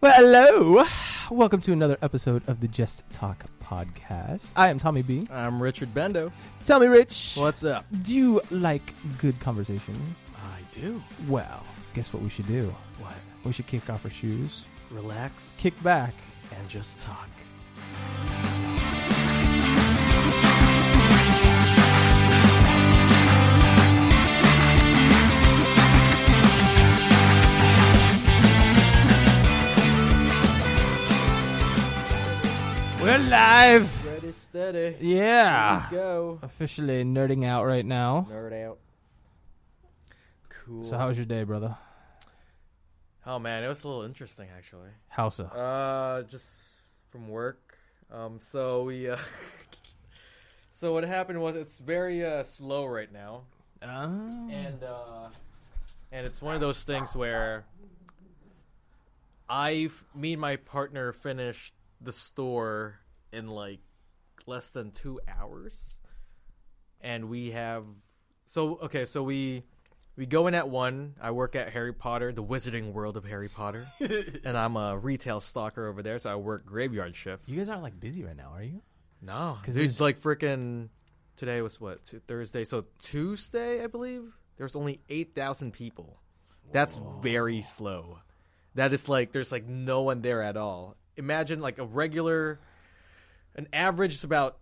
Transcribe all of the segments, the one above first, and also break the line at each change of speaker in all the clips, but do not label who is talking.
Well, hello. Welcome to another episode of the Just Talk podcast. I am Tommy B.
I'm Richard Bendo.
Tell me, Rich,
What's up?
do you like good conversation?
I do.
Well, guess what we should do?
What?
We should kick off our shoes,
Relax
kick back.
and just talk.
We're live.
Ready, steady.
Yeah.
Go.
Officially nerding out right now.
Nerd out. Cool.
So, how was your day, brother?
oh man, it was a little interesting actually.
How's up?
Uh, just from work. Um, so we. Uh, so what happened was it's very uh, slow right now. and uh, and it's one of those things where I, me and my partner finished the store in like less than two hours, and we have so okay, so we we go in at one. I work at Harry Potter, the Wizarding World of Harry Potter, and I'm a retail stalker over there, so I work graveyard shifts.
you guys aren't like busy right now, are you?
no,
'Cause
because
it
dude,
was-
like freaking today was what Tu- Thursday, so Tuesday I believe there's only eight thousand people. That's very slow. That is like there's like no one there at all. Imagine like a regular, an average is about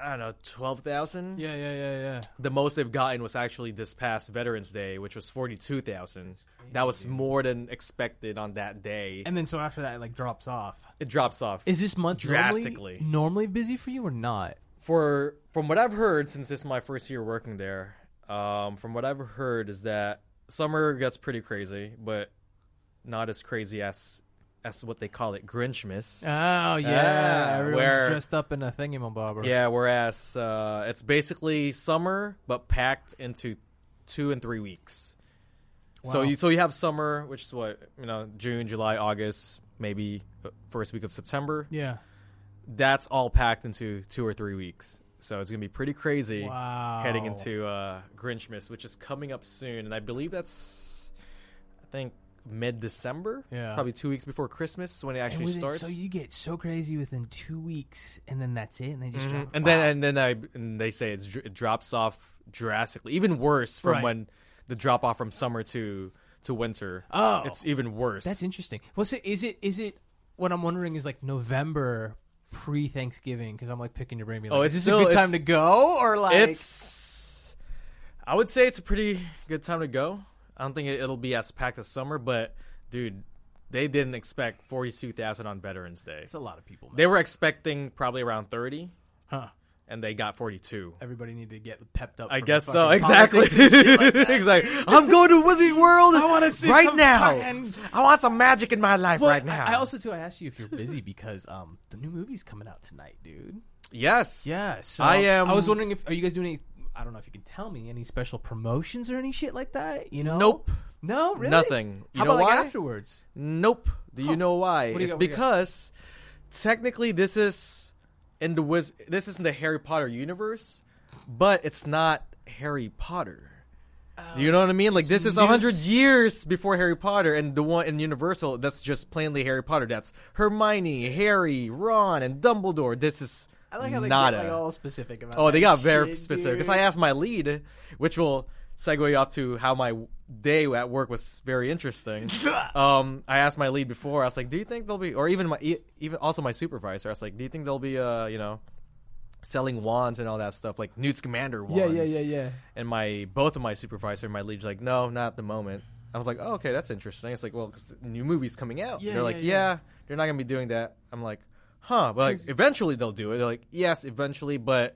I don't know twelve thousand.
Yeah, yeah, yeah, yeah.
The most they've gotten was actually this past Veterans Day, which was forty two thousand. That was more than expected on that day.
And then so after that, it like drops off.
it drops off.
Is this month
Drastically.
normally, normally busy for you or not?
for from what I've heard since this is my first year working there, um, from what I've heard is that summer gets pretty crazy, but not as crazy as as what they call it Grinchmas.
Oh yeah,
Ah,
everyone's
where-
dressed up in a thingamabobber.
yeah, whereas uh, it's basically summer but packed into two and three weeks. So
Wow.
you so you have summer, which is what you know June, July, August, maybe uh, first week of September.
yeah.
That's all packed into two or three weeks. So it's gonna be pretty crazy.
Wow.
heading into uh, Grinchmas, which is coming up soon, and I believe that's I think mid December,
Yeah.
probably two weeks before Christmas when it
And
actually
within-
starts.
So you get so crazy within two weeks, and then that's it, Mm-hmm. and they just
Mhm.
drop.
And then and then I and they say it's, dr- it drops off drastically, even worse from
Right.
when the drop off from summer to to winter.
Oh.
it's even worse.
that's interesting. Well, so is it is it what I'm wondering is like November pre Thanksgiving because I'm like picking your brain. being
Oh,
like,
it's
is this a
still-
good time to
it's-
go or like
it's I would say it's a pretty good time to go. I don't think it- it'll be as packed as summer, but dude, they didn't expect forty two thousand on Veterans Day.
it's a lot of people. Man.
They were expecting probably around 30,
huh.
and they got 42.
Everybody needed to get pepped up.
I
from
guess
the
so.
fucking
Exactly.
politics and shit like that.
exactly. I'm going to Wizard World. I want to see right
some
now.
fucking-
I want some magic in my life
Well,
right now.
I, I also too I asked you if you're busy because um the new movie's coming out tonight, dude.
yes.
Yeah, so
I um, am.
I was wondering if are you guys doing any? I don't know if you can tell me any special promotions or any shit like that. You know?
Nope.
No, really.
Nothing. You
How
know
about like
why?
afterwards?
Nope. Do you know why?
What do you
it's
got? What do you got?
because technically this is in the Wiz- this is in the Harry Potter universe, but it's not Harry Potter.
Oh,
Do you know what I mean? Like this is
new.
hundred years before Harry Potter, and the one in Universal that's just plainly Harry Potter. That's Hermione, Harry, Ron, and Dumbledore. This is
I like how they
nada.
get like all specific about.
Oh, they
that
got very
shit,
specific. Because
dude.
I asked my lead, which will segue off to how my day at work was very interesting. um, I asked my lead before. I was like, "Do you think they'll be?" Or even my e- even also my supervisor. I was like, "Do you think they'll be?" Uh, you know, selling wands and all that stuff, like Newt's Commander wands.
Yeah, yeah, yeah, yeah.
And my both of my supervisor and my lead's like, "No, not at the moment." I was like, "Oh, okay, that's interesting." It's like, well, 'cause the new movie's coming out.
Yeah,
they're like,
yeah, yeah.
yeah, they're not gonna be doing that." I'm like, "Huh?" But like, eventually they'll do it. They're like, "Yes, eventually," but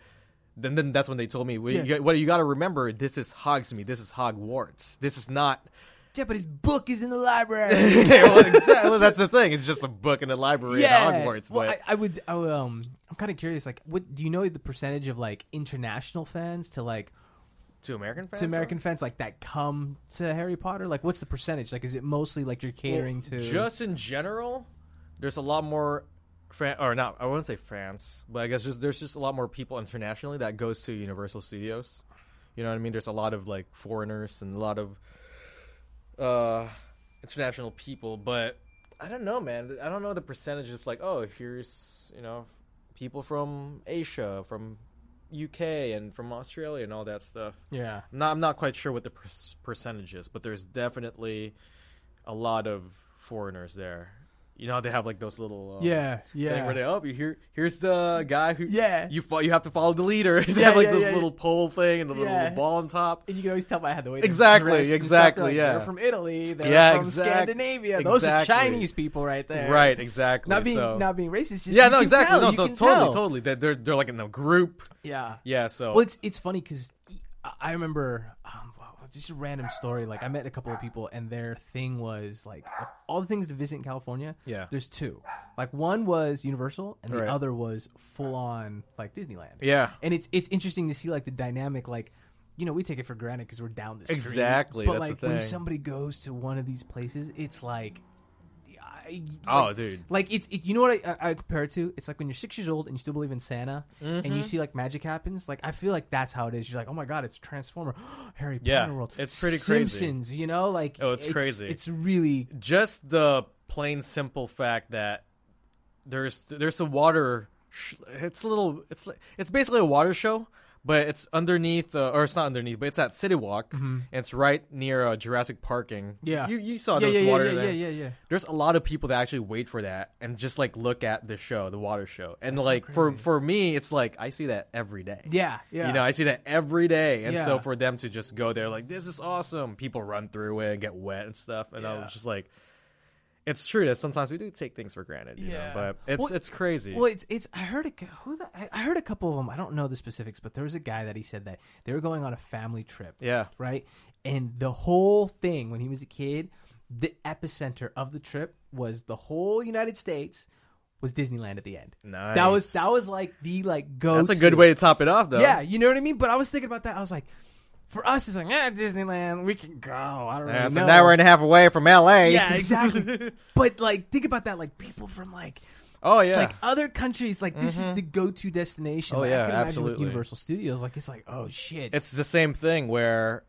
then then that's when they told me, "Well, you
Yeah.
got- "What you got to remember? This is Hogsmeade. This is Hogwarts. This is not."
Yeah, but his book is in the library.
Yeah, well, exactly. Well, that's the thing. It's just a book in a library
yeah.
at Hogwarts.
well,
but
I, I would. I, would, um, I'm kind of curious. Like, what do you know the percentage of like international fans to like
to American fans,
to American fans like that come to Harry Potter? Like, what's the percentage? Like, is it mostly like you're catering
Well,
to
just in general there's a lot more Fran- or not i wouldn't say france but i guess just, there's just a lot more people internationally that goes to universal studios you know what i mean there's a lot of like foreigners and a lot of uh international people but I don't know, man. I don't know the percentage of like, oh, here's you know, people from Asia, from UK, and from Australia, and all that stuff.
Yeah.
I'm not, I'm not quite sure what the per- percentage is, but there's definitely a lot of foreigners there. You know, how they have like those little um,
yeah.
thing
Yeah.
where they oh, you here here's the guy who
Yeah.
you fo- you have to follow the leader. they
Yeah,
have like
yeah,
this
yeah,
little pole thing and the little,
Yeah.
ball on top.
and you can always tell by how the way they're
Exactly,
dressed and stuff. They're
exactly,
like,
yeah.
They're from Italy. They're
Yeah,
from
exact-
Scandinavia. Those are
exactly.
Chinese people right there.
Right, exactly.
Not being
so.
not being racist. Just
yeah,
you
no,
can
exactly.
tell,
no,
you
no,
can
totally,
tell.
totally. They're, they're they're like in a group.
Yeah.
Yeah, so
Well, it's it's funny because I remember um, wow, just a random story. Like I met a couple of people, and their thing was like of all the things to visit in California.
Yeah.
there's two. Like one was Universal, and the
Right.
other was full on like Disneyland.
yeah,
and it's it's interesting to see like the dynamic like. You know, we take it for granted because we're down the street.
Exactly,
But
that's the
like when
thing.
somebody goes to one of these places, it's like, I,
Oh,
like-
dude.
Like it's it, you know what I, I, I compare it to? It's like when you're six years old and you still believe in Santa, and
Mm-hmm.
you see like magic happens. Like I feel like that's how it is. You're like, oh my god, it's Transformer, Harry
Yeah,
Potter world.
it's pretty crazy.
Simpsons, you know, like
Oh, it's crazy.
It's really
just the plain simple fact that there's there's a water. Sh- it's a little. It's li- it's basically a water show, but it's underneath, uh, or it's not underneath, but it's at City Walk. And it's right near uh, Jurassic Parking.
Mm-hmm. yeah.
you you saw
yeah,
Oh, those
yeah, yeah,
water
yeah,
there.
yeah, yeah, yeah.
There's a lot of people that actually wait for that and just like look at the show, the water show, and
so
like for
crazy.
for me, it's like I see that every day.
Yeah, yeah.
You know, I see that every day. And so
Yeah.
for them to just go there like, this is awesome, people run through it and get wet and stuff. And I
Yeah.
was just like, it's true that sometimes we do take things for granted, you know,
Yeah.
but it's
Well-
it's crazy.
Well, it's it's. I heard a g- who the, I- I heard a couple of them. I don't know the specifics, but there was a guy that he said that they were going on a family trip.
yeah.
Right, and the whole thing when he was a kid, the epicenter of the trip was the whole United States was Disneyland at the end.
Nice.
That was that was like the like go.
That's a good way to top it off though.
oh, Yeah, you know what I mean. But I was thinking about that. I was like, for us, it's like ah, Disneyland. We can go. I don't
Yeah,
really
it's an
know.
hour and a half away from LA.
yeah, exactly. but like, think about that. Like people from like
oh yeah. Mm-hmm.
like other countries like this is the go-to destination
Oh,
Like,
yeah,
I can imagine with
absolutely.
universal studios like it's like oh shit
It's the same thing where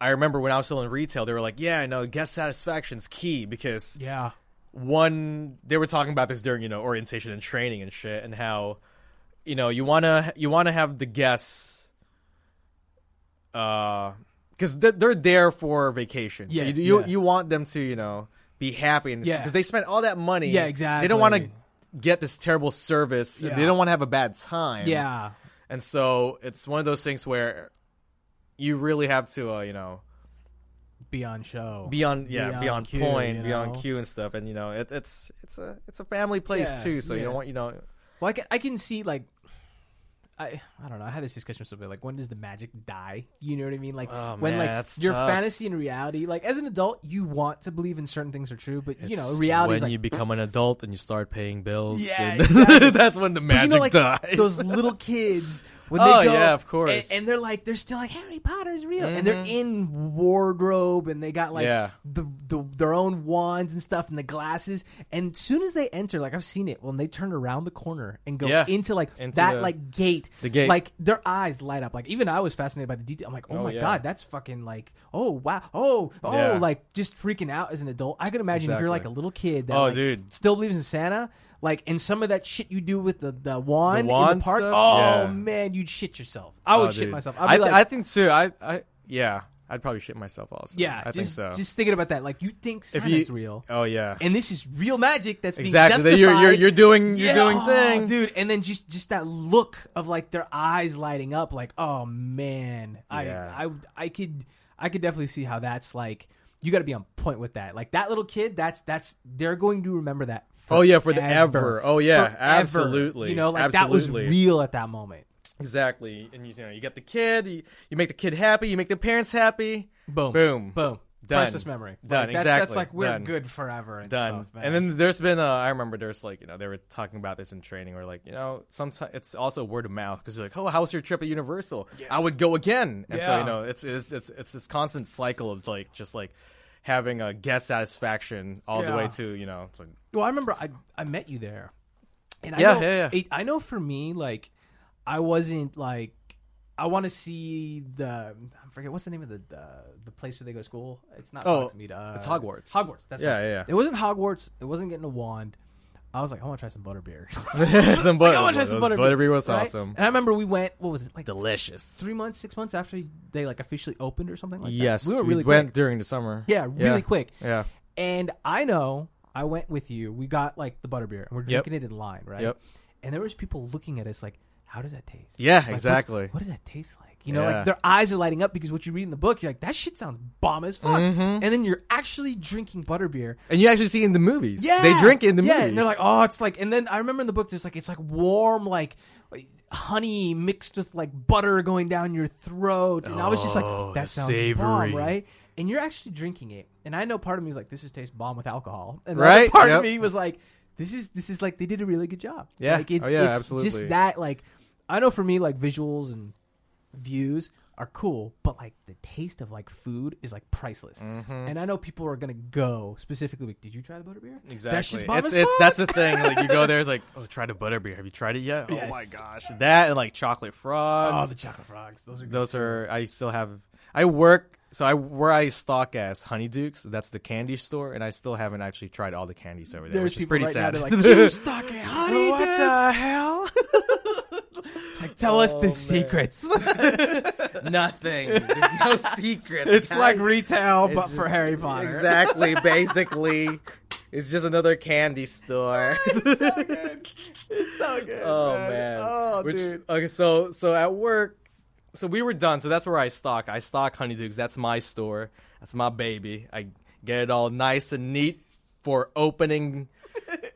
I remember when I was still in retail, they were like, "Yeah, no, guest satisfaction's key because
yeah
one, they were talking about this during you know orientation and training and shit, and how you know you wanna you wanna have the guests, uh, because they're, they're there for vacation,
Yeah,
so you you,
yeah.
you want them to you know be happy, and
Yeah.
because they spent all that money,
Yeah,
They don't want to
exactly.
get this terrible service, and they
Yeah.
don't want to have a bad time,
yeah
and so it's one of those things where you really have to, uh, you know,
beyond show
be on, yeah,
Be
be
on
on
cue,
point,
you
be on
know?
cue and stuff. And you know, it, it's it's a it's a family place
Yeah,
too, so you don't
yeah.
want you know,
well I can, I can see like I, I don't know. I had this discussion with somebody like, when does the magic die? You know what I mean? Like
Oh,
when
man,
like
that's
your
tough.
fantasy and reality. Like as an adult, you want to believe in certain things are true, but you know
It's
reality is
When
like
you become an adult and you start paying bills,
Yeah,
and-
exactly.
that's when the
But
magic dies.
Those little kids when
Oh,
they go,
yeah, of course. Mm-hmm.
and, and they're like they're still like Harry Potter's real, and they're in wardrobe, and they got like
Yeah.
the, the their own wands and stuff, and the glasses. And soon as they enter, like I've seen it when they turn around the corner and go
Yeah.
into like
Into
that
the-
like gate,
the gate.
like their eyes light up. Like even I was fascinated by the detail. I'm like, oh,
Oh,
my
yeah.
god, that's fucking like, oh wow, oh oh,
Yeah.
like just freaking out as an adult. I can imagine if you're like a
Exactly.
little kid that
Oh,
like,
dude.
still believes in Santa, like, and some of that shit you do with the, the wand, in
wand
the park.
stuff?
Oh
Yeah.
man, you'd shit yourself. I would
Oh,
shit
dude.
myself. I'd be
I, th-
like,
I think too. I, I yeah, I'd probably shit myself also.
yeah,
I
just,
think so.
just thinking about that, like, you think
if
Santa's
you,
real,
oh yeah,
and this is real magic that's being
exactly. that
Justified.
You're you're you're doing
Yeah,
you're doing
oh,
things.
dude. And then just just that look of like their eyes lighting up, like, oh man,
Yeah.
I I I could I could definitely see how that's like. You got to be on point with that. Like that little kid, that's that's they're going to remember that.
Oh, yeah, for the
forever.
ever. Oh, yeah,
Forever.
absolutely.
You know, like that was
Absolutely.
real at that moment.
Exactly, and you, you know you get the kid, you, you make the kid happy, you make the parents happy,
Boom,
Boom.
boom.
Done.
Priceless memory.
Done,
Like, that's, That's
exactly.
like we're
Done.
good forever and
done.
stuff, man.
and then there's been uh, I remember there's like you know they were talking about this in training where like you know sometimes it's also word of mouth because you're like oh how was your trip at Universal? I would go again, and so
Yeah.
you know it's it's it's it's this constant cycle of like just like having a guest satisfaction all the
Yeah.
way to you know it's like,
Well, I remember I I met you there, and I
Yeah,
know,
yeah, yeah.
It, I know for me, like I wasn't like I want to see the I forget what's the name of the the, the place where they go to school. It's not
Oh,
Hogsmeade, uh,
it's Hogwarts.
Hogwarts. That's
Yeah,
right.
yeah, yeah.
It wasn't Hogwarts. It wasn't getting a wand. I was like, I want to try some butterbeer.
some butter.
Like, I want to try some butterbeer.
Those butterbeer was
right?
awesome.
And I remember we went. What was it like?
Delicious.
three months, six months after they like officially opened or something like
yes,
that. we were really
went
quick.
during the summer.
Yeah, really quick.
Yeah.
And I know I went with you. We got like the butterbeer and we're
Yep.
drinking it in line, right?
Yep.
And there was people looking at us like, "How does that taste?"
Yeah,
Like, what's-
exactly.
What does that taste like? You know,
Yeah.
like their eyes are lighting up because what you read in the book, you're like, "That shit sounds bomb as fuck,"
Mhm.
and then you're actually drinking butterbeer.
And you actually see in the movies.
Yeah,
They drink in the
yeah,
movies.
and they're like, "Oh, it's like," and then I remember in the book, there's like, it's like warm, like. Honey mixed with like butter going down your throat, and I was just
Oh,
like, "That
the
sounds
savory.
bomb, right?" And you're actually drinking it, and I know part of me was like, "This just tastes bomb with alcohol," and the other
Right?
part
Yep.
of me was like, "This is this is like they did a really good job."
Yeah.
like it's
Oh, yeah,
it's
absolutely.
just that like I know for me like visuals and views are cool, but like the taste of like food is like priceless.
Mm-hmm.
And I know people are gonna go specifically like, "Did you try the butterbeer?" That
Exactly.
shit's bomb
it's
as
it's
fuck.
that's the thing. Like you go there, it's like, oh, try the butterbeer. Have you tried it yet? Oh
Yes.
my gosh, that and like chocolate
Oh,
frogs.
the chocolate frogs. Those are good.
Those are I still have. I work so I where I stock as Honeydukes. That's the candy store, and I still haven't actually tried all the candies over there,
There's
which is
people
pretty
right
sad.
now. They're like, "You stuck it, honey,
What the hell?
Like, tell us
Oh,
the
man.
secrets.
Nothing. There's no secret.
it's like
guys.
retail, but
It's
for
just-
Harry Potter.
Exactly, basically. It's just another candy store.
It's so good.
oh man.
Oh,
Which-
dude.
Okay, so so at work so we were done, so that's where I stock. I stock Honeydukes. That's my store. That's my baby. I get it all nice and neat for opening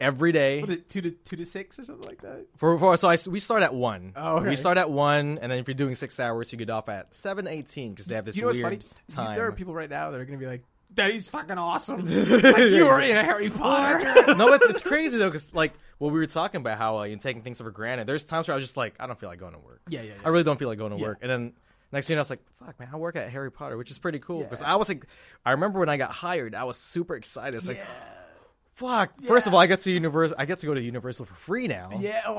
every day.
What is it, two to two to six or something like that?
For, for so I we start at one.
Oh, okay.
We start at one, and then if you're doing six hours, you get off at seven eighteen because they have this
you know what's funny?
weird time.
There are people right now that are gonna be like, "That is fucking awesome." like you were in Harry Potter.
no, it's it's crazy though because like what we were talking about how uh, you're taking things for granted. There's times where I was just like, I don't feel like going to work.
Yeah, yeah, yeah.
I really don't feel like going to
Yeah.
work. And then next thing you know, I was like, fuck, man, I work at Harry Potter, which is pretty cool because
Yeah.
I was like, I remember when I got hired, I was super excited. It's like,
Yeah.
fuck. First of all, I get to Universal. I get to go to Universal for free now.
Yeah, oh,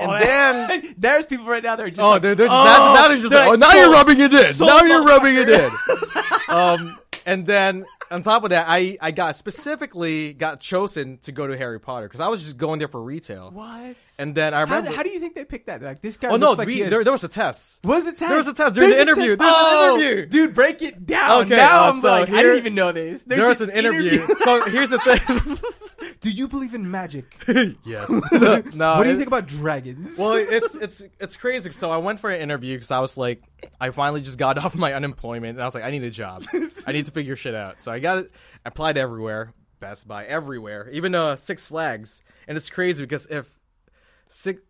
and then.
there's people right now that are just
Oh,
like,
they're, they're just, now- now they're just like,
they're
oh, now
so-
you're rubbing it in.
so
now you're rubbing it in. um, and then on top of that, I, I got specifically got chosen to go to Harry Potter because I was just going there for retail.
What?
And then I
how,
remember.
how do you think they picked that? They're Like this guy.
oh no,
looks like
we,
he is-
there, there was a test.
What was the test?
there was a test during the
There's a
interview.
test-
There was an
Oh,
interview.
dude. Break it down.
Okay,
now
uh,
I'm
so
like, I
here-
didn't even know this. There's
there was an interview. so here's the thing.
Do you believe in magic?
yes. no.
what do you
Uh, it-
think about dragons?
well, it's it's it's crazy. So I went for an interview because I was like, I finally just got off my unemployment, and I was like, I need a job. I need to figure shit out. So I got it. I applied everywhere, Best Buy, everywhere, even uh, Six Flags. And it's crazy because if six,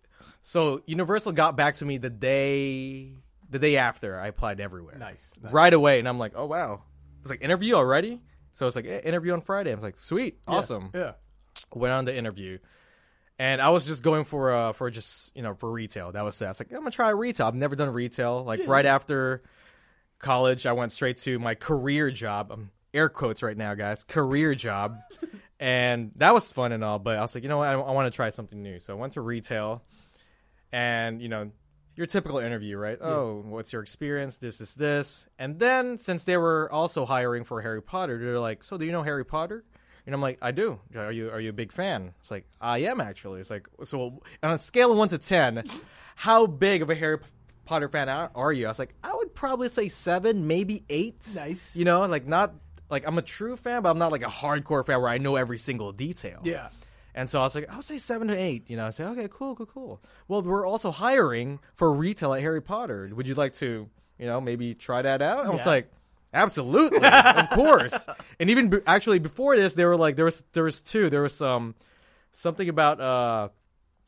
so Universal got back to me the day the day after I applied everywhere.
Nice, nice.
Right away, and I'm like, oh wow, it's like interview already. So it's like eh, interview on Friday. I was like, sweet, awesome
Yeah.
went on the interview and I was just going for uh for just you know for retail. That was it. I was like, I'm gonna try retail. I've never done retail. Like right after college, I went straight to my career job. I'm air quotes right now, guys. Career job, and that was fun and all. But I was like, you know what? I, I want to try something new. So I went to retail, and you know. Your typical interview, right? Oh, what's your experience? This is this. And then, since they were also hiring for Harry Potter, they're like, "So, do you know Harry Potter?" And I'm like, I do. They're like, Are you are you a big fan? It's like I am actually. It's like so on a scale of one to ten, how big of a Harry Potter fan are are you? I was like, I would probably say seven, maybe eight.
Nice.
You know, like not like I'm a true fan, but I'm not like a hardcore fan where I know every single detail.
Yeah.
And so I was like, I'll say seven to eight. You know, I say, okay, cool, cool, cool. Well, we're also hiring for retail at Harry Potter. Would you like to, you know, maybe try that out? I was
Yeah.
like, absolutely, of course. And even be- actually before this, they were like, there was there was two. There was um something about uh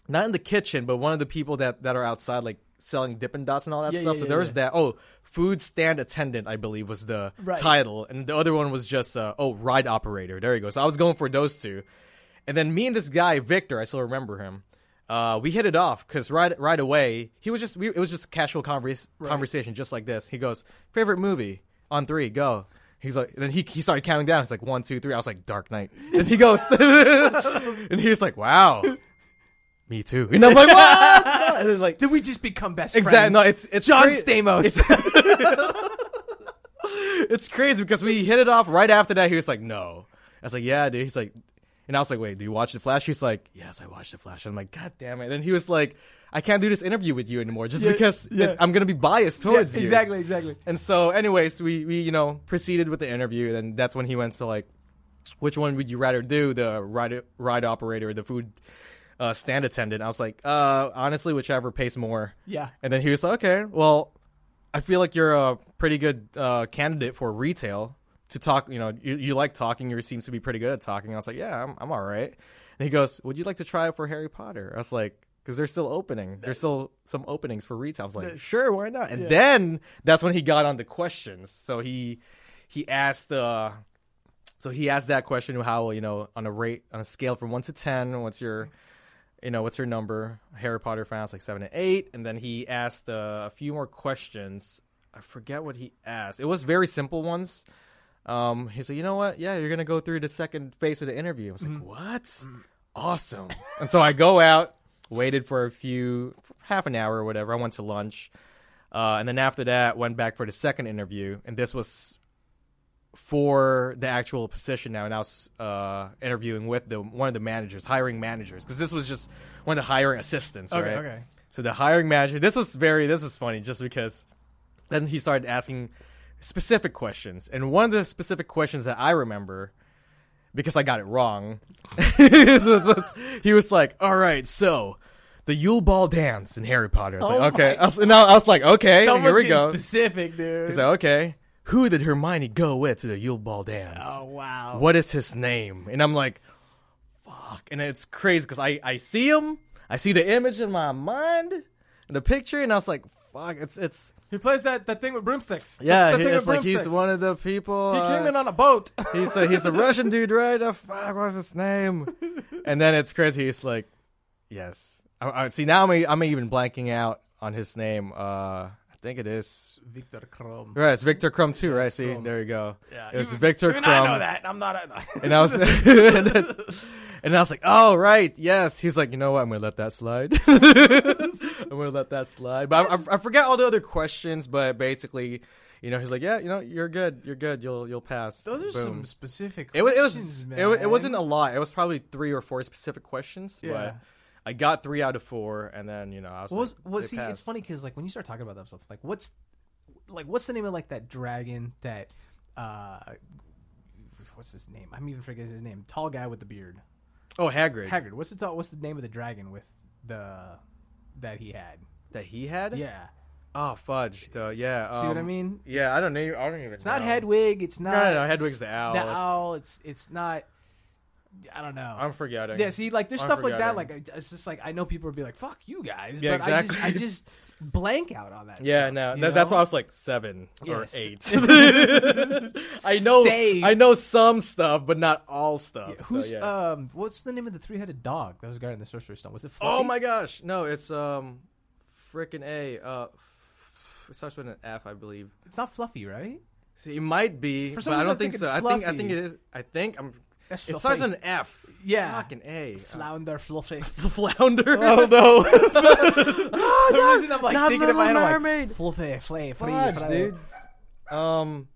not in the kitchen, but one of the people that that are outside like selling Dippin' Dots and all that
Yeah,
stuff.
yeah,
so
yeah,
there was
yeah.
that. Oh. Food stand attendant, I believe, was the
Right.
title, and the other one was just uh, oh ride operator. There you go. So I was going for those two, and then me and this guy Victor, I still remember him. Uh, we hit it off because right right away he was just we, it was just casual converse, conversation just like this. He goes favorite movie on three go. He's like then he he started counting down. He's like one two three. I was like Dark Knight. And he goes and he's like wow. Me too. And I'm like, what? and then, like
Did we just become best
exactly.
friends?
No, it's it's
John
cra-
Stamos.
It's crazy because we hit it off right after that. He was like, "No," I was like, "Yeah, dude." He's like, and I was like, "Wait, do you watch The Flash?" He's like, "Yes, I watched The Flash." I'm like, "God damn it!" And he was like, "I can't do this interview with you anymore just
Yeah,
because it-
yeah.
I'm gonna be biased
Yeah,
towards you."
exactly, exactly.
And so, anyways, we we you know proceeded with the interview, and that's when he went to like, which one would you rather do, the ride ride operator or the food uh, stand attendant? I was like, uh, honestly, whichever pays more.
Yeah.
And then he was like, okay, well, I feel like you're a pretty good uh, candidate for retail to talk. You know, you, you like talking. You seems to be pretty good at talking. I was like, yeah, I'm, I'm all right. And he goes, would you like to try it for Harry Potter? I was like, because they're still opening. There's still some openings for retail. I was like, sure, why not? And then that's when he got on the questions. So he he asked. Uh, so he asked that question how you know on a rate on a scale from one to ten what's your you know what's your number harry potter fans like seven to eight and then he asked uh, a few more questions i forget what he asked it was very simple ones um, he said you know what yeah you're gonna go through the second phase of the interview i was
Mm-hmm.
like what awesome and so i go out waited for a few half an hour or whatever i went to lunch uh, and then after that went back for the second interview and this was for the actual position now, and I was uh, interviewing with the one of the managers, hiring managers, because this was just one of the hiring assistants.
Okay,
right?
okay.
So the hiring manager. This was very. This was funny, just because. Then he started asking specific questions, and one of the specific questions that I remember, because I got it wrong, this was, was- he was like, "All right, so." The Yule Ball dance in Harry Potter. I was
Oh
like, okay.
my-
I was, and I was like, okay,
Someone's
here we
getting
go.
Specific, dude.
He's like, okay, who did Hermione go with to the Yule Ball dance?
oh wow.
What is his name? And I'm like, fuck. And it's crazy because I, I see him, I see the image in my mind, the picture, and I was like, fuck, it's it's
He plays that, that thing with broomsticks.
yeah,
that
he- it's like he's one of the people.
He
uh,
came in on a boat.
he's a he's a Russian dude, right? Oh, fuck, what's his name? And then it's crazy. He's like, yes. I, I see now. I'm I'm even blanking out on his name. Uh, I think it is
Victor Krum.
Right, it's Victor Crumb too, right? See, there you go.
Yeah,
it was
even-
Victor
even
Crumb.
I know that. I'm not. A,
And I was, and, then- and I was like, "Oh right, yes." He's like, "You know what? I'm gonna let that slide. I'm gonna let that slide." But I, I, I forgot all the other questions. But basically, you know, he's like, "Yeah, you know, you're good. You're good. You'll you'll pass."
those are
Boom.
some specific.
It was it
questions,
was it, wa- it
man.
wasn't a lot. It was probably three or four specific questions.
Yeah.
But I got three out of four, and then you know, I was,
What was,
like,
what,
they
see, it's
passed.
funny because like when you start talking about that stuff, like what's like what's the name of like that dragon that uh what's his name? I'm even forgetting his name. Tall guy with the beard.
Oh, Hagrid,
Haggard. What's the tall, what's the name of the dragon with the that he had?
that he had.
Yeah.
Oh fudge. The, yeah.
See what I
um,
mean?
Yeah, I don't know. I don't even.
It's not
know.
Hedwig. It's not.
no, no, Hedwig's the owl,
The
it's-
owl. It's it's not. I don't know.
I'm forgetting.
yeah, see, like there's
I'm
stuff like that. Like
forgetting.
I- it's just like I know people would be like, "Fuck you guys,"
Yeah,
but I
exactly.
just I just blank out on that.
Yeah,
stuff,
no,
you
that, that's
know?
why I was like seven
Yes.
or eight. I know,
Same.
I know some stuff, but not all stuff. so,
Who's
yeah.
um? What's the name of the three-headed dog that was a guy in the Sorcerer's Stone? Was it? Fluffy?
Oh my gosh, no, it's um, freaking a. Uh, it starts with an F, I believe.
It's not Fluffy, right?
See, it might be, but
some
I
reason
don't
I'm
think
thinking
so. I think I
Fluffy.
think it is. I think I'm.
That's
It starts with
Fluffy.
an F.
Yeah.
fucking a. Uh,
Flounder Fluffy.
flounder.
Oh no! For some reason I'm like
not
thinking in my head
Little
I'm like
Mermaid.
Fluffy, Flay, Flay,
Fudge,
Flay.
dude. Um.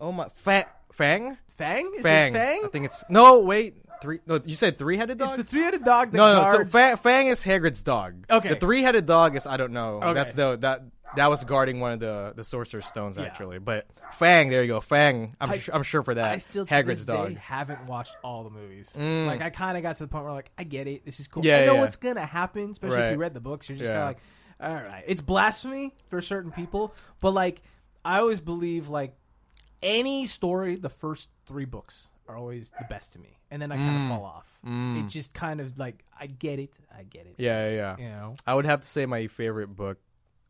Oh my. Fa- fang.
Fang? Is
Fang.
it Fang?
I think it's no. Wait, three. No, you said three-headed dog.
it's the three-headed dog. That
no, no. So
guards-
Fa- Fang is Hagrid's dog.
Okay.
The three-headed dog is I don't know.
Okay.
That's the that that was guarding one of the the sorcerer's stones
Yeah.
actually. But Fang, there you go. Fang. I'm su- I'm sure for that.
I still to
Hagrid's
this
dog. Mm.
day haven't watched all the movivies. Like I kind of got to the point where like I get it, this is cool.
Yeah,
I know
yeah,
what's gonna happen, especially if
Right.
you read the books. You're just
Yeah.
kind of like, all right, it's blasphemy for certain people, but like I always believe like any story, the first three books are always the best to me, and then I
Mm.
kind of fall off. It just kind of like I get it, I get it.
Yeah, yeah, yeah.
You know?
I would have to say my favorite book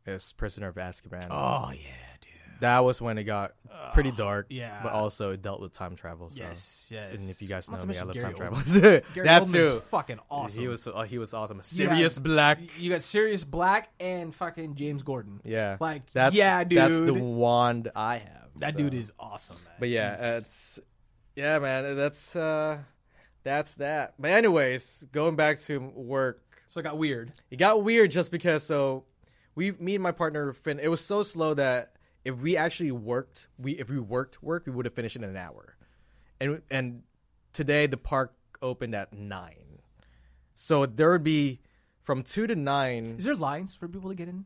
is Prisoner of Azkaban.
Oh yeah, dude.
That was when it got pretty dark.
yeah.
But also it dealt with time travel. So.
Yes, yes.
And if you guys
Not
know
to
me, I love
mention
time
Gary
travel.
Oldman. Gary
that
Oldman's
too.
fucking awesome.
He was oh, he was awesome.
You
Sirius
have-
Black.
You got Sirius Black and fucking James Gordon.
Yeah,
Like,
that's
yeah, dude.
That's the wand I have.
that
so.
dude is awesome, man.
But yeah, uh,
He's-
it's yeah, man. That's uh, that's that. But anyways, going back to work.
So it got weird.
It got weird just because so we me and my partner fin it was so slow that if we actually worked we if we worked work we would have finished in an hour. And and today the park opened at 9. So there would be from 2 to 9
Is there lines for people to get in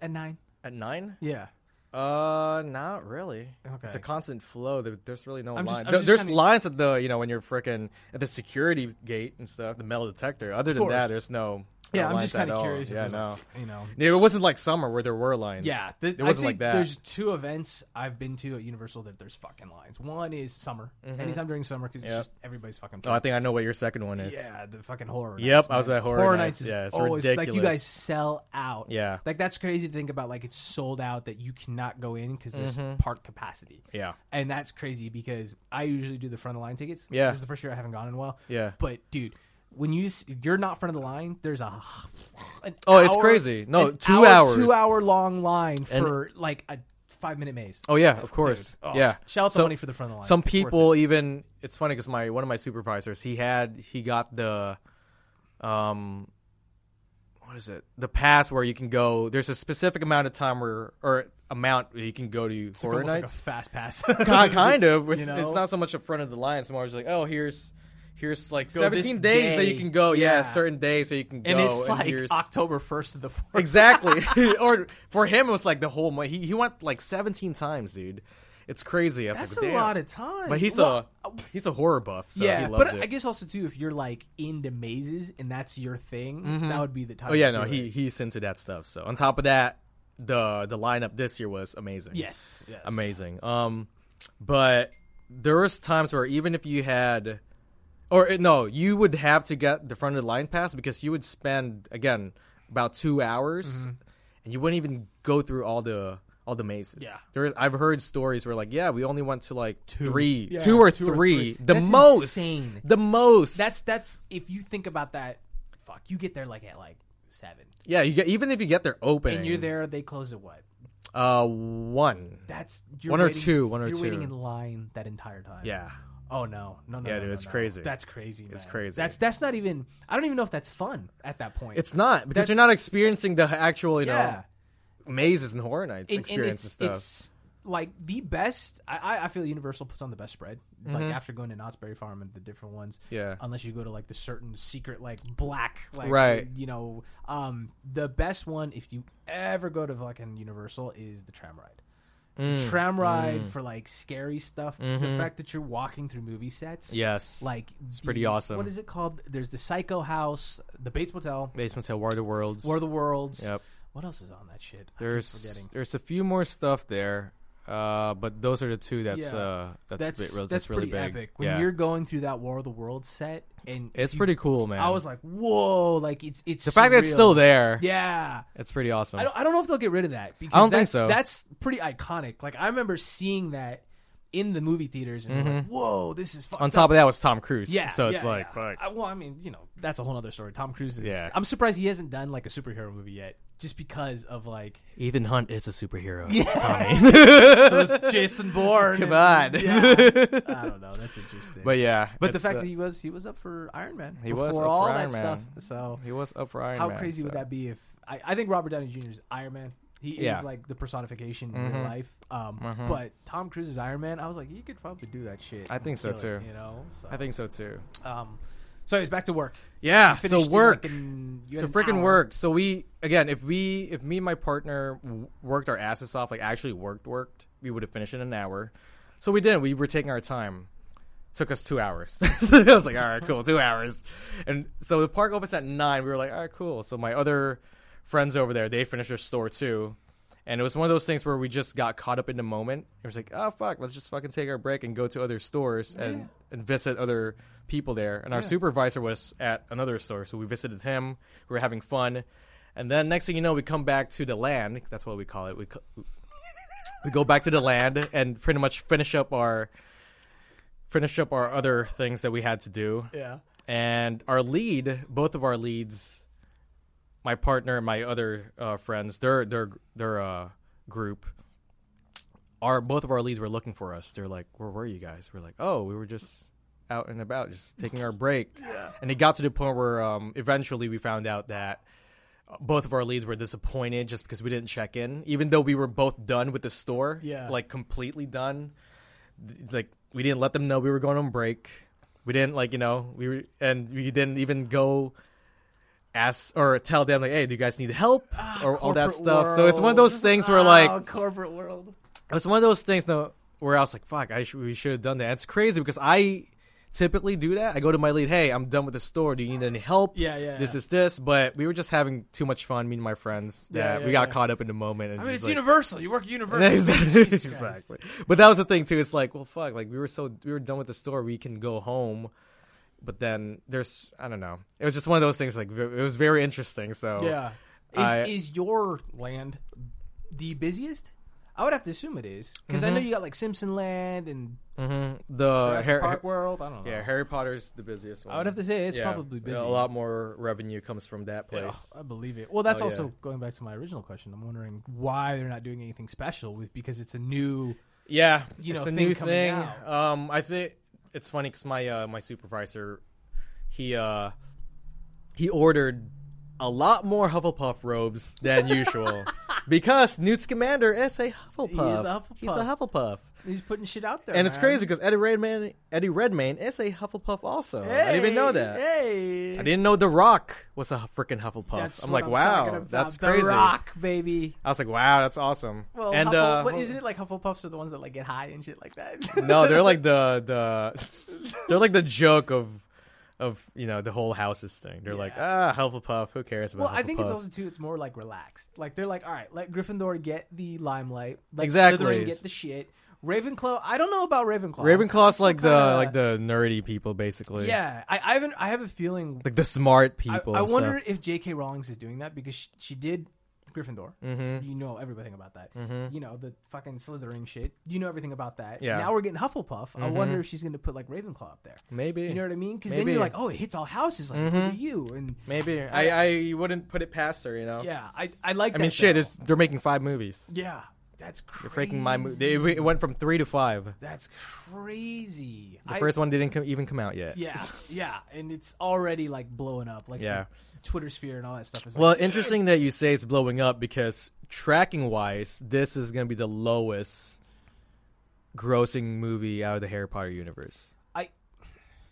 at nine?
at 9?
Yeah.
Uh not really.
Okay.
It's a constant flow. There, there's really no
I'm
line.
just- I'm
There-
just
there's
kinda-
lines at the you know when you're freaking at the security gate and stuff, the metal detector. Other than
course.
that, there's no. no
Yeah, I'm
lines
just
at
kind of
all.
curious.
Yeah,
if
no.
there's, like, you know.
Yeah, it wasn't like summer where there were lines.
Yeah, th-
it
I
wasn't
think
like that.
There's two events I've been to at Universal that there's fucking lines. One is summer, anytime during summer, because
Mm-hmm. Yep.
it's just everybody's fucking.
Oh, I think I know what your second one is.
Yeah, the fucking horror.
Yep,
nights,
I was
man.
at horror nights.
is
Yeah, it's
always like you
ridiculous.
guys sell out.
Yeah.
like that's crazy to think about. Like it's sold out that you cannot go in because there's park capacity.
Mm-hmm. Yeah.
and that's crazy because I usually do the front of the line tickets.
Yeah.
this is the first year I haven't gone in a while.
Yeah.
but dude. When you s- you're not front of the line, there's a an
Oh, it's
hour-
crazy. No,
an
two
hour-
hours.
two hour long line
And-
for like a five minute maze.
Oh yeah, of course.
Dude, oh,
yeah.
shout out
So-
somebody for the front of the line.
Some
It's worth
people even it's funny because my one of my supervisors he had he got the, um, what is it? The pass where you can go. There's a specific amount of time where or amount you can go to
it.
horror
Almost like a
nights.
fast pass.
Ki- kind of. It's,
You
it's
know?
not so much a front of the line. It's more just like, oh, here's here's like
Go this
17 days that you
day.
can go. Yeah,
Yeah.
certain days that you can go.
and it's like
here's-
October first to the fourth.
exactly. or for him, it was like the whole month. He, he went like 17 times, dude. It's crazy. I was
That's
like,
a
"Damn."
lot of time.
But he's
Well,
a he's a horror buff, so
yeah,
he loves
but
it.
I guess also too, if you're like into mazes and that's your thing, that would be the time.
oh yeah,
to
no,
do
he
it.
he's into that stuff. So on top of that, the the lineup this year was amazing.
yes, yes,
amazing. Um, but there was times where even if you had, or uh, no, you would have to get the front of the line pass because you would spend again about two hours,
Mm-hmm.
and you wouldn't even go through all the all the mazes.
Yeah.
there is, I've heard stories where like, yeah, we only went to like three,
Yeah,
two or
two
three,
or three.
the
That's
most,
insane.
the most.
That's that's if you think about that. Fuck, you get there like at like seven,
yeah. You get even if you get there open,
and you're there. They close at what?
Uh, one.
That's you're
One or
waiting-
two, one or
you're waiting
two.
in line that entire time.
Yeah.
Oh no, no, no.
Yeah,
no,
dude,
no,
it's
no.
crazy.
That's crazy. Man. It's
crazy.
That's that's not even. I don't even know if that's fun at that point.
It's not because you're
That's-
not experiencing the actual, you
yeah,
know, mazes and horror nights
And- and
experience
it's,
and stuff.
It's like the best. I, I- I feel Universal puts on the best spread. Like after going to Knott's Berry Farm and the different ones.
Mm-hmm. Yeah.
Unless you go to like the certain secret like black like
Right.
you know um the best one if you ever go to fucking Universal is the tram ride.
Mm.
The tram ride for like scary stuff. The fact that you're walking through movie sets.
Mm-hmm. Yes.
Like it's
pretty awesome.
What is it called? There's the Psycho House, the Bates Motel,
Basement Tale, War of the Worlds.
War of the Worlds.
Yep.
What else is on that shit? I keep
there's
forgetting.
there's a few more stuff there, uh, but those are the two that's
Yeah.
uh, that's
That's
bit-
that's,
that's, really
pretty
big.
epic. When
yeah.
you're going through that War of the Worlds set, and
it's
you-
pretty cool, man.
I was like, whoa! Like it's it's
the fact that it's still there,
Yeah,
it's pretty awesome.
I don't, I don't know if they'll get rid of that because
I don't think
that's,
so.
That's pretty iconic. Like I remember seeing that in the movie theaters, and I'm like, whoa, this is fucked
Mm-hmm. On
up.
top of that was Tom Cruise.
Yeah.
So it's
yeah,
like,
yeah.
fuck.
I, well, I mean, you know, that's a whole other story. Tom Cruise is.
Yeah.
I'm surprised he hasn't done like a superhero movie yet, just because of like.
Ethan Hunt is a superhero.
so it's Jason Bourne.
Come
and-
on.
yeah. I don't know. That's interesting.
But yeah,
But the
it's,
fact
uh,
that he was he was up for Iron Man.
He was
before
up for
all
Iron
that
Man.
stuff. So
uh, he was up for Iron
how
Man,
crazy would
so-
that be if I, I think Robert Downey Jr. is Iron Man. He is
Yeah. Mm-hmm.
like the personification in real life. Um, But Tom Cruise is Iron Man. I was like, you could probably do that shit.
I
and
think so,
kill it,
too.
you know. So,
I think so too.
Um, so anyways, back to work.
Yeah.
Finished
So
in,
work.
like, an- you
so
had an
freaking
hour.
work. So we again, if we, if me and my partner w- worked our asses off, like actually worked, worked, we would have finished in an hour. So we didn't. We were taking our time. Took us two hours. I was like, all right, cool, two hours. And so the park opens at nine. We were like, all right, cool. So my other friends over there, they finished their store too. And it was one of those things where we just got caught up in the moment. It was like, oh fuck, let's just fucking take our break and go to other stores and, and visit other people there. And our supervisor was at another store, so we visited him. We were having fun, and then next thing you know, we come back to the land. That's what we call it. We co- we go back to the land and pretty much finish up our finish up our other things that we had to do.
Yeah.
And our lead, both of our leads, my partner and my other uh, friends, their their their uh, group, our both of our leads were looking for us. They're like, "Where were you guys?" We're like, "Oh, we were just out and about, just taking our break. And it got to the point where um, eventually we found out that uh, both of our leads were disappointed just because we didn't check in, even though we were both done with the store.
Yeah.
Like completely done. It's Like we didn't let them know we were going on break. We didn't like you know we were, and we didn't even go ask or tell them like, hey, do you guys need help or all
Ah,
that
Corporate
stuff. So it's one
world.
of those things where like
Oh, corporate world.
it was one of those things though where I was like, "Fuck, I sh- we should have done that." It's crazy because I typically do that. I go to my lead, "Hey, I'm done with the store. Do you need any help?"
Yeah, yeah,
This
yeah.
is this, but we were just having too much fun, me and my friends. That
Yeah, yeah,
we got
yeah.
caught up in the moment. And
I mean,
just,
it's
like-
universal. You work at universal.
exactly,
Jesus Christ.
exactly. But that was the thing too. It's like, well, fuck. Like we were so we were done with the store. We can go home. But then there's I don't know. It was just one of those things. Like ve- it was very interesting. So
Yeah. Is,
I-
is your land the busiest? I would have to assume it is because I know
Mm-hmm.
you got like Simpson Land and
mhm. the
Jurassic
Har-
Park World. I don't know.
yeah Harry Potter's the busiest one.
I would have to say it's
Yeah,
probably busy.
A lot more revenue comes from that
Yeah,
place.
I believe it. Well, that's
Oh,
also
yeah.
going back to my original question. I'm wondering why they're not doing anything special with because it's a new.
Yeah,
You
it's
know,
a
thing
new
coming
thing.
out.
Um, I think it's funny because my uh, my supervisor, he uh, he ordered a lot more Hufflepuff robes than usual because Newt's commander is a Hufflepuff.
Hufflepuff. Uh-huh.
He's a Hufflepuff.
He's putting shit out there,
And it's
man.
crazy because Eddie Redmayne, Eddie Redmayne is a Hufflepuff also. I didn't even know
Hey,
that.
Hey,
I didn't know The Rock was a freaking Hufflepuff.
That's
I'm
what
like,
talking
wow,
about.
that's
The
crazy.
Rock, baby.
I was like, wow, that's awesome.
Well,
and
Huffle-
uh,
what, isn't it like Hufflepuffs are the ones that like get high and shit like that?
No, they're like the the they're like the joke of of you know the whole houses thing. They're like ah Hufflepuff, who cares about?
Well, I think it's
Hufflepuff?"
also too. It's more like relaxed. Like they're like, all right, let Gryffindor get the limelight. Let
Exactly.
Slytherin get the shit. Ravenclaw. I don't know about Ravenclaw.
Ravenclaw's like
kinda-
the like the nerdy people basically.
Yeah, I, I haven't. I have a feeling.
like the smart
I,
people.
I
and stuff.
wonder if J.K. Rowling's is doing that because she, she did Gryffindor.
Mm-hmm.
You know everything about that. You know the fucking Slytherin shit. You know everything about that.
Yeah. Mm-hmm.
Now we're getting Hufflepuff. I wonder if she's going to put like Ravenclaw up there.
maybe
You know what I mean? Because then
Maybe. Mm-hmm.
you're like, oh, it hits all houses. Like who do you? And
maybe I I wouldn't put it past her. You know.
yeah, I I like.
I mean,
that,
shit,
though.
is they're making five movies.
yeah. That's crazy.
Breaking my mo- they, it went from three to five. The
That's crazy. I-
first one didn't come, even come out yet.
yeah, yeah, and it's already like blowing up, like
Yeah.
the Twitter sphere and all that stuff is.
Well,
like,
interesting that you say it's blowing up because tracking wise, this is going to be the lowest grossing movie out of the Harry Potter universe.
I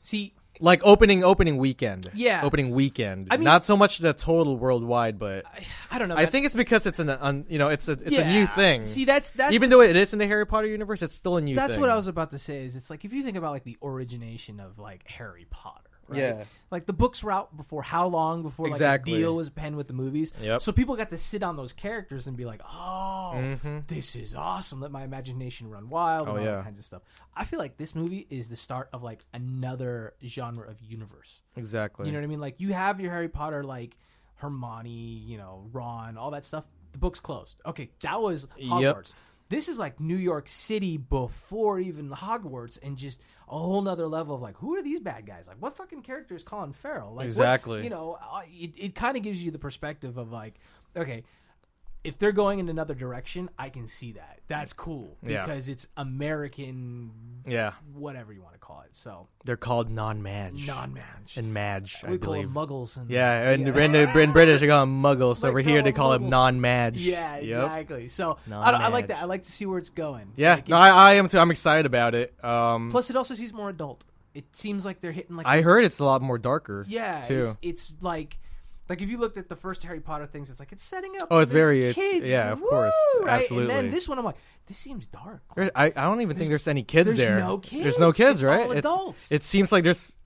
see.
Like opening opening weekend.
Yeah.
Opening weekend.
I mean-
not so much the total worldwide, but I,
I don't know. man.
think it's because it's an un, you know, it's a it's a new
Yeah.
thing.
See, that's that's
Even though it is in the Harry Potter universe, it's still a new
that's
thing.
what I was about to say. Is it's like if you think about like the origination of like Harry Potter. Right?
Yeah.
like the books were out before how long before
Exactly.
like a deal was penned with the movies.
Yep.
So people got to sit on those characters and be like, "Oh, this is awesome! Let my imagination run wild." and
Mm-hmm. Oh,
all
yeah.
that kinds of stuff. I feel like this movie is the start of like another genre of universe.
Exactly.
You know what I mean? Like you have your Harry Potter, like Hermione, you know, Ron, all that stuff. The book's closed. Okay, that was
Yep.
Hogwarts. This is like New York City before even Hogwarts, and just a whole nother level of like, who are these bad guys? Like, what fucking character is Colin Farrell? Like, what-
Exactly.
you know, I- it, it kind of gives you the perspective of like, okay, if they're going in another direction, I can see that. That's cool
Yeah.
because it's American,
yeah.
whatever you want to call it. So
They're called non-madge.
non-match.
and madge, I
we call
believe.
them muggles. E And
yeah, and and in, British they call them muggles.
They
Over
call
here they
them
call them
muggles.
non-madge.
Yeah,
Yep.
exactly. So I, don't- I like
Non-madge.
that. I like to see where it's going.
Yeah,
Like,
no,
it's-
I, I am too. I'm excited about it. Um,
plus, it also seems more adult. It seems like they're hitting like
I heard it's a lot more darker.
yeah,
too.
It's, it's like like if you looked at the first Harry Potter things, it's like it's setting up.
Oh, it's
there's
very- it's-
kids,
yeah, of course.
woo, right? And
Absolutely.
then this one, I'm like, this seems dark.
There- I, I don't even think there's any kids
there's
there.
no
There's no
kids. It's
kids, right?
all
It's-
adults.
It seems like there's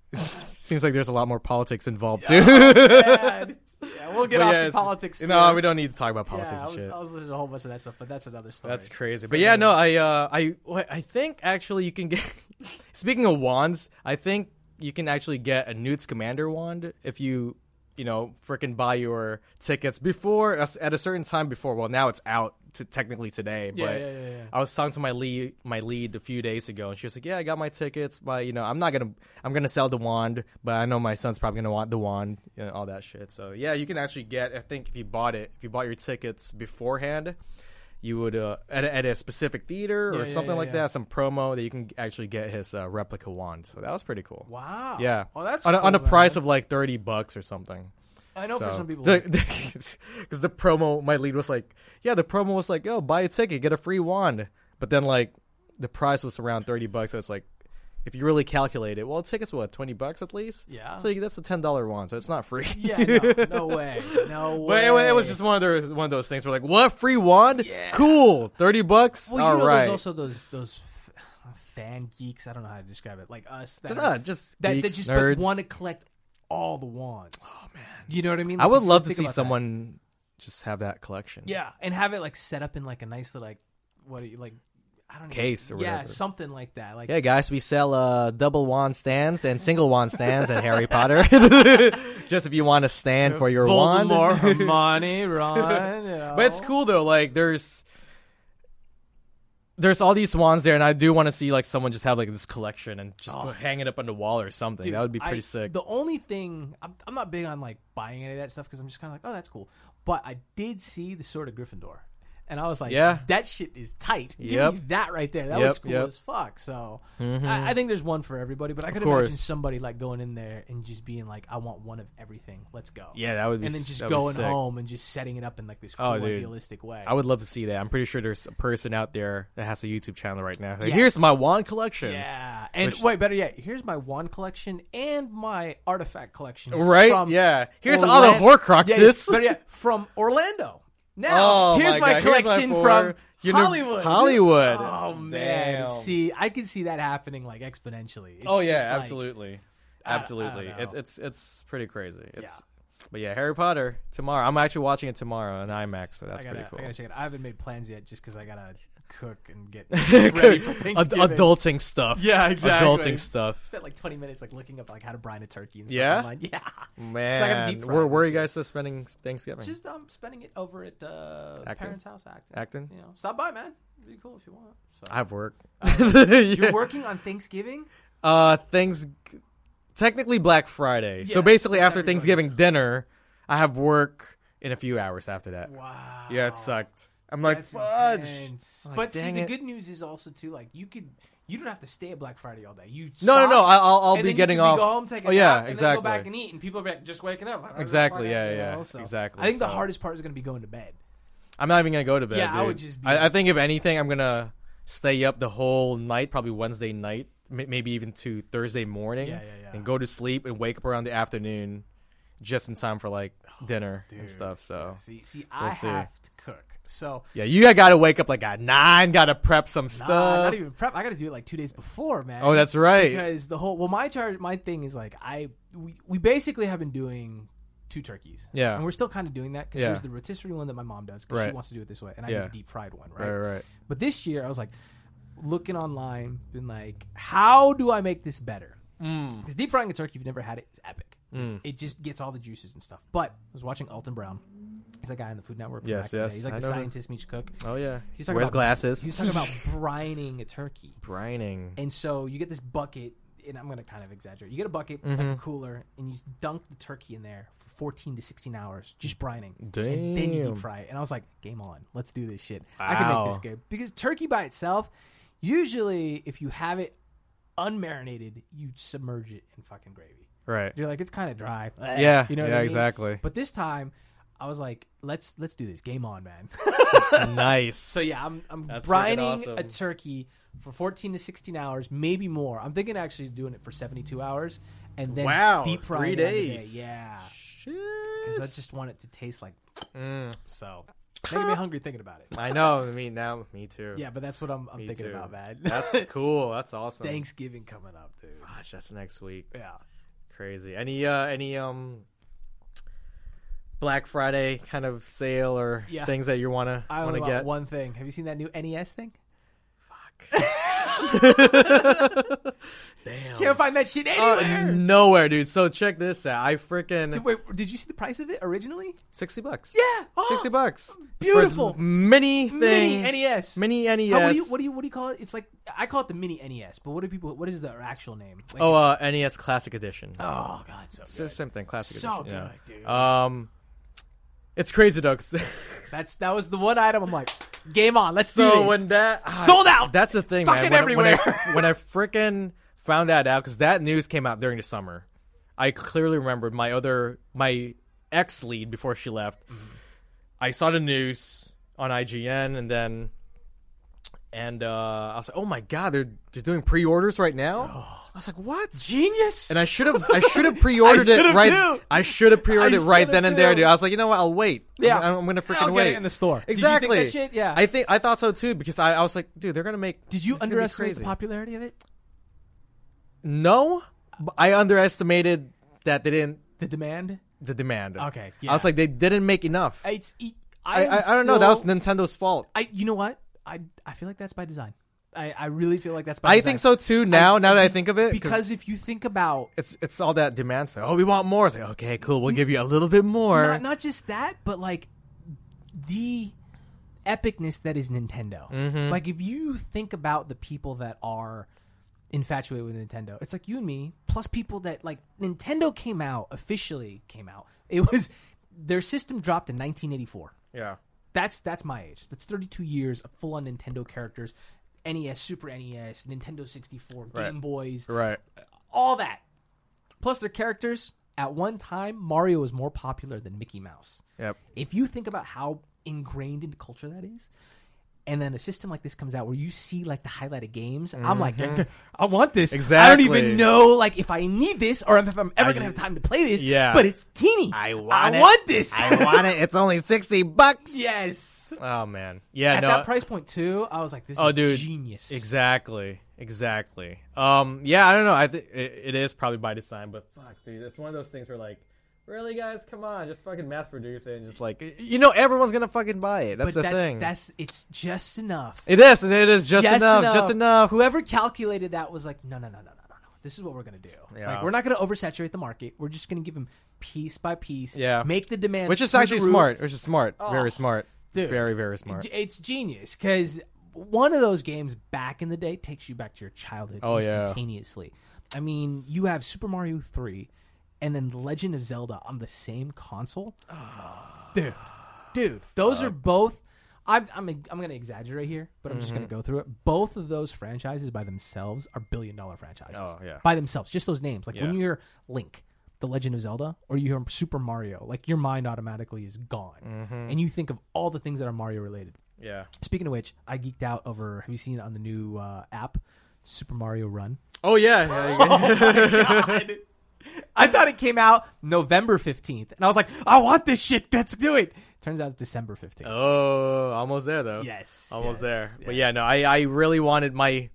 seems like there's a lot more politics involved too.
Oh, Bad. yeah, we'll get
But
off
yeah,
the
it's-
politics.
No,
sphere.
we don't need to talk about
Yeah,
politics
I
and
was,
shit.
I was listening to a whole bunch of that stuff, but that's another story.
That's crazy. But yeah, no, I uh I wait, I think actually you can get speaking of wands, I think you can actually get a Newt's Commander wand if you you know, freaking buy your tickets before at a certain time before. Well, now it's out to technically today,
Yeah,
but
yeah, yeah, yeah.
I was talking to my lead my lead a few days ago, and she was like, "Yeah, I got my tickets. My, you know, I'm not gonna I'm gonna sell the wand, but I know my son's probably gonna want the wand, you know, all that shit. So yeah, you can actually get. I think if you bought it, if you bought your tickets beforehand, you would uh, at, a, at a specific theater
Yeah,
or
yeah,
something
yeah,
like
yeah.
that, some promo that you can actually get his uh, replica wand. So that was pretty cool.
Wow.
Yeah.
Oh, that's
on, a- on a
cool, man.
price of like thirty bucks or something.
I know for some people. like,
because the promo, my lead was like, yeah, the promo was like, oh, buy a ticket, get a free wand, but then like the price was around thirty bucks, so it's like. If you really calculate it, well, tickets what twenty bucks at least.
Yeah.
So you, that's a ten dollar wand, so it's not free.
yeah. No, no way. No way.
But it, wa- it was just one of those one of those things where like, what free wand? Cool, thirty bucks.
Well, you
All
know,
right.
there's also those those f- fan geeks. I don't know how to describe it. Like us. That
Just, uh, just
that,
geeks,
that just
nerds.
want to collect all the wands. Oh man. You know what I mean?
I would
if you
love to
think
see
about that.
someone just have that collection.
Yeah, and have it like set up in like a nice little like what do you like I don't know
Case or
yeah,
whatever.
something like that. Like
Yeah, guys, we sell uh, double wand stands and single wand stands at Harry Potter. Just if you want a stand for your
Voldemort,
wand.
Hermione, Ron. you know.
But it's cool though. Like there's there's all these wands there, and I do want to see like someone just have like this collection and just put- hang it up on the wall or something.
Oh. Dude,
that would be pretty
I-
sick.
The only thing I'm, I'm not big on like buying any of that stuff because I'm just kind of like, oh, that's cool. But I did see the Sword of Gryffindor, and I was like,
Yeah.
that shit is tight.
Yep.
Give me that right there. That
Yep,
looks cool
yep. Mm-hmm.
as fuck. So I, I think there's one for everybody. But I could
course.
imagine somebody like going in there and just being like, I want one of everything. Let's go.
Yeah, that would be
And then
s-
just
that would be
going
sick.
home and just setting it up in like this cool
Oh, dude.
idealistic way.
I would love to see that. I'm pretty sure there's a person out there that has a YouTube channel right now. Like,
Yes.
Here's my wand collection.
yeah, and
Which-
wait, better yet, here's my wand collection and my artifact collection.
Right?
from
yeah. Here's all the
Orlan-
Horcruxes.
Yeah, but yeah, from Orlando. Now,
Oh,
here's
my
my,
God. Here's my
collection
four
from
uni-
Hollywood.
Hollywood.
Oh man,
Damn.
see, I can see that happening like exponentially. It's
oh yeah,
just, like,
absolutely,
I- I don't
absolutely.
know.
it's it's it's pretty crazy. It's but yeah, Harry Potter tomorrow. I'm actually watching it tomorrow on IMAX, so
I
that's
gotta,
pretty cool.
I gotta check it. I haven't made plans yet, just because I gotta cook and get ready for
Ad-
Thanksgiving.
adulting stuff.
Yeah, exactly.
Adulting stuff.
Spent like 20 minutes like looking up like how to brine a turkey and stuff
Yeah? Mm.
online. Yeah,
Man,
deep fry
where
it,
where are you
so-
guys uh, spending Thanksgiving?
just um spending it over at uh,
Acton?
parents' house, Acton.
Acton?
you know, stop by, man. It'd be cool if you want. So.
I have work.
Uh, You're working on Thanksgiving.
Uh, things technically Black Friday. so
Yeah,
basically,
that's
after
everybody.
Thanksgiving dinner, I have work in a few hours after that.
Wow.
Yeah, it sucked. I'm like,
That's
fudge.
intense.
Like,
but see,
dang
the
it.
good news is also too like you could you don't have to stay at Black Friday all day. You
No, no,
stop,
no. I- I'll, I'll
and
be
then
getting
you can
off.
Go home, take a
oh yeah,
nap, and
exactly.
Then go back and eat, and people are back- just waking up. Like,
Exactly,
"Fuck,
yeah,
you know,
yeah,
so.
exactly,
I think the
so.
hardest part is going to be going to bed.
I'm not even gonna go to bed.
Yeah, I
dude.
would just be-
I, I think if anything, I'm gonna stay up the whole night, probably Wednesday night, m- maybe even to Thursday morning,
Yeah, yeah, yeah.
and go to sleep and wake up around the afternoon, just in time for like
Oh,
dinner and stuff. So
See, see, I
Oh. We'll see.
have to cook. So
yeah, you gotta wake up like at nine, gotta prep some stuff.
Nah, not even prep. I got to do it like two days before, man.
Oh, that's right.
Because the whole well, my charge, my thing is like I we, we basically have been doing two turkeys.
Yeah.
and we're still kind of doing that because
Yeah.
there's the rotisserie one that my mom does because she
Right.
wants to do it this way, and I
Yeah.
do the deep fried one, right?
right, right.
But this year, I was like looking online, been like, how do I make this better? Because deep frying a turkey, if you've never had it, it's epic. It's-
Mm.
it just gets all the juices and stuff. But I was watching Alton Brown. He's that guy on the Food Network. from
Yes,
back in the
yes,
day. He's like
I
the
know him.
scientist meets cook.
Oh yeah.
He's talking
Where's
about-
glasses?
He was talking about brining a turkey.
brining.
And so you get this bucket, and I'm going to kind of exaggerate. You get a bucket,
Mm-hmm.
like a cooler, and you dunk the turkey in there for 14 to 16 hours, just brining. And then you
Damn.
deep fry it. And I was like, game on. Let's do this shit. I can make this
Wow.
good. Because turkey by itself, usually if you have it unmarinated, you submerge it in fucking gravy.
Right.
You're like, it's kind of dry.
Yeah,
You know what
yeah,
I mean?
exactly.
But this time, I was like, let's let's do this. Game on, man.
nice.
So yeah, I'm I'm
That's freaking
brining a
awesome.
turkey for 14 to 16 hours, maybe more. I'm thinking actually doing it for 72 hours, and then
wow.
deep frying
three
it on the day.
days.
Yeah,
Shit.
because I just want it to taste like.
Mm.
So made me hungry thinking about it.
I know. I mean, now me too.
Yeah, but that's what I'm, I'm
Me
thinking
too.
about, man.
That's cool. That's awesome.
Thanksgiving coming up, dude.
Gosh, that's next week.
Yeah.
Crazy. Any uh any um Black Friday kind of sale or
Yeah.
things that you wanna
I only
wanna
want
get?
one thing. Have you seen that new NES thing?
Damn.
Can't find that shit
Uh,
anywhere.
nowhere, dude. So check this out. I freaking
Dude, Wait, did you see the price of it originally?
sixty bucks.
Yeah, oh,
Sixty bucks. For
Beautiful.
mini
mini
thing.
NES.
mini E NES.
How- what do you what do you what do you call it? It's like I call it the mini NES, but what do people? What is the actual name? Like,
oh,
it's-
uh, NES Classic Edition.
oh god, so
So
good.
same thing. Classic
So
Edition. yeah. Uh,
good, dude.
Um, it's crazy though. 'cause-
That's that was the one item. I'm like, Game on. Let's do
So
this.
when that ah,
Sold out!
that's the thing,
Fucking
man. When,
everywhere.
I, when I, when I freaking found that out, because that news came out during the summer, I clearly remembered my other my ex lead before she left.
Mm-hmm.
I saw the news on IGN, and then and uh, I was like, oh my god, they're they're doing pre-orders right now.
Oh.
I was like, what?
Genius.
And I should have I should have pre-ordered it
should've
right.
too.
I should have pre-ordered it
I
right
should've
then and there,
too.
dude. I was like, you know what? I'll wait. I'm-
Yeah.
I'm, gonna freaking
I'll
wait
get it in the store. Did you think
Exactly.
that shit? Yeah.
I think I thought so too because I, I was like, dude, they're gonna make.
Did you
it's gonna be
underestimate the
crazy.
popularity of it?
No, but I underestimated that they didn't
The demand?
the demand.
Okay,
I was
yeah.
like, they didn't make enough. I
It's. I,
I,
am
I, don't know. That was
still-
Nintendo's fault.
I you know what? I I feel like that's by design. I, I really feel like that's by
I
design.
think so too. Now, now that I think of it,
Because if you think about
it's it's all that demand stuff. Oh, we want more. It's like, okay, cool. We'll give you a little bit more.
not, not just that, but like the epicness that is Nintendo.
Mm-hmm.
Like if you think about the people that are infatuated with Nintendo, it's like you and me, plus people that like Nintendo came out officially came out. It was their system dropped in 1984.
yeah.
That's that's my age. That's 32 years of full on Nintendo characters, NES, Super NES, Nintendo 64, Game
Right.
Boys,
Right.
all that. Plus their characters. At one time, Mario was more popular than Mickey Mouse.
Yep.
If you think about how ingrained into culture that is, and then a system like this comes out where you see like the highlighted games, I'm like, I want this. I don't
Exactly.
even know like if I need this or if I'm ever gonna have time to play this.
Yeah.
But it's teeny. I want this.
it. It's only sixty bucks.
yes.
Oh man. Yeah.
At
no.
that price point too, I was like, this
Oh,
is
dude.
genius.
Exactly. Exactly. Um. Yeah. I don't know. I think it is probably by design, but fuck, dude, it's one of those things where like, really, guys, come on, just fucking mass produce it and just like, you know, everyone's gonna fucking buy it.
But
That's the
that's
thing.
that's it's just enough.
it is, and it is just, enough, Just enough.
Whoever calculated that was like, no, no, no, no, no, no, no. This is what we're gonna do.
Yeah.
Like, we're not gonna oversaturate the market. We're just gonna give them piece by piece.
Yeah.
Make the demand,
Which is
through the
actually
roof.
smart. Which is smart.
Oh,
very smart.
dude.
Very very smart.
D- It's genius because one of those games back in the day takes you back to your childhood
Oh, yeah.
instantaneously. I mean, you have Super Mario three, and then Legend of Zelda on the same console. dude, dude, those are both. I'm I'm I'm gonna exaggerate here, but I'm just
Mm-hmm.
gonna go through it. Both of those franchises by themselves are billion dollar franchises.
Oh, yeah.
by themselves, just those names. Like when
Yeah.
you hear Link, The Legend of Zelda, or you hear Super Mario, like your mind automatically is gone,
Mm-hmm.
and you think of all the things that are Mario related.
Yeah.
Speaking of which, I geeked out over. Have you seen it on the new uh, app, Super Mario Run?
Oh yeah. yeah, yeah.
I thought it came out November fifteenth, and I was like, I want this shit. Let's do it. Turns out it's December fifteenth.
oh, almost there though.
Yes,
Almost
yes,
there. But
yes.
yeah, no, I I really wanted my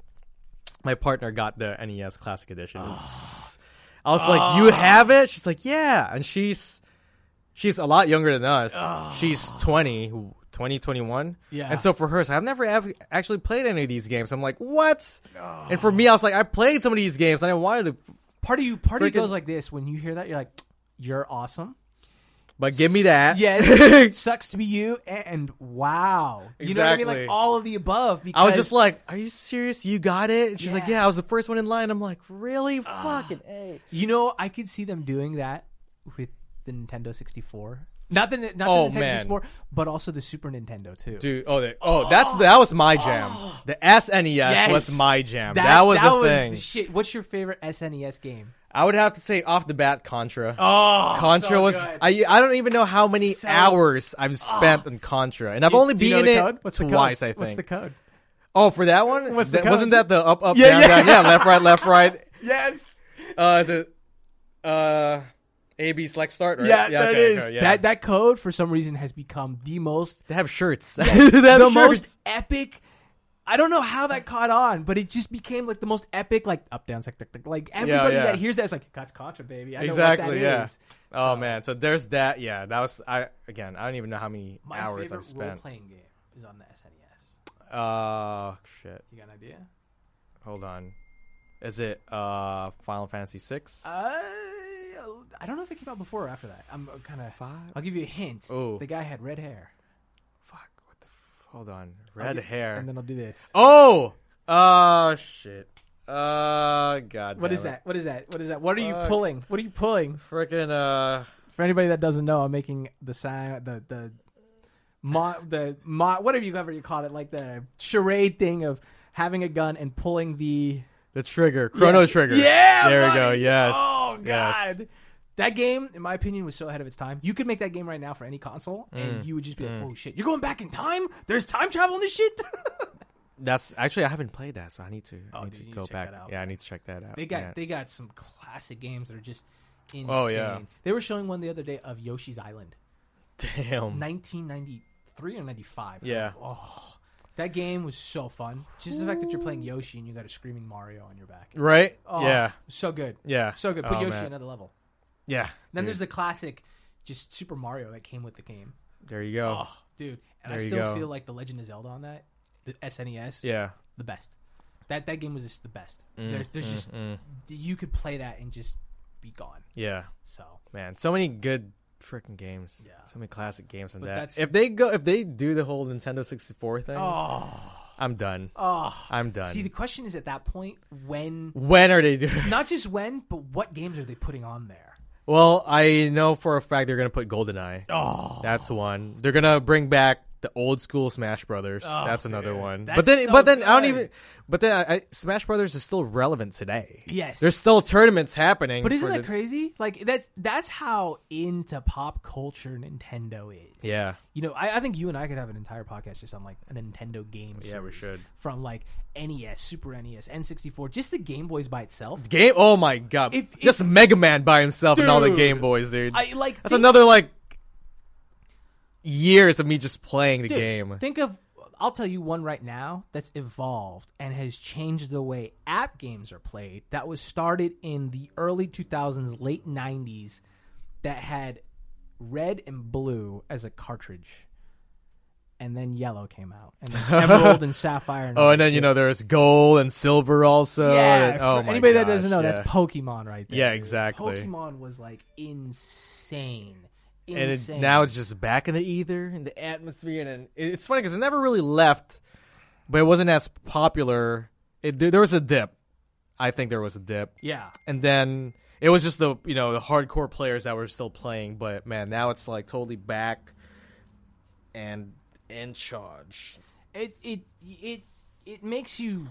my partner got the NES Classic Edition.
Ah.
It's- I was like, "You have it?" She's like, "Yeah." And she's she's a lot younger than us. She's 20, 20, 21.
Ah. Yeah.
And so for her, so I've never av- actually played any of these games. I'm like, "What?"
Ah.
And for me, I was like, "I played some of these games and I wanted to
Part of you, part of you
Freaking-
goes like this when you hear that. You're like, you're awesome.
but give me that."
Yes, sucks to be you. And wow, you know what I mean?
Exactly.
Like all of the above. Because
I was just like, "Are you serious? You got it?" And she's like,
Yeah. Ah.
"Yeah, I was the first one in line." I'm like, "Really? Fucking a."
You know, I could see them doing that with the Nintendo 64. Not the not
Oh,
the Nintendo
man.
64, but also the Super Nintendo too.
Dude, oh, they, oh, that's that was my jam. The SNES
Yes.
was my jam. That, was
that
the
was
thing.
the shit. What's your favorite SNES game?
I would have to say off the bat, Contra.
Oh,
Contra was I. I don't even know how many
So- Ah.
hours I've spent on Contra, and I've only beaten it twice. I think.
What's the code?
oh, for that one,
What's the
That- wasn't
code?
that the up, up,
Yeah,
down,
yeah.
down? Yeah, left, right, left, right.
Yes.
Uh, is it uh, A B select start? Right?
Yeah, that
okay,
is
okay, yeah.
that that code for some reason has become the most
they have shirts. they have
the
shirts.
most epic. I don't know how that caught on, but it just became like the most epic, like up down, like like everybody
yeah.
that hears that is like, that's Contra, baby. I know what
exactly
that
yeah
is."
oh man so there's that yeah that was i again i don't even know how many
My
hours
favorite
i've spent
role-playing game is on the SNES.
oh shit
You got an idea?
hold on is it uh final fantasy 6
Uh, I don't know if it came out before or after that. I'm kind of.
Five?
I'll give you a hint.
Ooh.
The guy had red hair.
fuck what the f- hold on
I'll
red
give-
hair
And then I'll do this.
oh uh shit uh god
What is that? What is that? What is that? What are you pulling? What are you pulling?
freaking uh
For anybody that doesn't know, I'm making the sound, the the mo- the mo- whatever you ever you call it, like the charade thing of having a gun and pulling the
The trigger, chrono
Yeah.
trigger.
Yeah,
there we go.
buddy!
Yes.
Oh
Yes.
god, that game, in my opinion, was so ahead of its time. You could make that game right now for any console,
Mm.
and you would just be like, "Oh shit, you're going back in time? There's time travel in this shit."
That's actually I haven't played that, so I need to. I
Oh, dude,
need to
you need
go
to check
back.
that out,
Yeah, I need to check that out.
they got
Yeah.
they got some classic games that are just insane.
Oh, yeah.
they were showing one the other day of Yoshi's Island,
damn.
1993 or 95.
Yeah.
oh, that game was so fun. Just the fact that you're playing Yoshi and you got a screaming Mario on your back.
Right?
Oh,
Yeah.
so good,
Yeah.
so good. Put
Oh,
Yoshi
man.
another level.
Yeah.
Then
dude.
there's the classic, just Super Mario that came with the game.
There you go.
Oh, dude, and I
There you
still
go.
feel like the Legend of Zelda on that, the SNES,
Yeah.
the best. That that game was just the best. there's there's just
mm.
you could play that and just be gone.
Yeah.
So
Man, so many good freaking games.
Yeah.
So many classic games on
But
that.
that's-
If they go if they do the whole Nintendo 64 thing,
oh
I'm done.
oh.
I'm done.
See, the question is at that point when,
when are they doing?
not just when, but what games are they putting on there?
Well, I know for a fact they're gonna put GoldenEye.
Oh,
That's one. They're gonna bring back the old school Smash Brothers.
Oh,
That's another
dude.
one.
That's
but then,
so
but then I don't
good.
even. But then I, I, Smash Brothers is still relevant today.
Yes.
there's still tournaments happening.
but isn't
for
that
the-
crazy? Like that's that's how into pop culture Nintendo is.
Yeah.
You know, I, I think you and I could have an entire podcast just on like a Nintendo game.
Yeah, we
series.
should.
From like NES, Super E NES, N64, just the Game Boys by itself.
Game. Oh my god!
If- if-
Just Mega Man by himself and all the
Dude.
Game Boys, dude.
I like
That's
think-
another like years of me just playing the
dude,
game.
Think of I'll tell you one right now that's evolved and has changed the way app games are played. That was started in the early 2000s, late 90s that had red and blue as a cartridge. And then yellow came out, and then emerald and sapphire. And
oh,
all
and
that
then you
shit.
know there's gold and silver also.
Yeah,
and- oh
for
my
anybody that doesn't know,
gosh, yeah.
that's Pokemon right there.
Yeah,
dude.
exactly.
Pokemon was like insane.
and it,
Insane.
now it's just back in the ether and the atmosphere and, and it- it's funny because it never really left but it wasn't as popular it, there, there was a dip i think there was a dip
yeah.
and then it was just the you know the hardcore players that were still playing but man now it's like totally back and in charge
It it it it makes you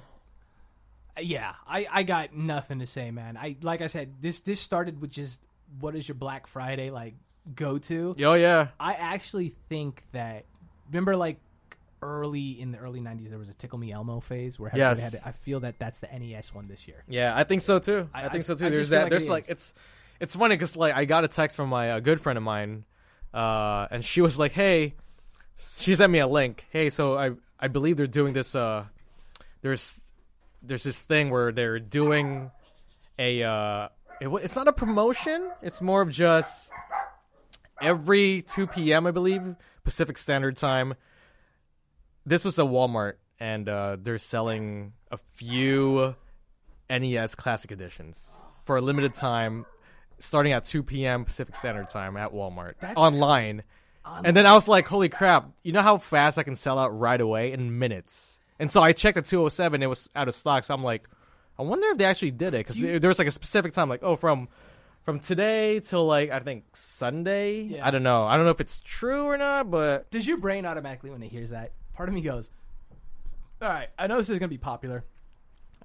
Yeah, I I got nothing to say, man. I like I said this this started with just what is your Black Friday like go to?
oh yeah
I actually think that remember like early in the early 90s there was a tickle me elmo phase where everybody
Yes.
had it. i feel that that's the nes one this year
yeah i think so too i,
I-
think so
I-
too
I just
there's
feel
that
like
there's
it
like
is.
it's it's funny because like i got a text from my uh, good friend of mine uh, and she was like hey she sent me a link. Hey, so I I believe they're doing this. Uh, there's there's this thing where they're doing a. Uh, it, wa- it's not a promotion. It's more of just every 2 p.m. I believe Pacific Standard Time. This was a Walmart, and uh, they're selling a few NES Classic Editions for a limited time, starting at 2 p.m. Pacific Standard Time at Walmart
That's
online. And then I was like, holy crap, you know how fast I can sell out right away in minutes. And so I checked the 207, it was out of stock. So I'm like, I wonder if they actually did it because there was like a specific time, like, oh, from from today till like, I think Sunday.
Yeah.
I don't know. I don't know if it's true or not, but
Does your brain automatically when it hears that? Part of me goes, "All right, I know this is gonna be popular."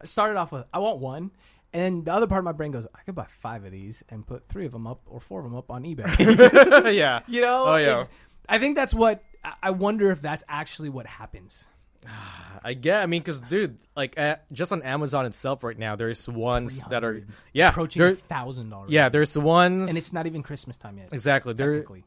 I started off with, "I want one," and then the other part of my brain goes, "I could buy five of these and put three of them up or four of them up on eBay."
yeah.
you know?
Oh, yeah.
It's- I think that's what. I- I wonder if that's actually what happens.
I get. I mean, because dude, like uh, just on Amazon itself right now, there's ones that are yeah,
Approaching
there-
a thousand dollars.
yeah, there's ones,
and it's not even Christmas time yet.
exactly there.
Exactly.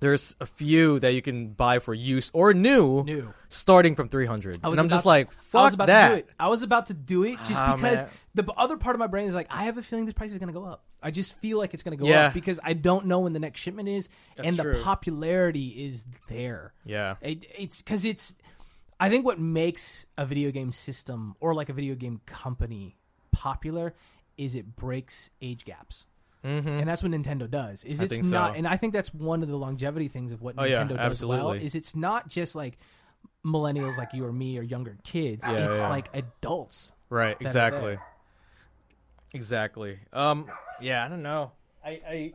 There's a few that you can buy for use or new,
New.
starting from 300.
I was
And I'm
about
just
to-
like, fuck
I was about
that.
to do it. I was about to do it just
Ah,
because
man.
the b- other part of my brain is like, I have a feeling this price is going to go up. I just feel like it's going to go
Yeah.
up because I don't know when the next shipment is, and the
true.
popularity is there.
Yeah.
It, it's because it's. I think what makes a video game system or like a video game company popular is it breaks age gaps. Mm-hmm. And that's what Nintendo does. Is it's
think so. Oh,
not, and I think that's one of the longevity things of what Nintendo
yeah,
does well.
absolutely.
Is it's not just like millennials like you or me or younger kids.
Yeah,
it's
yeah.
like adults.
Right.
that are
Exactly.
there.
Exactly. Um. Yeah. I don't know. I. I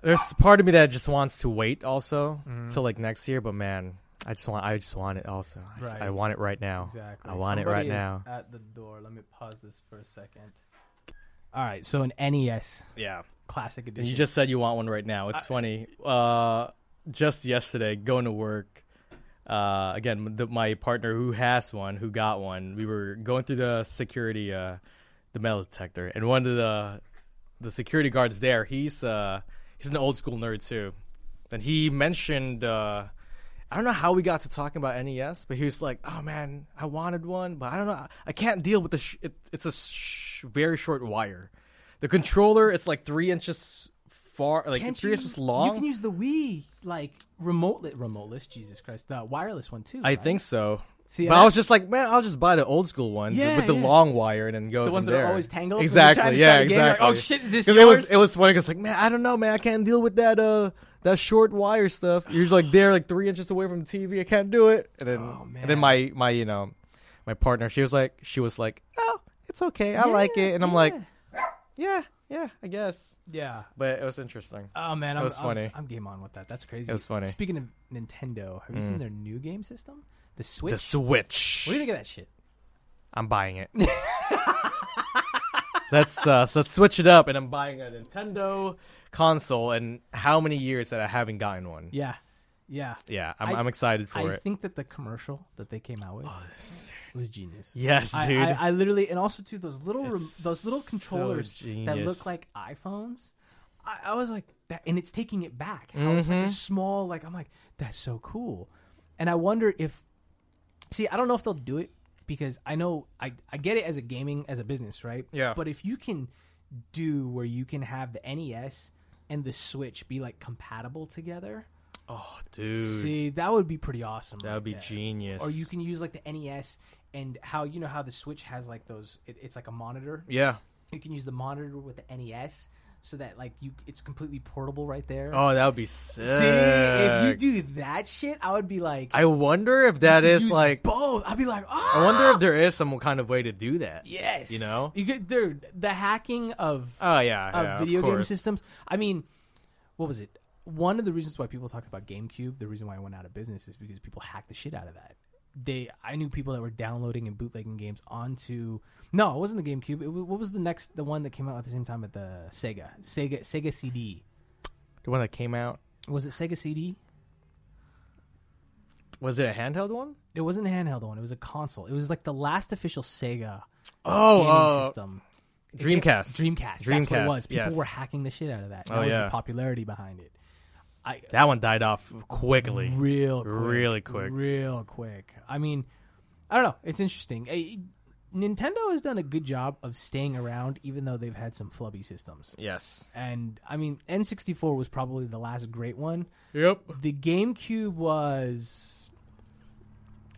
There's part of me that just wants to wait also
Mm-hmm.
till like next year, but man, I just want I just want it also. I, just- I
Right.
want it right now.
Exactly.
I want it right
Somebody is
now.
At the door. Let me pause this for a second. All right. So an NES
Yeah.
Classic
And
Edition.
you just said you want one right now. It's funny. Uh, just yesterday, going to work. Uh, again, the, my partner who has one, who got one, we were going through the security, uh, the metal detector, and one of the the security guards there, he's uh, he's an old school nerd too, and he mentioned. Uh, I don't know how we got to talking about NES, but he was like, "Oh man, I wanted one, but I don't know, I- I can't deal with the. Sh- it, it's a sh- very short wire. The controller is like three inches far, like
Can't
three
you-
inches
You
long.
can use the Wii like remote remoteless. Jesus Christ, the wireless one too.
I
right?
think so.
See,
but
I-
I was just like, man, I'll just buy the old school one
Yeah,
with the
yeah.
long wire and then go.
The ones
from
that are
there.
always tangled when you're trying
Exactly.
to
yeah.
start a game, you're like,
Exactly.
"Oh, shit, is this
'Cause It was
yours?"
it was funny because like, man, I don't know, man, I can't deal with that. Uh, that short wire stuff. You're like there, like three inches away from the TV. I can't do it. And then,
Oh,
and then
man.
my my you know, my partner, she was like, she was like, oh, it's okay, I like
Yeah,
it. And I'm like,
yeah.
yeah, yeah, I guess.
yeah.
But it was interesting.
Oh man,
That
I'm,
was
I'm-
funny.
I'm, game on with that. That's crazy.
It was funny. Mm.
Speaking of Nintendo, have you seen their new game system, the Switch?
The Switch.
what do you think of that shit?
I'm buying it. let's uh, let's switch it up, and I'm buying a Nintendo console. And how many years that I haven't gotten one? Yeah,
Yeah, yeah.
I'm, I,
I-
am excited for
I
it. Oh,
think that the commercial that they came out with was genius.
yes,
I,
dude.
I, I literally, and also too, those little rem-
It's
those little
so
controllers that
genius.
look like iPhones. I, I was like that, and it's taking it back. How it's
Mm-hmm.
like a small, like I'm like that's so cool, and I wonder if, see, I don't know if they'll do it because I know I I get it as a gaming as a business, right?
Yeah.
But if you can do where you can have the NES and the Switch be like compatible together,
oh, dude,
see, that would be pretty awesome.
that
right
would be
there
genius.
or you can use like the NES and how you know how the Switch has like those it, it's like a monitor.
yeah.
You can use the monitor with the NES so that like you it's completely portable right there.
Oh, that would be sick.
See, if you do that shit, I would be like
I wonder if that is
use
like.
both. I'd be like, oh,
I wonder if there is some kind of way to do that.
yes,
you know?
you get dude the hacking of
Oh yeah,
of
yeah,
Uh, video
of
game
course.
systems. I mean, what was it? One of the reasons why people talked about GameCube, the reason why it went out of business is because people hacked the shit out of that. They, I knew people that were downloading and bootlegging games onto. No, it wasn't the GameCube. It, wa- what was the next, the one that came out at the same time at the Sega, Sega, Sega CD?
The one that came out
Was it Sega CD?
was it a handheld one?
It wasn't a handheld one. It was a console. It was like the last official Sega
Oh,
gaming
uh,
system.
Dreamcast.
Dreamcast. That's what
Dreamcast,
it was. People
yes.
were hacking the shit out of that.
Oh,
That was
yeah.
the popularity behind it. I,
That one died off quickly.
real quick,
Really quick.
real quick i mean i don't know it's interesting Eh, nintendo has done a good job of staying around even though they've had some flubby systems
Yes.
and i mean n64 was probably the last great one
Yep.
the gamecube was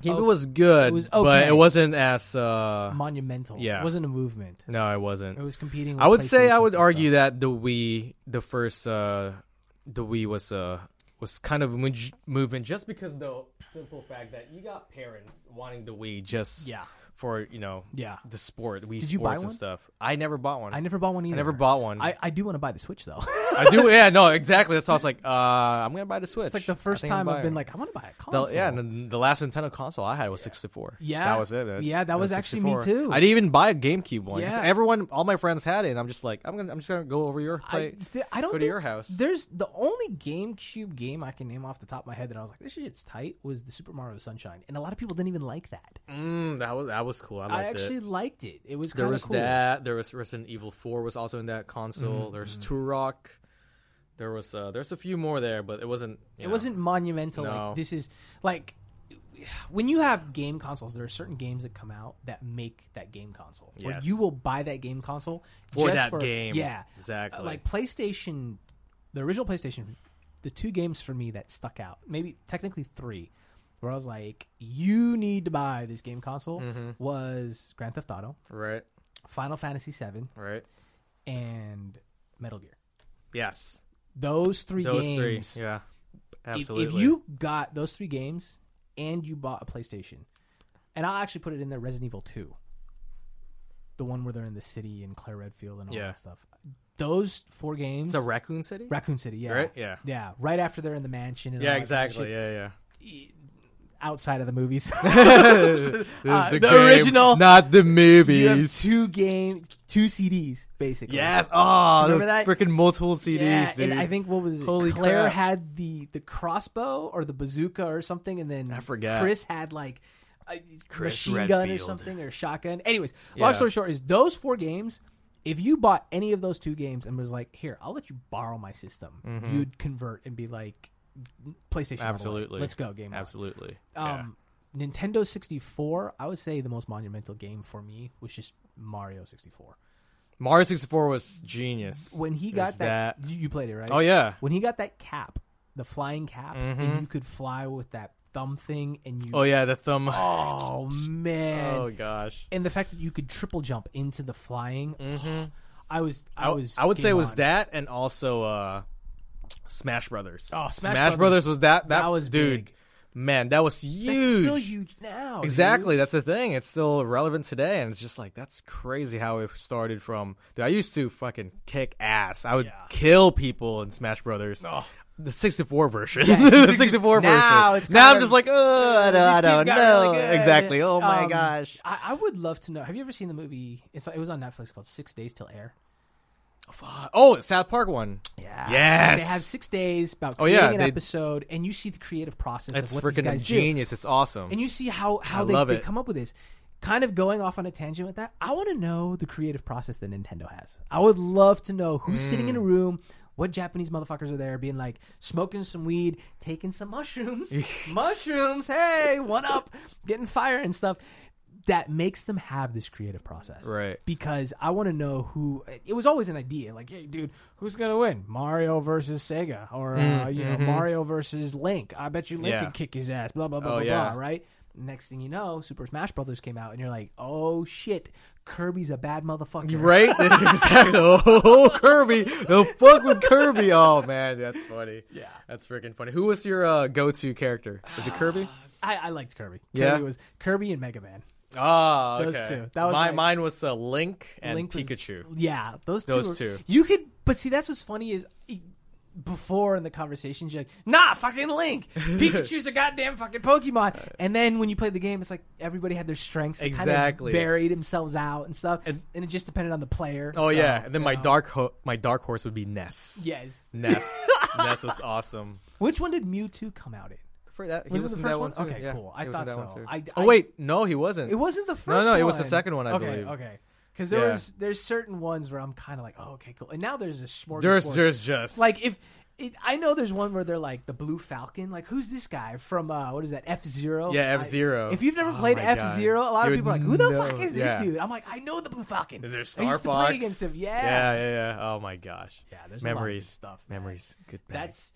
it was good,
It was
but
okay.
it wasn't as. Uh,
monumental
Yeah.
it wasn't a movement
no, it wasn't.
it was competing with
I would say I
PlayStations
would
and
argue
stuff.
that the Wii, the first, uh, the Wii was uh, was kind of a moj- movement just because of the simple fact that you got parents wanting the Wii just
Yeah.
for you know
Yeah.
the sport Wii sports
you buy
and
one?
stuff. I never bought one.
i never bought one either
I never bought one.
i, I do want to buy the switch though
I do. Yeah, no, exactly. That's why I was like, uh, I'm gonna buy the Switch.
it's like the first time i've been like i want to buy a
The,
console
yeah, and the last Nintendo console I had was 64.
Yeah.
that was it. man.
Yeah, that
It
was actually me
64.
too.
I didn't even buy a GameCube one.
Yeah.
Just Everyone, all my friends had it, and I'm just like, I'm gonna, I'm just gonna go over your
I,
play.
th- I don't
go to
think-
your house.
There's the only GameCube game I can name off the top of my head that I was like, this shit's tight was the Super Mario Sunshine, and a lot of people didn't even like that.
Mm, that was that was cool. I liked
I actually
it.
liked it. It was
There
kind of
was
cool. Mm-hmm.
that. There was Resident Evil 4 was also in that console. There's Turok. There was uh, there's a few more there, but it wasn't. you
It
know.
wasn't monumental.
No.
Like this is like when you have game consoles, there are certain games that come out that make that game console. Where
Yes.
you will buy that game console
For
just
that game.
Yeah,
Exactly.
Uh, Like PlayStation, the original PlayStation, the two games for me that stuck out, maybe technically three, where I was like, you need to buy this game console
Mm-hmm.
was Grand Theft Auto,
right,
Final Fantasy VII,
right.
and Metal Gear.
Yes,
Those three
those
games
three. Yeah,
if-
absolutely.
If you got those three games and you bought a PlayStation, and I'll actually put it in there, Resident Evil Two, the one where they're in the city and Claire Redfield and all
Yeah.
that stuff. those four games.
It's a Raccoon City,
Raccoon City, yeah,
right? Yeah,
yeah, right after they're in the mansion. And all
yeah,
that kind of
exactly.
shit.
Yeah, yeah.
Outside of the movies,
This is
Uh, the original-
not the movies.
you have two game, two CDs basically.
Yes. Oh,
Remember
the
that?
Freaking multiple CDs,
yeah,
dude.
and I think what was it?
Holy
Claire
crap.
had the the crossbow or the bazooka or something, and then
I forgot.
Chris had like a
Chris
machine gun or
Redfield.
something or shotgun. Anyways,
Yeah.
long story short is those four games. If you bought any of those two games and was like, "Here, I'll let you borrow my system,"
Mm-hmm.
you'd convert and be like, "PlayStation, all the way.
Absolutely.
let's go, game on."
Absolutely. yeah.
Um, Nintendo 64, I would say the most monumental game for me was just Mario 64.
Mario 64 was genius.
When he
It
got
was
that, you you played it, right?
Oh, yeah.
When he got that cap, the flying cap, and you could fly with that thumb thing, and you.
Mm-hmm. Oh, yeah, the thumb.
Oh, man.
Oh, gosh.
And the fact that you could triple jump into the flying, I was, I
Mm-hmm. I,
was,
I would say it
game
was
on.
that and also uh, Smash Brothers.
Oh, Smash
Brothers.
Brothers
was that. That,
That was
dude.
big.
Man, that was
That's
huge.
still huge now. dude.
Exactly. That's the thing. It's still relevant today, and it's just like that's crazy how it started from. Dude, I used to fucking kick ass. I would
Yeah. Oh.
kill people in Smash Brothers. The 64 version.
Yeah,
the 64
now
version.
it's
now I'm
kinda-
just like, oh, I don't, I
These kids
don't
got
know.
really good.
exactly. Oh my
Um,
gosh.
I, I would love to know. Have you ever seen the movie? It's it was on Netflix called Six Days Till Air. uh,
Fuck. Oh, it's South Park one.
Yeah.
Yes.
They have six days about
Oh,
creating
yeah,
an
they-
episode, and you see the creative process
It's
of what these
freaking
guys do,
genius. It's awesome.
and you see how how
I
they,
love
they
it.
come up with this. Kind of going off on a tangent with that, I want to know the creative process that Nintendo has. I would love to know who's sitting
Mm.
in a room, what Japanese motherfuckers are there, being like smoking some weed, taking some mushrooms, mushrooms, hey, one up, getting fire and stuff. That makes them have this creative process,
Right.
because I want to know who. It was always an idea, like, hey, dude, who's gonna win? Mario versus Sega, or uh, you know, Mario versus Link. I bet you Link
Mm, mm-hmm. Yeah.
could kick his ass. Blah blah blah
Oh,
blah
yeah.
blah. Right. Next thing you know, Super Smash Brothers came out, and you're like, oh shit, Kirby's a bad motherfucker.
Right? exactly. Oh, Kirby. The fuck with Kirby. Oh, man. That's funny. Yeah. That's freaking funny. Who was your uh, go to character? Was it Kirby?
I, I liked Kirby.
Yeah.
Kirby was Kirby and Mega Man.
Ah,
Those
okay.
two. That was
my,
my-
mine was uh, Link and
Link was-
Pikachu.
Yeah, those two.
Those
were-
two.
You could, but see, that's what's funny is e- before in the conversations you're like, nah, fucking Link, Pikachu's a goddamn fucking Pokemon, and then when you played the game, it's like everybody had their strengths, They kinda
Exactly.
buried themselves out and stuff,
And-
and, it just depended on the player.
oh
so,
yeah, and then
you
my
know.
dark ho- my dark horse would be Ness.
Yes.
Ness. Ness was awesome.
Which one did Mewtwo come out in?
For that, he
Was it
was
the
in
first
that one,
one?
too.
Okay,
yeah,
cool. I
he was
thought
in that one,
so.
too.
I-
oh
I-
wait, no, he wasn't.
It wasn't the first.
no, it was the
one.
second one, I
okay,
believe.
Okay. Because there
Yeah.
was there's certain ones where I'm kind of like, oh, okay, cool. And now there's a smorgasbord.
There's, there's just
Like if it, I know there's one where they're like the Blue Falcon. Like who's this guy from? uh What is that? F Zero.
Yeah, F-Zero.
If you've never
Oh
played
my God.
F Zero, a lot
You
of
would
people are like, who the fuck
know.
is this
Yeah.
dude? I'm like, I know the Blue Falcon.
there's
I
Star
used to
Fox.
play against him. Yeah.
yeah, yeah, yeah. Oh my gosh.
Yeah, there's a lot of
memories
good stuff, man.
Memories. Good. That's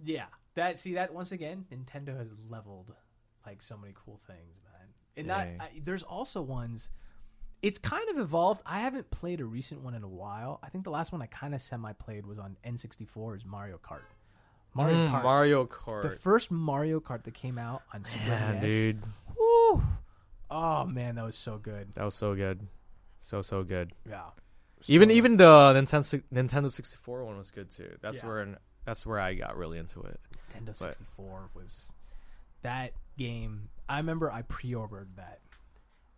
That's yeah. That see that once again, Nintendo has leveled like so many cool things, man. And
Dang.
not I, there's also ones. It's kind of evolved. I haven't played a recent one in a while. I think the last one I kind of semi played was on N64 is Mario Kart. Mario Kart.
Mm, Mario
the E
Kart.
first Mario Kart that came out on Super
yeah,
NES.
dude,
Woo! Oh man, that was so good.
that was so good. So so good.
Yeah.
even
So-
even the Nintendo Nintendo 64 one was good too. That's
Yeah.
where that's where I got really into it.
Nintendo 64 was that game. I remember I pre-ordered that,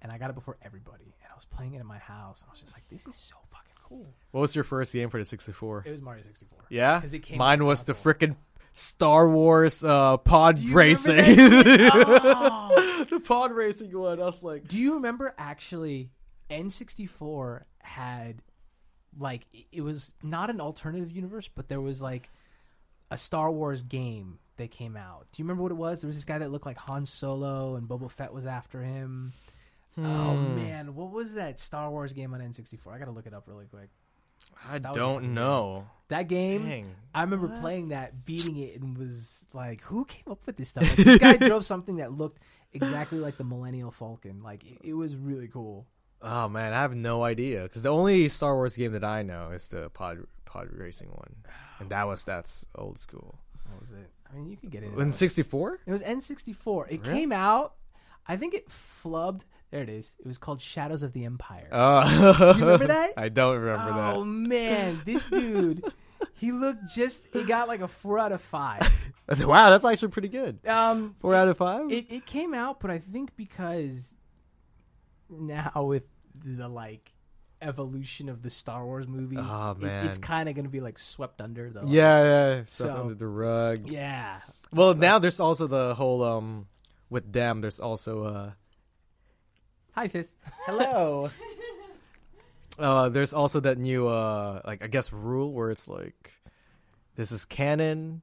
and I got it before everybody. And I was playing it in my house, and I was just like, "This is so fucking cool."
What was your first game for the 64?
It was Mario 64.
Yeah,
'Cause it came
Mine
with the
was the
console.
freaking Star Wars uh, pod
Do you remember
racing.
that shit? Oh.
the pod racing one. I was like,
Do you remember actually? N64 had like it- it was not an alternative universe, but there was like a Star Wars game that came out. Do you remember what it was? There was this guy that looked like Han Solo, and Boba Fett was after him. Oh man, what was that Star Wars game on N64? I gotta look it up really quick.
I
That was a
don't
fucking
know.
That game,
Dang.
I remember playing that, beating it, and was like, "Who came up with this stuff?" Like, this guy drove something that looked exactly like the Millennial Falcon. Like it, it was really cool.
Oh man, I have no idea because the only Star Wars game that I know is the pod pod racing one, and that was that's old school.
What was it? I mean, you could get it.
In 64?
It was N64. It came out. I think it flubbed. There it is. It was called Shadows of the Empire.
Uh,
you remember that?
I don't remember
oh man, this dude, he looked just. He got like a four out of five.
that. Wow, that's actually pretty good.
Um,
Four out of five.
it it came out, but I think because now with the like evolution of the Star Wars movies,
Oh,
it- it's
man.
kind of going to be like swept under the
yeah, yeah. Stuff
So-
under the rug.
yeah.
Well, now there's also the whole um with them. There's also uh
Hi sis.
hello. uh, there's also that new uh like I guess rule where it's like this is canon,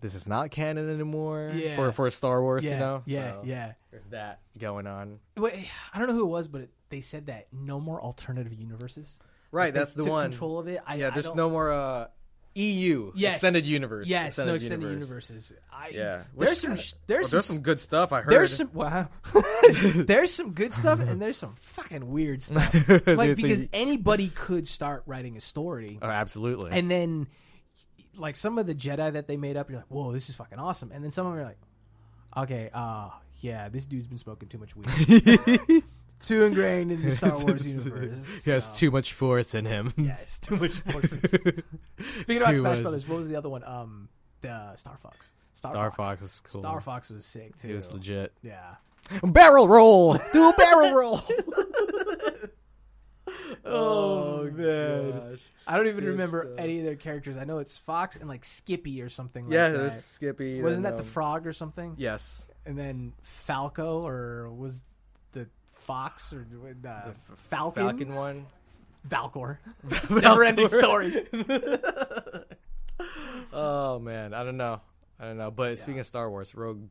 this is not canon anymore.
Yeah.
For for Star Wars,
yeah,
you know.
yeah,
So,
yeah.
There's that going on.
Wait, I don't know who it was, but it, they said that no more alternative universes.
Right,
They
that's the
took
one.
Control of it. I,
yeah,
I
there's
don't-
no more uh,
E
EU
Yes.
extended universe.
Yes,
extended
no extended
universe.
universes. I,
Yeah,
there's some. sh- There's,
Oh,
well, there's
some.
some good stuff I heard.
There's some wow. there's some good stuff and there's some fucking weird stuff. like
Seriously.
because anybody could start writing a story
Oh, absolutely.
and then like some of the Jedi that they made up, you're like, whoa, this is fucking awesome. And then some of them are like, okay, uh, yeah, this dude's been smoking too much weed. too ingrained in the Star Wars universe.
he has
so-
too much force in him.
yeah, it's too much force. Speaking about
Too
Smash
much.
Brothers, what was the other one? Um, the Star Fox.
Star Fox was cool.
Star Fox was sick too.
It was legit.
Yeah.
Barrel roll. Do a barrel roll.
Oh, man.
Gosh.
I don't even
Good
remember
stuff.
any of their characters. I know it's Fox and like Skippy or something.
Yeah,
like that.
there's Skippy.
wasn't
and,
that the
um,
frog or something?
Yes.
And then Falco or was the Fox or uh, Falcon?
Falcon one.
Falcor. Never ending story.
Oh man, I don't know. I don't know. But speaking of Star Wars, Rogue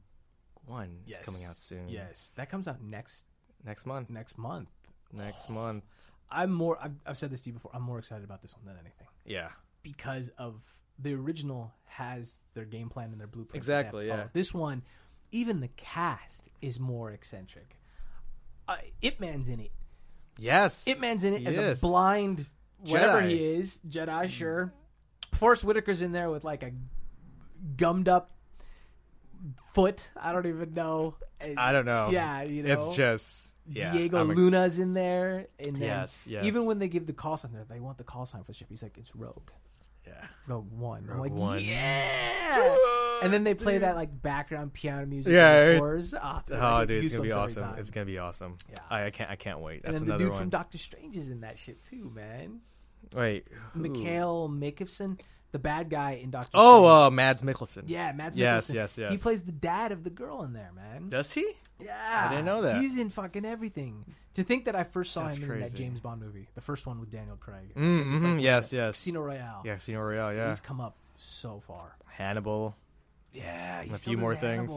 One
Yes.
is coming out soon.
Yes, that comes out next
Next month.
next month.
Next month.
I'm more. I've, I've said this to you before. I'm more excited about this one than anything
Yeah.
because of the original has their game plan and their blueprint. that they have to
Exactly, yeah.
follow. This one, even the cast is more eccentric. Uh, Ip Man's in it.
Yes.
Ip Man's in it
Yes.
as a blind whatever
Jedi. Mm-hmm.
he is Jedi. Sure. Force Whitaker's in there with like a gummed up foot. I don't even know. And-
I don't know.
Yeah, you know.
It's just yeah,
Diego
I'm ex-
Luna's in there, and then
Yes, yes.
even when they give the call sign, they're- they want the call sign for the ship. He's like, "It's Rogue,
Yeah.
Rogue One." I'm
Rogue
like,
One.
"Yeah!" And then they play that like background piano music. on
Yeah,
the
it-
doors. Ah, it's gonna
Oh,
get
dude, it's gonna be
goosebumps every
awesome!
time.
It's gonna be awesome.
Yeah.
I, I can't. I can't wait.
and
That's
then the
another
dude
one.
from Doctor Strange is in that shit too, man.
wait, who?
Mikhail Mikkelsen, the bad guy in Doctor.
Oh,
Strange.
uh, Mads Mikkelsen.
yeah, Mads
yes,
Mikkelsen.
yes, yes.
He plays the dad of the girl in there, man.
Does he?
Yeah,
I didn't know that.
He's in fucking everything. To think that I first saw
That's
him in
crazy.
that James Bond movie, the first one with Daniel Craig.
Mm,
I think it's
mhm,
what is
yes,
that?
yes.
Casino Royale.
Yeah, Casino Royale. Yeah,
he's come up so far.
Hannibal.
Yeah, he's
A few more things.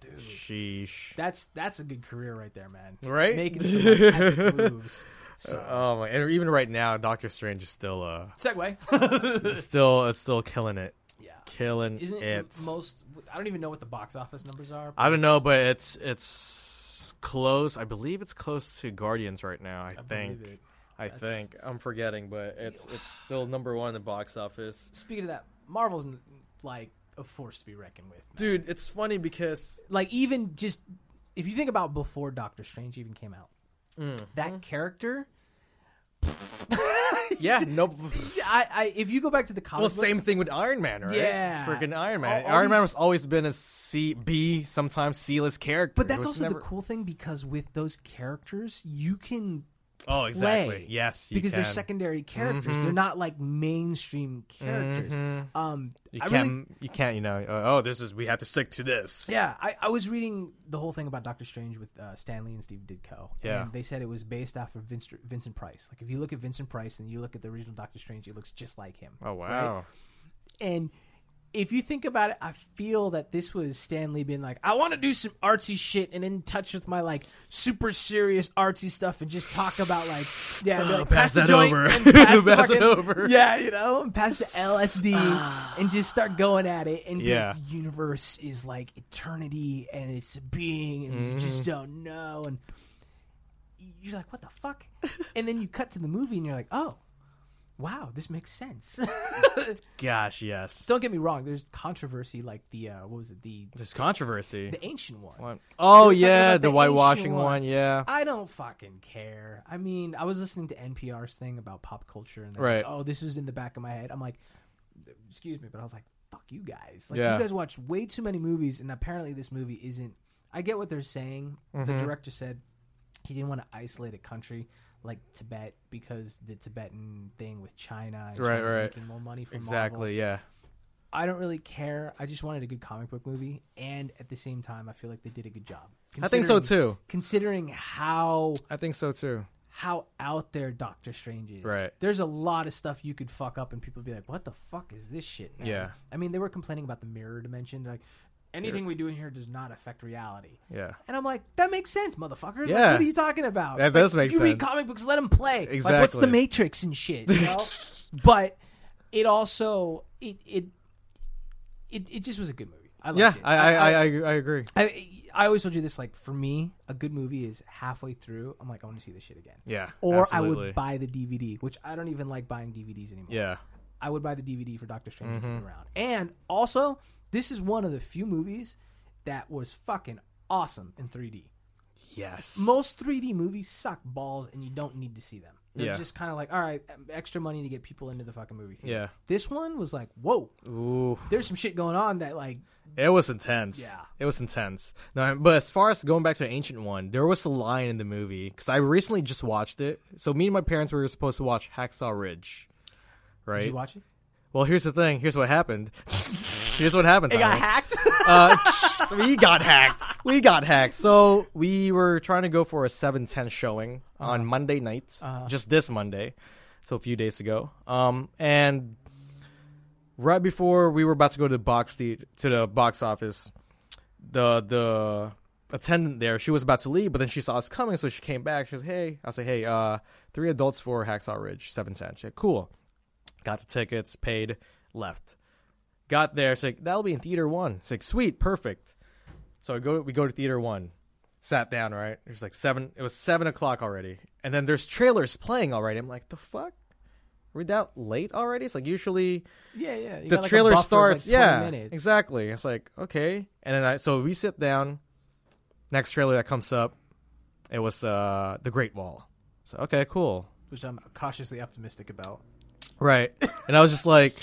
dude.
Sheesh.
That's that's a good career right there, man.
Right?
making some like, epic moves. So
Oh my! And even right now, Doctor Strange is still uh
segue.
still is still killing it,
yeah,
killing
isn't it
it.
the most? I don't even know what the box office numbers are.
I don't know, but it's it's close. I believe it's close to Guardians right now. I,
I believe
think.
it.
I
That's-
think.
I'm forgetting, but it's it's still number one in the box office.
Speaking of that, Marvel's like a force to be reckoned with. man.
Dude, it's funny because
like even just if you think about before Doctor Strange even came out,
Mm.
that character.
yeah, no.
I, I if you go back to the comic
Well,
books,
same thing with Iron Man, right?
Yeah.
freaking Iron Man.
All- all
Iron Man
these-
has always been a C, B, sometimes C list character.
But
It
that's
was
also
never-
the cool thing because with those characters, you can
Oh, exactly.
play.
Yes, you
because they're
can.
secondary characters.
Mm-hmm.
They're not like mainstream characters. Um,
You
I really-
can't. You can't. You know. Uh, oh, this is. We have to stick to this.
yeah, I, I was reading the whole thing about Doctor Strange with uh, Stanley and Steve Ditko.
Yeah.
and they said it was based off of Vince, Vincent Price. Like if you look at Vincent Price and you look at the original Doctor Strange, it looks just like him.
Oh wow.
And if you think about it, I feel that this was Stanley being like, I want to do some artsy shit and in touch with my like super serious artsy stuff and just talk about like, yeah, be like,
Uh, pass
the
that
joint
over.
and pass, the
Pass it
fucking-
over.
Yeah, you know, and pass the LSD and just start going at it. And be like,
Yeah.
the universe is like eternity and it's a being and you
Mm.
just don't know. And you're like, what the fuck? and then you cut to the movie and you're like, oh, wow, this makes sense.
Gosh, yes.
Don't get me wrong. There's controversy, like the uh, what was it? The
There's controversy.
the ancient one.
What? Oh
We're talking
yeah,
about
the,
the
whitewashing
ancient
one.
one. Ah.
Yeah.
I don't fucking care. I mean, I was listening to NPR's thing about pop culture, and they're
Right.
like, oh, this is in the back of my head. I'm like, excuse me, but I was like, fuck you guys. Like,
Yeah.
you guys watch way too many movies, and apparently this movie isn't. I get what they're saying.
Mm-hmm.
The director said he didn't want to isolate a country like Tibet because the Tibetan thing with China, and
Right,
China's
right.
making more money from Marvel.
Exactly. Yeah.
I don't really care. I just wanted a good comic book movie, and at the same time, I feel like they did a good job.
I think so
Considering-
too.
Considering how
I think so too.
how out there Doctor Strange is.
Right.
There's a lot of stuff you could fuck up, and people be like, "What the fuck is this shit?" man?"
Yeah.
I mean, they were complaining about the mirror dimension. They're like, anything we do in here does not affect reality.
Yeah.
And I'm like, that makes sense, motherfuckers.
Yeah.
Like, what are you talking about?
That
Like,
does make
you You read
sense.
comic books, let them play. Like, what's
Exactly.
the Matrix and shit? You know? but it also it it it, it just was a good movie. I liked
Yeah.
it.
I I, I, I, I agree.
I I always told you this. Like for me, a good movie is halfway through. I'm like, I want to see this shit again.
Yeah.
Or I
absolutely.
would buy the DVD, which I don't even like buying DVDs anymore.
Yeah. Mm-hmm.
I would buy the DVD for Doctor Strange if it was around. And also, this is one of the few movies that was fucking awesome in 3D.
Yes.
Most 3D movies suck balls, and you don't need to see them. They're
Yeah.
just kind of like, all right, um, extra money to get people into the fucking movie theater.
Yeah.
This one was like, whoa,
Ooh.
there's some shit going on that like
It was intense.
Yeah.
It was intense. No, but as far as going back to the ancient one, there was a line in the movie because I recently just watched it. So me and my parents were supposed to watch Hacksaw Ridge,
did
right?
you watch it?
well, here's the thing. Here's what happened. here's what happened.
It got
Tyler.
hacked.
Uh, we got hacked. We got hacked. So we were trying to go for a seven ten showing on Monday night, just this Monday, so a few days ago. Um, and right before we were about to go to the box the, to the box office, the the attendant there, she was about to leave, but then she saw us coming, so she came back. She was, "Hey," I was like, "Hey, uh, three adults for Hacksaw Ridge, seven ten. She said, "Cool." Got the tickets, paid, left. Got there. It's like that'll be in theater one. It's like sweet, perfect. So I go. We go to theater one. Sat down. Right. It was like seven. It was seven o'clock already. And then there's trailers playing already. I'm like, the fuck. We're that late already. It's like usually
yeah, yeah. You
the
got, like, a
trailer
buffer of, like,
starts
20
yeah
minutes.
exactly it's like okay and then i so we sit down next trailer that comes up it was uh the great wall so okay cool
which I'm cautiously optimistic about.
right and i was just like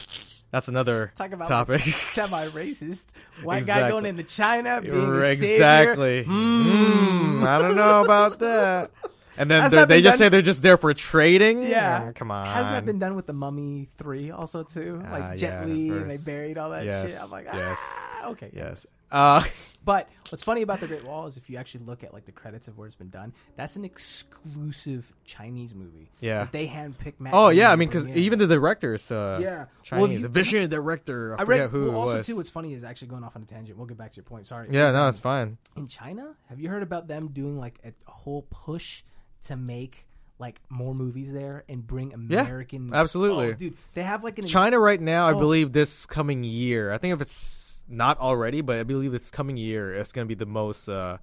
that's another
Talk about
topic
semi racist white guy
Exactly.
going into China being
You're
a savior.
exactly Hmm, i don't know about that and then
Hasn't
they're-
that
they
been
just
done?
say they're just there for trading
Yeah,
Mm, come on
Hasn't that been done with the Mummy Three also too? Like
Ah, yeah,
gently, and they
verse.
buried all that shit.
Yes,
I'm like, ah,
yes,
okay.
yes uh
But what's funny about the Great Wall is if you actually look at like the credits of where it's been done, that's an exclusive Chinese movie.
Yeah.
that they handpicked. Matt
Oh
Damon
yeah, I
to bring
mean, because
in.
even the director's uh,
Yeah.
Chinese,
Well, you-
the visionary director. I,
I
forget
read
who
well,
it
also
was.
too. What's funny is actually going off on a tangent. We'll get back to your point. Sorry.
yeah,
Is,
no,
um,
it's fine.
in China, have you heard about them doing like a whole push to make like more movies there and bring American?
absolutely.
Oh, dude. They have like an
China right now, I
Oh.
believe this coming year. I think if it's not already, but I believe this coming year, it's going to be the most uh,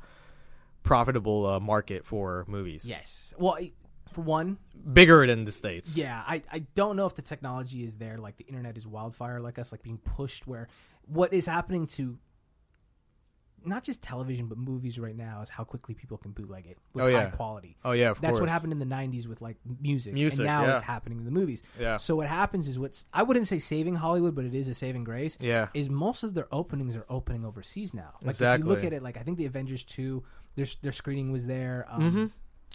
profitable uh, market for movies.
yes. Well, I- for one,
bigger than the states.
yeah, I I don't know if the technology is there. Like the internet is wildfire, like us, like being pushed where what is happening to. Not just television, but movies right now is how quickly people can bootleg it with
Oh,
high
yeah.
quality.
Oh yeah, of
That's
course.
what happened in the '90s with like music,
Music,
and now
yeah.
it's happening in the movies.
Yeah.
So what happens is what's I wouldn't say saving Hollywood, but it is a saving grace.
Yeah.
Is most of their openings are opening overseas now. Like If you
Exactly.
look at it, like I think the Avengers two, their their screening was there. Um,
Mm-hmm.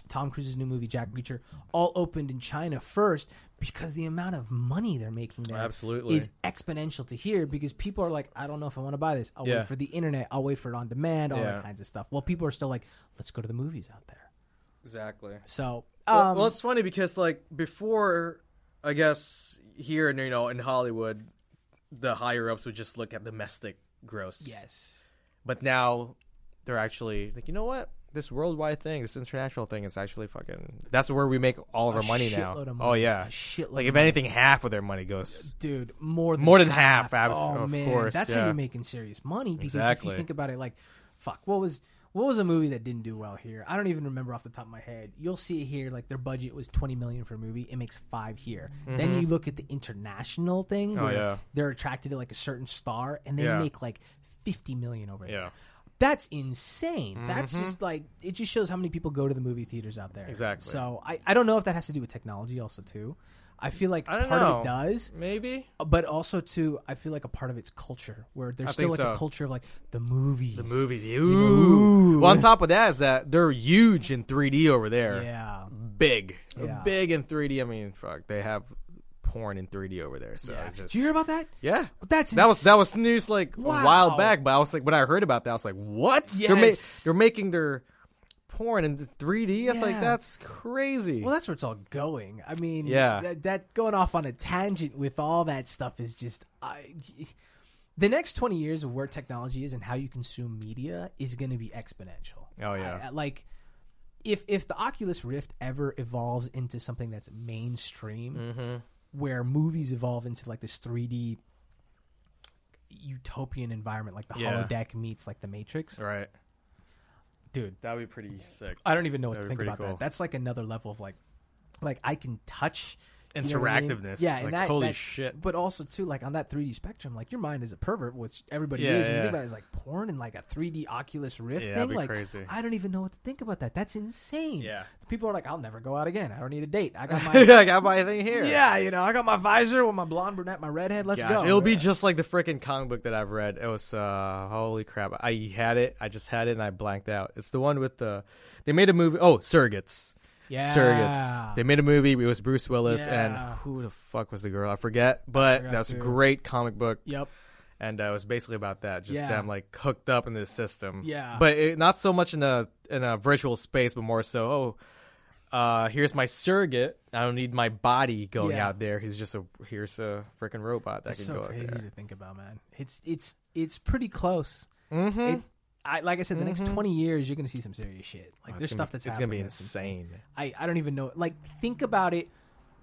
Tom Cruise's new movie Jack Reacher all opened in China first because the amount of money they're making there
Absolutely.
is exponential to here because people are like, I don't know if I want to buy this. I'll
Yeah.
wait for the internet. I'll wait for it on demand. All
Yeah.
that kinds of stuff. Well, people are still like, let's go to the movies out there.
Exactly.
So,
Well,
um,
well, it's funny because like before, I guess here in you know in Hollywood, the higher ups would just look at domestic gross.
yes,
But now they're actually like, you know what? This worldwide thing, this international thing is actually fucking. That's where we make all of our
A
money now.
shitload of
Oh
money.
yeah,
A shitload
like
of
if anything, half of their money goes.
dude, more than
More than half, abs-
Oh
of
man,
course,
that's
yeah.
how you're making serious money because if
Exactly.
you think about it, like, fuck, what was What was a movie that didn't do well here? I don't even remember off the top of my head. You'll see it here, like their budget was twenty million for a movie. It makes five here. Then you look at the international thing
Mm-hmm. Oh,
where
yeah.
they're attracted to like a certain star and they
Yeah.
make like fifty million over there.
Yeah. Mm-hmm.
That's insane. That's just like it just shows how many people go to the movie theaters out there.
Exactly.
So I, I don't know if that has to do with technology also too. I feel like
I don't
part
know.
of it does,
Maybe.
but also too I feel like a part of it's culture where there's
I
still like
think
a
so.
culture of like the movies. The
Movies.
Ooh.
Well, on top of that is that they're huge in 3D over there.
Yeah.
Big.
Yeah.
Big in 3D. I mean, fuck, they have porn in 3D over there. So
yeah.
I just
Do you hear about that?
Yeah.
That's
that was that
ins-
was news like a
Wow.
while back, but I was like when I heard about that I was like, "What? They're, ma-
Yes.
they're making their porn in 3D?" That's like
Yeah.
that's crazy.
Well, that's where it's all going. I mean,
Yeah.
that, that going off on a tangent with all that stuff is just I. The next twenty years of where technology is and how you consume media is going to be exponential.
Oh, yeah.
I- I- like if if the Oculus Rift ever evolves into something that's mainstream,
Mm-hmm.
where movies evolve into like this three D utopian environment, like the
Yeah.
holodeck meets like the Matrix,
right.
dude.
That would be pretty sick.
I don't even know what
That'd
to think
be pretty
about
cool.
that. That's like another level of like, like I can touch you know what I mean?
Interactiveness.
Yeah,
Like,
and that,
holy
that-
shit.
But also too, like on that 3D spectrum, like your mind is a pervert, which everybody
Yeah,
is. When
yeah.
you think about it, it's like porn and like a 3D Oculus Rift
Yeah, that'd
thing.
be
like
crazy.
I don't even know what to think about that. That's insane.
Yeah.
people are like, I'll never go out again. I don't need a date. I got my
I got my thing here.
yeah, you know, I got my visor with my blonde brunette, my redhead. Let's
Gotcha.
go.
It'll be just like the freaking comic book that I've read. It was uh holy crap. I had it. I just had it and I blanked out. It's the one with the they made a movie. Oh, Surrogates.
Yeah.
Surrogates. They made a movie. It was Bruce Willis
Yeah.
and who the fuck was the girl? I forget. But
forgot
that's a
too.
great comic book.
Yep.
And uh, it was basically about that, just
Yeah.
them like hooked up in this system.
Yeah.
But it, not so much in a in a virtual space, but more so oh. Uh, here's my surrogate. I don't need my body going
Yeah.
out there. He's just a here's a freaking robot that
It's so
can go
crazy
out there.
to think about, man. It's it's it's pretty close.
Mm-hmm.
It, I like I said, the next twenty years you're gonna see some serious shit. Like there's
Oh, It's
stuff
gonna-
that's
it's
happening
gonna be
that's
insane.
I, I don't even know. Like, think about it.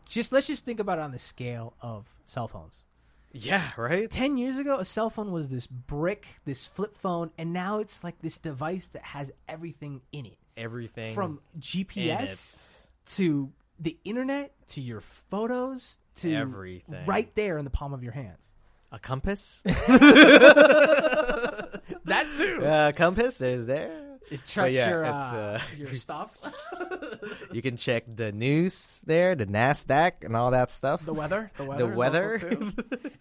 Just let's just think about it on the scale of cell phones.
Yeah, right.
Ten years ago, a cell phone was this brick, this flip phone, and now it's like this device that has everything in it,
Everything
from GPS to the internet to your photos to
Everything.
right there in the palm of your hands.
a compass.
That too.
uh, compass. There's there.
It tracks
yeah,
your
it's,
uh,
uh,
your stuff,
You can check the news there, the Nasdaq, and all that stuff.
the weather, the weather,
The
is also
weather.
too.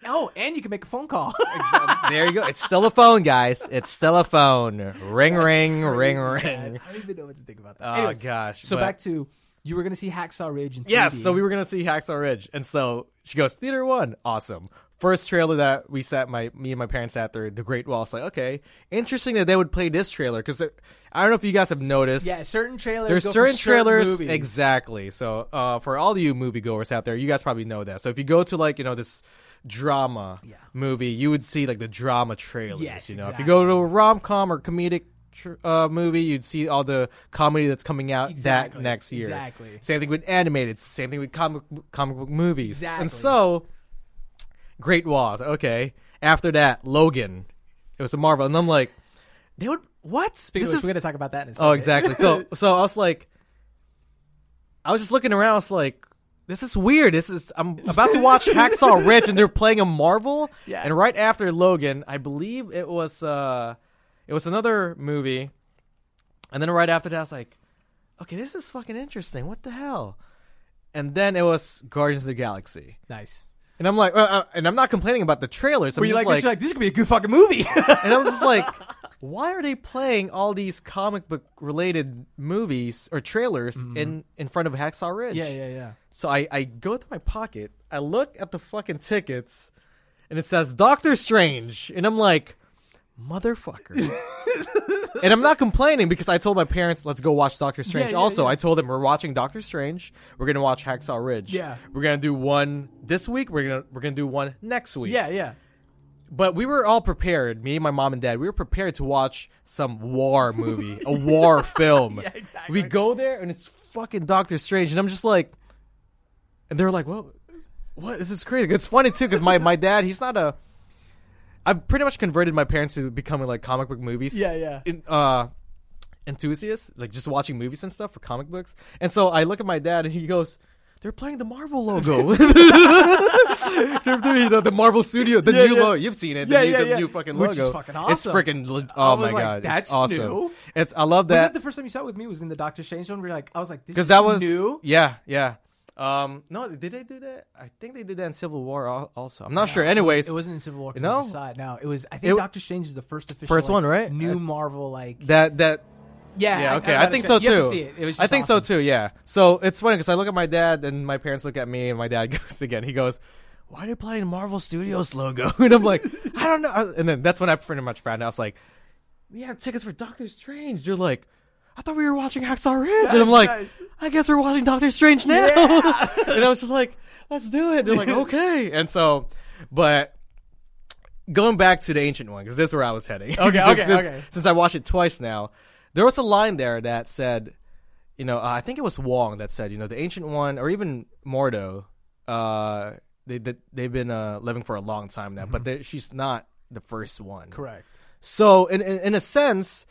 oh, and you can make a phone call.
there you go. It's still a phone, guys. It's still a phone. Ring, ring,
Crazy,
ring,
man.
ring.
I don't even know what to think about that.
Oh
Anyways,
gosh.
So
but-
back to you were going to see Hacksaw Ridge. In 3D.
Yes, so we were gonna see Hacksaw Ridge, and so she goes theater one, awesome. First trailer that we sat my me and my parents sat through, The Great Wall. It's like okay, interesting that they would play this trailer because I don't know if you guys have noticed.
yeah, certain trailers.
there's
go for
certain trailers
movies.
exactly. So uh, for all you moviegoers out there, you guys probably know that. So if you go to like you know this drama
Yeah.
movie, you would see like the drama trailers.
Yes,
you know if you
exactly.
go to a rom com or comedic. tr- Uh, movie, you'd see all the comedy that's coming out
Exactly,
that next year.
exactly.
Same thing with animated. Same thing with comic comic book movies.
Exactly.
And so, Great Walls. Okay. After that, Logan. It was a Marvel, and I'm like, they would what?
Speaking
this
of which,
is
we're going to talk about that in a second.
oh exactly. so so I was like, I was just looking around. I was like, this is weird. This is I'm about to watch Hacksaw Ridge, and they're playing a Marvel.
Yeah.
And right after Logan, I believe it was uh, it was another movie, and then right after that, I was like, okay, this is fucking interesting. What the hell? And then it was Guardians of the Galaxy.
Nice.
And I'm like, uh, uh, and I'm not complaining about the trailers. I'm
Were you
just
like, this? You're like, this could be a good fucking movie.
and I was just like, why are they playing all these comic book related movies or trailers in in front of Hacksaw Ridge?
Mm-hmm. yeah, yeah, yeah.
So I I go through my pocket, I look at the fucking tickets, and it says Doctor Strange, and I'm like, motherfucker. and I'm not complaining because I told my parents, let's go watch Doctor Strange.
yeah,
also,
yeah.
I told them we're watching Doctor Strange. We're gonna watch Hacksaw Ridge.
Yeah.
We're gonna do one this week. We're gonna we're gonna do one next week.
Yeah, yeah.
But we were all prepared. Me and my mom and dad, we were prepared to watch some war movie, a war film.
Yeah, exactly.
We go there and it's fucking Doctor Strange, and I'm just like, and they're like, "Well, what? This is crazy." It's funny too because my my dad, he's not a. I've pretty much converted my parents to becoming like comic book movies.
Yeah, yeah.
In, uh, enthusiast, like just watching movies and stuff for comic books. And so I look at my dad, and he goes. They're playing the Marvel logo. They're doing the, the Marvel Studio, the new
yeah.
logo. You've seen it, the,
Yeah,
new,
yeah,
the
yeah.
new fucking
Which is
logo.
fucking
It's
awesome.
freaking. le-
I
Oh
was
my
like,
god,
"That's
it's awesome.
new?"
It's. I love
Was
that
that the first time you saw it with me? Was in the Doctor Strange one? Where you're like, I was like, this
because
is
that was
new.
Yeah, yeah. Um, no, did they do that? I think they did that in Civil War al- also. I'm not sure. Anyways,
It wasn't in Civil War. 'cause
No?
it was decided. no, it was. I think
It-
Doctor Strange is the first official,
First
like,
one, right?
New
I-
Marvel, like
that that.
yeah,
Yeah, okay. I, think so too.
You have to see it. It was
I
just
think
awesome.
so too. Yeah. So it's funny because I look at my dad and my parents look at me and my dad goes again. He goes, "Why are you playing Marvel Studios logo?" And I'm like, "I don't know." And then that's when I pretty much found out. I was like, "We have tickets for Doctor Strange." You're like. I thought we were watching Hacksaw Ridge, and I'm
Nice,
like,
nice.
I guess we're watching Doctor Strange now. and I was just like, let's do it. They're like, okay. And so, but going back to the ancient one because this is where I was heading. Okay,
okay,
since,
okay.
Since I watched it twice now, there was a line there that said, you know, uh, I think it was Wong that said, you know, the ancient one or even Mordo, uh, they, they they've been uh, living for a long time now,
Mm-hmm.
but they, she's not the first one.
Correct.
So in, in in a sense,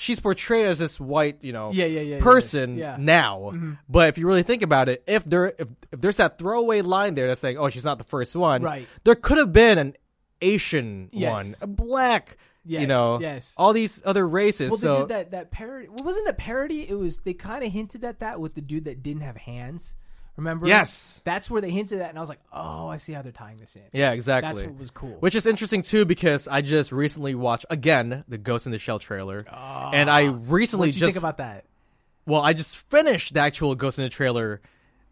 she's portrayed as this white, you know,
Yeah, yeah, yeah, yeah,
person
yeah. Mm-hmm.
now. But if you really think about it, if there if, if there's that throwaway line there that's saying, "Oh, she's not the first one,"
Right.
There could have been an Asian
Yes.
one, a black, you
Yes,
know,
yes.
all these other races.
Well,
so
they did that that parody. Well, wasn't it a parody? It was. They kind of hinted at that with the dude that didn't have hands. Remember?
Yes.
That's where they hinted at, and I was like, oh, I see how they're tying this in.
yeah, exactly.
That's what was cool.
Which is interesting too because I just recently watched again the Ghost in the Shell trailer, and I recently
Ah. What'd you
just
think about that?
well, I just finished the actual Ghost in the Trailer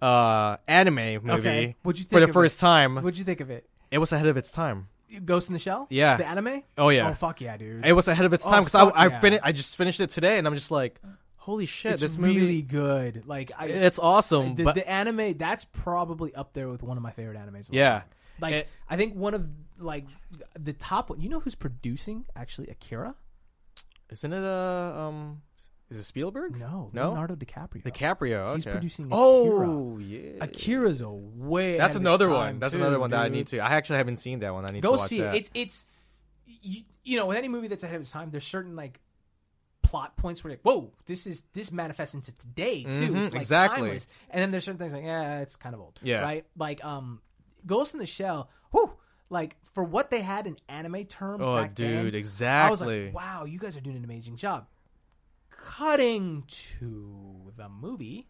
uh anime movie
Okay. What'd you
for
think
the
of
first
it?
time.
What'd you think of it?
it was ahead of its time.
Ghost in the Shell?
Yeah.
The anime?
Oh, yeah.
Oh fuck yeah, dude.
It was ahead of its
Oh,
time because
fuck
I I,
yeah.
fin- I just finished it today and I'm just like, holy shit,
it's
this movie
really good. Like I
it's awesome.
the,
but
the anime that's probably up there with one of my favorite animes. of all
yeah,
time. Like
It-
I think one of like the top one. You know who's producing actually Akira?
isn't it uh um is it Spielberg?
No,
No?
Leonardo DiCaprio.
DiCaprio.
He's
okay.
producing
Oh yeah.
Akira's a way.
That's
ahead of
another
his
one.
time,
That's
too,
another one that I
dude.
need to. I actually haven't seen that one. I need
go
to watch
see
that.
it. It's it's you, you know with any movie that's ahead of its time, there's certain like plot points where you're like, whoa, this is this manifests into today too.
Mhm,
it's like
exactly.
timeless. And then there's certain things like yeah, it's kind of old.
Yeah.
right. Like um, Ghost in the Shell. Whoo, like for what they had in anime terms.
Oh,
back then,
dude,
I was
exactly.
like, wow, you guys are doing an amazing job. Cutting to the movie.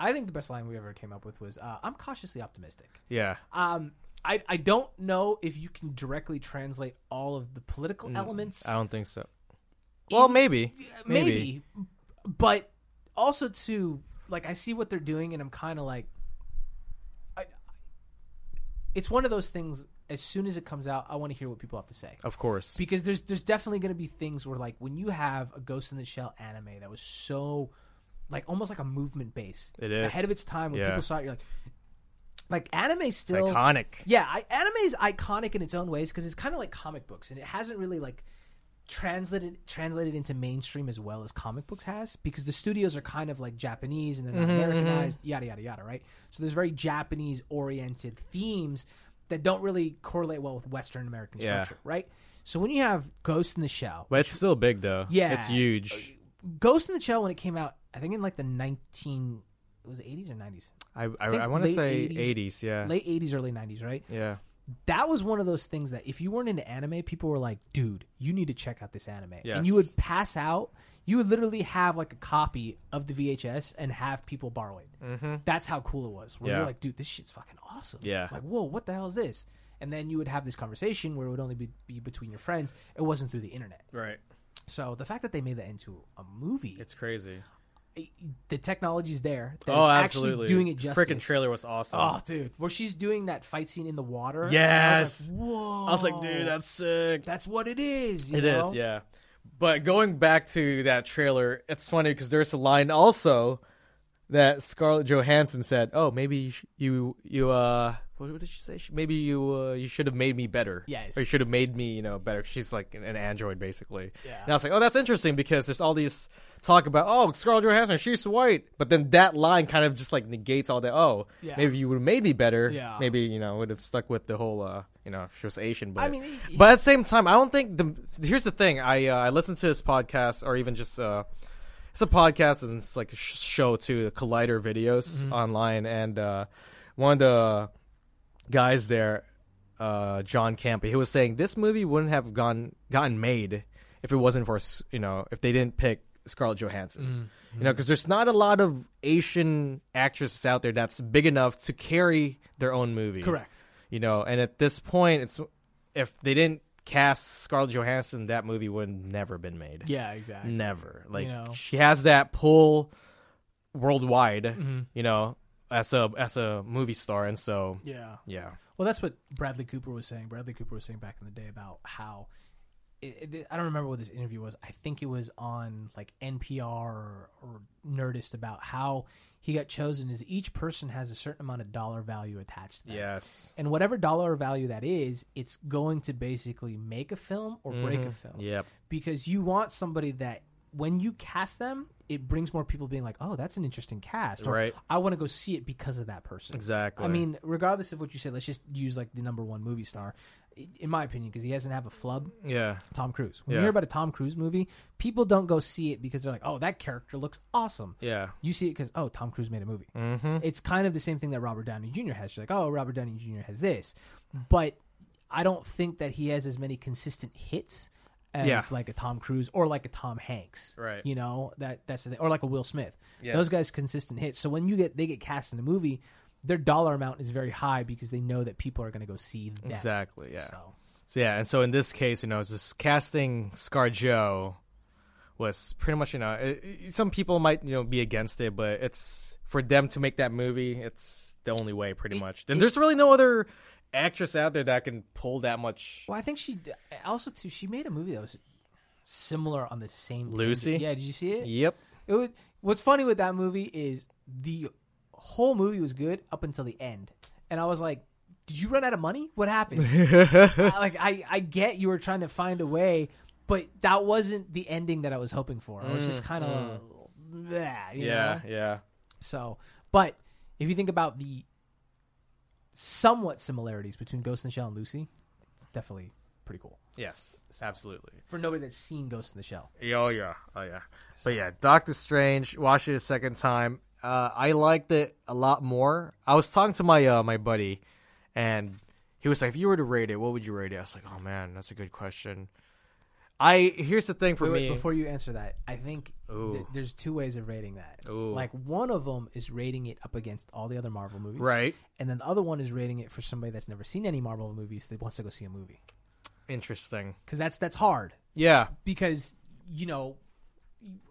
I think the best line we ever came up with was, uh, "I'm cautiously optimistic."
yeah.
Um, I I don't know if you can directly translate all of the political elements.
I don't think so. Well, maybe.
maybe. but also to like I see what they're doing, and I'm kind of like, I, it's one of those things. As soon as it comes out, I want to hear what people have to say
Of course.
because there's there's definitely going to be things where like when you have a Ghost in the Shell anime that was so like almost like a movement base,
It is.
ahead of its time when
Yeah.
people saw it, you're like. Like anime still
Iconic.
yeah, I, anime is iconic in its own ways because it's kind of like comic books, and it hasn't really like translated translated into mainstream as well as comic books has because the studios are kind of like Japanese and they're
Mm-hmm,
not Americanized, yada yada yada, right? So there's very Japanese oriented themes that don't really correlate well with Western American
Yeah.
structure, right? So when you have Ghost in the Shell,
But it's still big though.
Yeah.
it's huge.
Ghost in the Shell when it came out, I think in like the nineteen, it was eighties or nineties,
I I,
think
I want to
late
say
80s.
eighties. Yeah,
late eighties, early nineties, right?
yeah.
that was one of those things that if you weren't into anime, people were like, dude, you need to check out this anime.
Yes.
And you would pass out. You would literally have like a copy of the VHS and have people borrow it. Mm-hmm. That's how cool it was. Where
Yeah.
you're like, dude, this shit's fucking awesome.
Yeah.
Like, whoa, what the hell is this? And then you would have this conversation where it would only be, be between your friends. It wasn't through the internet.
Right.
So the fact that they made that into a movie,
It's crazy.
the technology's there. That
oh,
it's
absolutely.
Actually doing it justice.
Freaking trailer was awesome.
Oh, dude, where she's doing that fight scene in the water.
Yes.
I was like, whoa.
I was like, dude, that's sick.
That's what it is. You
It is,
know?
yeah. But going back to that trailer, it's funny because there's a line also that Scarlett Johansson said, "Oh, maybe you sh- you you uh." What what did she say? She- Maybe you uh, you should have made me better.
Yes.
or you should have made me you know better. She's like an, an android basically.
Yeah.
And I was like, oh, that's interesting because there's all these talk about oh Scarlett Johansson, she's white, but then that line kind of just like negates all that. Oh,
Yeah.
maybe you would have made me better.
Yeah.
Maybe you know would have stuck with the whole uh you know she was Asian, but
I mean,
but at the same time, I don't think the. Here's the thing. I uh, I listened to this podcast, or even just uh, it's a podcast and it's like a sh- show too, the Collider videos
Mm-hmm.
online, and uh, one of the guys there, uh, John Campy, who was saying this movie wouldn't have gone gotten made if it wasn't for s- you know if they didn't pick Scarlett Johansson,
Mm-hmm.
you know, because there's not a lot of Asian actresses out there that's big enough to carry their own movie,
Correct.
You know, and at this point, it's if they didn't cast Scarlett Johansson, that movie would have never been made.
Yeah, exactly.
Never. Like
know?
she has that pull worldwide,
Mm-hmm.
you know, as a as a movie star and so
Yeah.
yeah.
Well, that's what Bradley Cooper was saying. Bradley Cooper was saying back in the day about how it, it, I don't remember what this interview was. I think it was on like NPR or, or Nerdist about how he got chosen. Is each person has a certain amount of dollar value attached to them.
Yes.
And whatever dollar value that is, it's going to basically make a film or break
Mm-hmm.
a film.
Yep.
Because you want somebody that when you cast them, it brings more people being like, "Oh, that's an interesting cast." Or,
Right.
I want to go see it because of that person.
Exactly.
I mean, regardless of what you say, let's just use like the number one movie star, i- in my opinion, because he doesn't have a flub.
Yeah.
Tom Cruise. When you
Yeah.
hear about a Tom Cruise movie, people don't go see it because they're like, "Oh, that character looks awesome."
Yeah.
You see it because oh, Tom Cruise made a movie. Mm-hmm. It's kind of the same thing that Robert Downey Jr. has. You're like, oh, Robert Downey Jr. has this,
Mm.
but I don't think that he has as many consistent hits as
Yeah.
like a Tom Cruise or like a Tom Hanks.
Right.
You know that that's the thing. or like a Will Smith. Those
Yes.
guys consistent hits. So when you get they get cast in a movie, their dollar amount is very high because they know that people are going to go see them.
Exactly. Yeah. So.
So
yeah, and so in this case, you know, it's just casting Scar Joe was pretty much, you know, it, it- some people might, you know, be against it, but it's for them to make that movie, it's the only way pretty much. And there's really no other actress out there that can pull that much
well, I think she also too. She made a movie that was similar on the same
Lucy?
Yeah, did you see it?
Yep.
It was, what's funny with that movie is the whole movie was good up until the end, and I was like, "Did you run out of money? What happened?" I- like, I I get you were trying to find a way, but that wasn't the ending that I was hoping for. I was just kind of that,
Yeah, yeah.
So, but if you think about the somewhat similarities between Ghost in the Shell and Lucy, it's definitely pretty cool
Yes, absolutely.
for nobody that's seen Ghost in the Shell.
Yeah, Oh yeah, oh yeah. But yeah, Doctor Strange watched it a second time. Uh, I liked it a lot more. I was talking to my uh, my buddy, and he was like, "If you were to rate it, what would you rate it?" I was like, "Oh man, that's a good question." I here's the thing for
Wait, wait,
me.
before you answer that, I think th-
Ooh.
there's two ways of rating that.
Ooh.
Like one of them is rating it up against all the other Marvel movies,
Right.
And then the other one is rating it for somebody that's never seen any Marvel movies that wants to go see a movie
Interesting.
because that's that's hard
Yeah,
because you know,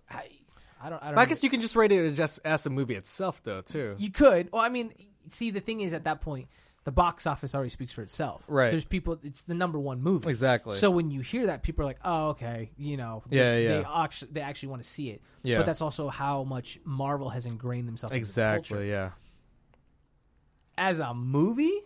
I, I don't I don't.
I guess you can just rate it just as the movie itself, though, too.
You could. Well, I mean, see, the thing is, at that point, the box office already speaks for itself.
Right.
There's people. It's the number one movie.
Exactly.
So when you hear that, people are like, "Oh, okay, you know, they-
Yeah,
They
yeah.
actually, they actually want to see it.
Yeah.
But that's also how much Marvel has ingrained themselves into the culture.
Exactly. Yeah.
As a movie,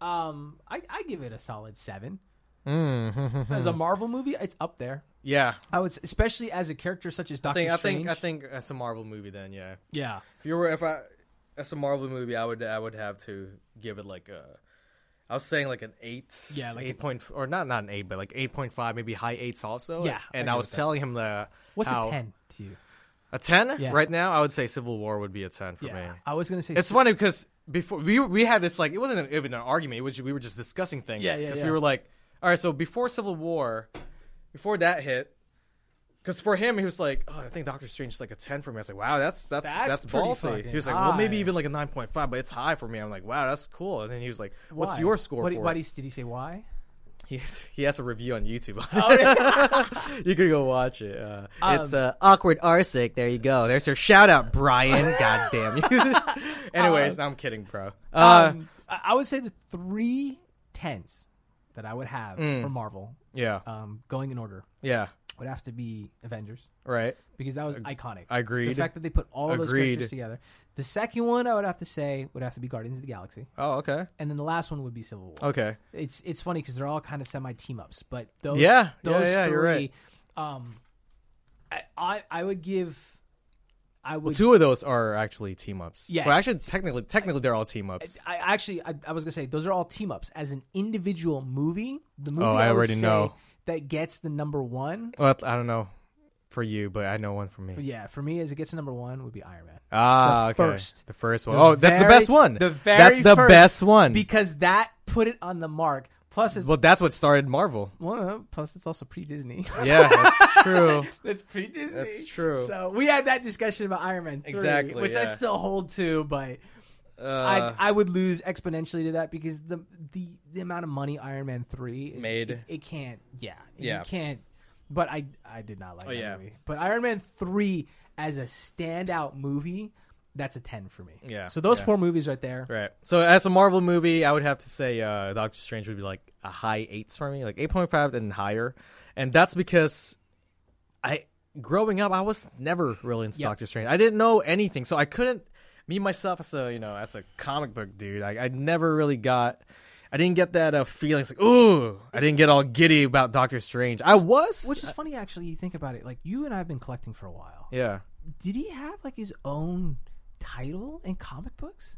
um, I, I give it a solid seven.
Mm.
as a Marvel movie, it's up there.
Yeah.
I would, s- especially as a character such as
I
Doctor
think I
Strange.
think I think that's a Marvel movie. Then yeah.
yeah.
If you were, if I, that's a Marvel movie, I would, I would have to give it like a. I was saying like an eight,
Yeah, like
eight point, or not not an eight, but like eight point five, maybe high eights also.
Yeah, I
and
agree
I,
with
was
that.
telling him the
What's
how- Oh,
a ten to you?
A ten
Yeah.
right now, I would say Civil War would be a ten for
Yeah.
me.
I was gonna say
It's funny because before we we had this like it wasn't an, even an argument. It was we were just discussing things.
Yeah, yeah,
Because
yeah.
we were like, all right, so before Civil War, before that hit, because for him he was like, oh, I think Doctor Strange is like a ten for me. I was like, wow, that's that's
That's
that's,
pretty
ballsy.
fucking
He was like, well, maybe
high.
even like a nine point five, but it's high for me. I'm like, wow, that's cool. And then he was like, what's
why?
your score
What,
for?
why
it?
did he- did he say why?
he, he has a review on YouTube.
Oh,
you could go watch it. Uh, it's
Um,
uh, awkward arsic. There you go. There's her shout out, Brian. God damn you. Anyways, I'm kidding, bro. Uh,
um, I I would say the three tens that I would have
Mm.
for Marvel,
yeah,
um, going in order,
yeah,
would have to be Avengers
right.
because that was iconic.
agreed.
The fact that they put all those
Agreed.
characters together. The second one I would have to say would have to be Guardians of the Galaxy,
Oh, okay,
and then the last one would be Civil War.
okay.
It's it's funny because they're all kind of semi team ups, but those
Yeah, yeah,
those
yeah,
3
you're right.
um, I, I I would give. I would
Two of those are actually team ups.
Yes. Uh,
well, actually, technically, technically, they're all team ups.
I actually, I, I was gonna say those are all team ups. As an individual movie, the movie
Oh,
I,
I
would
already
say
know.
that gets the number one.
Well, I don't know. for you, but I know one for me.
Yeah, for me, as it gets to number one, would be Iron Man.
Ah,
The
okay.
first.
The first one.
The
oh, that's
very-
the best one.
the very
that's the
first.
best
Hmm.
one.
because that put it on the mark. Plus, it's
well, that's what started Marvel.
well, uh, plus it's also pre Disney.
Yeah, that's true.
That's pre Disney.
That's true.
So we had that discussion about Iron Man 3,
Exactly,
which I
yeah.
still hold to, but
Uh,
I I would lose exponentially to that because the the, the amount of money Iron Man three is-
Made.
it, it can't yeah
Yeah.
it can't but I I did not like
Oh,
that
yeah.
movie but Iron Man three as a standout movie that's a ten for me
Yeah,
so those
yeah.
four movies right there
right. So as a Marvel movie, I would have to say uh, Doctor Strange would be like a high eights for me, like eight point five and higher, and that's because I growing up I was never really into
Yep.
Doctor Strange. I didn't know anything, so I couldn't. Me myself as a you know as a comic book dude, I, I never really got. I didn't get that uh, feeling. It's like, ooh, I didn't get all giddy about Doctor Strange. I was,
which is funny actually you think about it like you and I have been collecting for a while
yeah.
did he have like his own title in comic books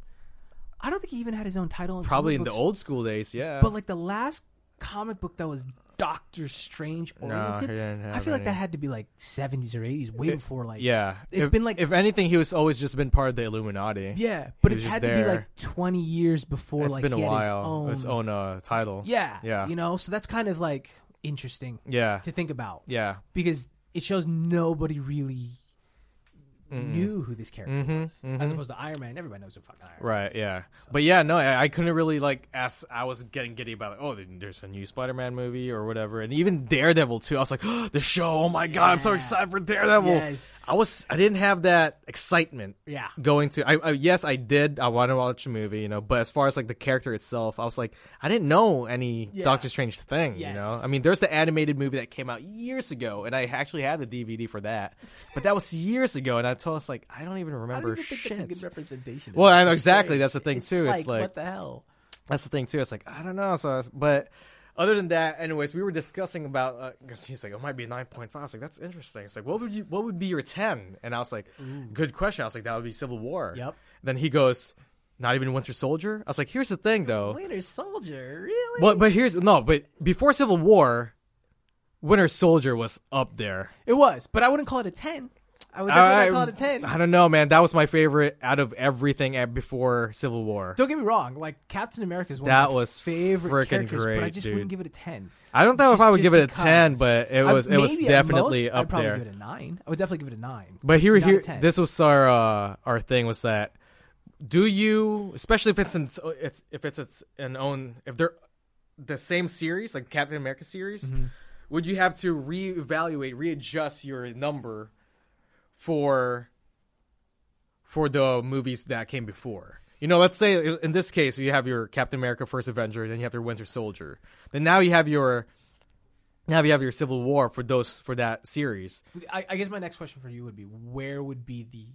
I don't think he even had his own title in
Probably in
comic
the
books.
old school days, yeah.
But like the last comic book that was Doctor Strange oriented,
he didn't
I
have
feel like
any.
that had to be like 70s or 80s, way before like
yeah,
It's
if,
been like-
if anything, he was always just been part of the Illuminati.
yeah. But
He
it's
was
had
just
to be
there.
like 20 years before
it's
like
been a
he had
while.
his
His
own,
own uh, title.
yeah,
yeah,
you know. So that's kind of like interesting
yeah,
to think about
yeah.
because it shows nobody really
Mm-hmm.
knew who this character
Mhm,
was, as opposed to Iron Man. Everybody knows who fucking Iron Man.
Right,
is.
yeah, but yeah, no, I, I couldn't really like ask. I was getting giddy about like, oh, there- there's a new Spider-Man movie or whatever, and even Daredevil too. I was like, the show, oh my god, I'm so
Yeah.
excited for Daredevil.
Yes.
I was, I didn't have that excitement
Yeah.
going to I, I yes i did i want to watch a movie you know but as far as like the character itself i was like i didn't know any
Yeah.
doctor strange thing you know
Yes.
i mean there's the animated movie that came out years ago and i actually had the dvd for that but that was years ago and i told us like i don't even
I
remember
don't even think
shit
that's a good representation. of
Well, I know
Doctor
exactly,
Strange.
that's the thing, too, it's like-
what the hell?
that's the thing too. It's like I don't know. So, I was- but other than that, anyways, we were discussing about because he's like, it might be a nine point five. I was like, that's interesting. It's like, what would you, what would be your ten? And I was like, good question. I was like, that would be Civil War.
Yep.
Then he goes, not even Winter Soldier. I was like, here's the thing though.
Winter Soldier, really?
But but here's no. But before Civil War, Winter Soldier was up there.
It was, but I wouldn't call it a ten. I would
I-
definitely not call it a ten.
I don't know, man. That was my favorite out of everything at- before Civil War.
don't get me wrong, like Captain America is one
That
of my
was
favorite
frickin'
characters, but I
great,
just
dude.
wouldn't give it a ten.
I don't know if
Just-
I would
just
give it a ten,
because.
but it
I-
was it was
maybe at
definitely
most,
up
I'd probably
there.
give it a nine. I would definitely give it a nine.
But here,
Not a
here,
10.
this was our uh, our thing was that do you, especially if it's in, it's if it's it's an own if they're the same series like Captain America series, would you have to reevaluate, readjust your number for for the movies that came before? You know, let's say i- in this case you have your Captain America: First Avenger, then you have your Winter Soldier, then now you have your now you have your Civil War for those for that series.
I, I guess my next question for you would be: Where would be the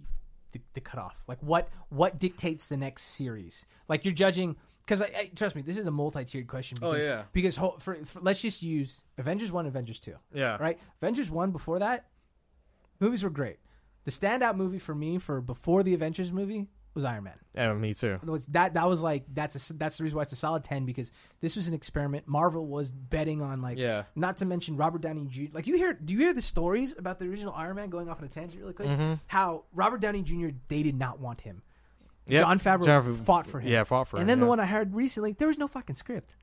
the, the cutoff? Like, what what dictates the next series? Like, you're judging because I, I trust me, this is a multi-tiered question.
Oh,
Because,
yeah.
Because ho- for, for, let's just use Avengers one, Avengers two.
Yeah.
Right. Avengers one before that, movies were great. The standout movie for me for before the Avengers movie was Iron Man.
Yeah, me too.
It was- that that was like that's a, that's the reason why it's a solid ten because this was an experiment. Marvel was betting on like
Yeah.
Not to mention Robert Downey Jr. Like you hear, do you hear the stories about the original Iron Man going off on a tangent really quick?
Mm-hmm.
How Robert Downey Jr. They did not want him.
Yep.
John Favreau
John Favreau-
fought for him.
yeah, fought for
and
him,
And then the
yeah.
one I heard recently, there was no fucking script.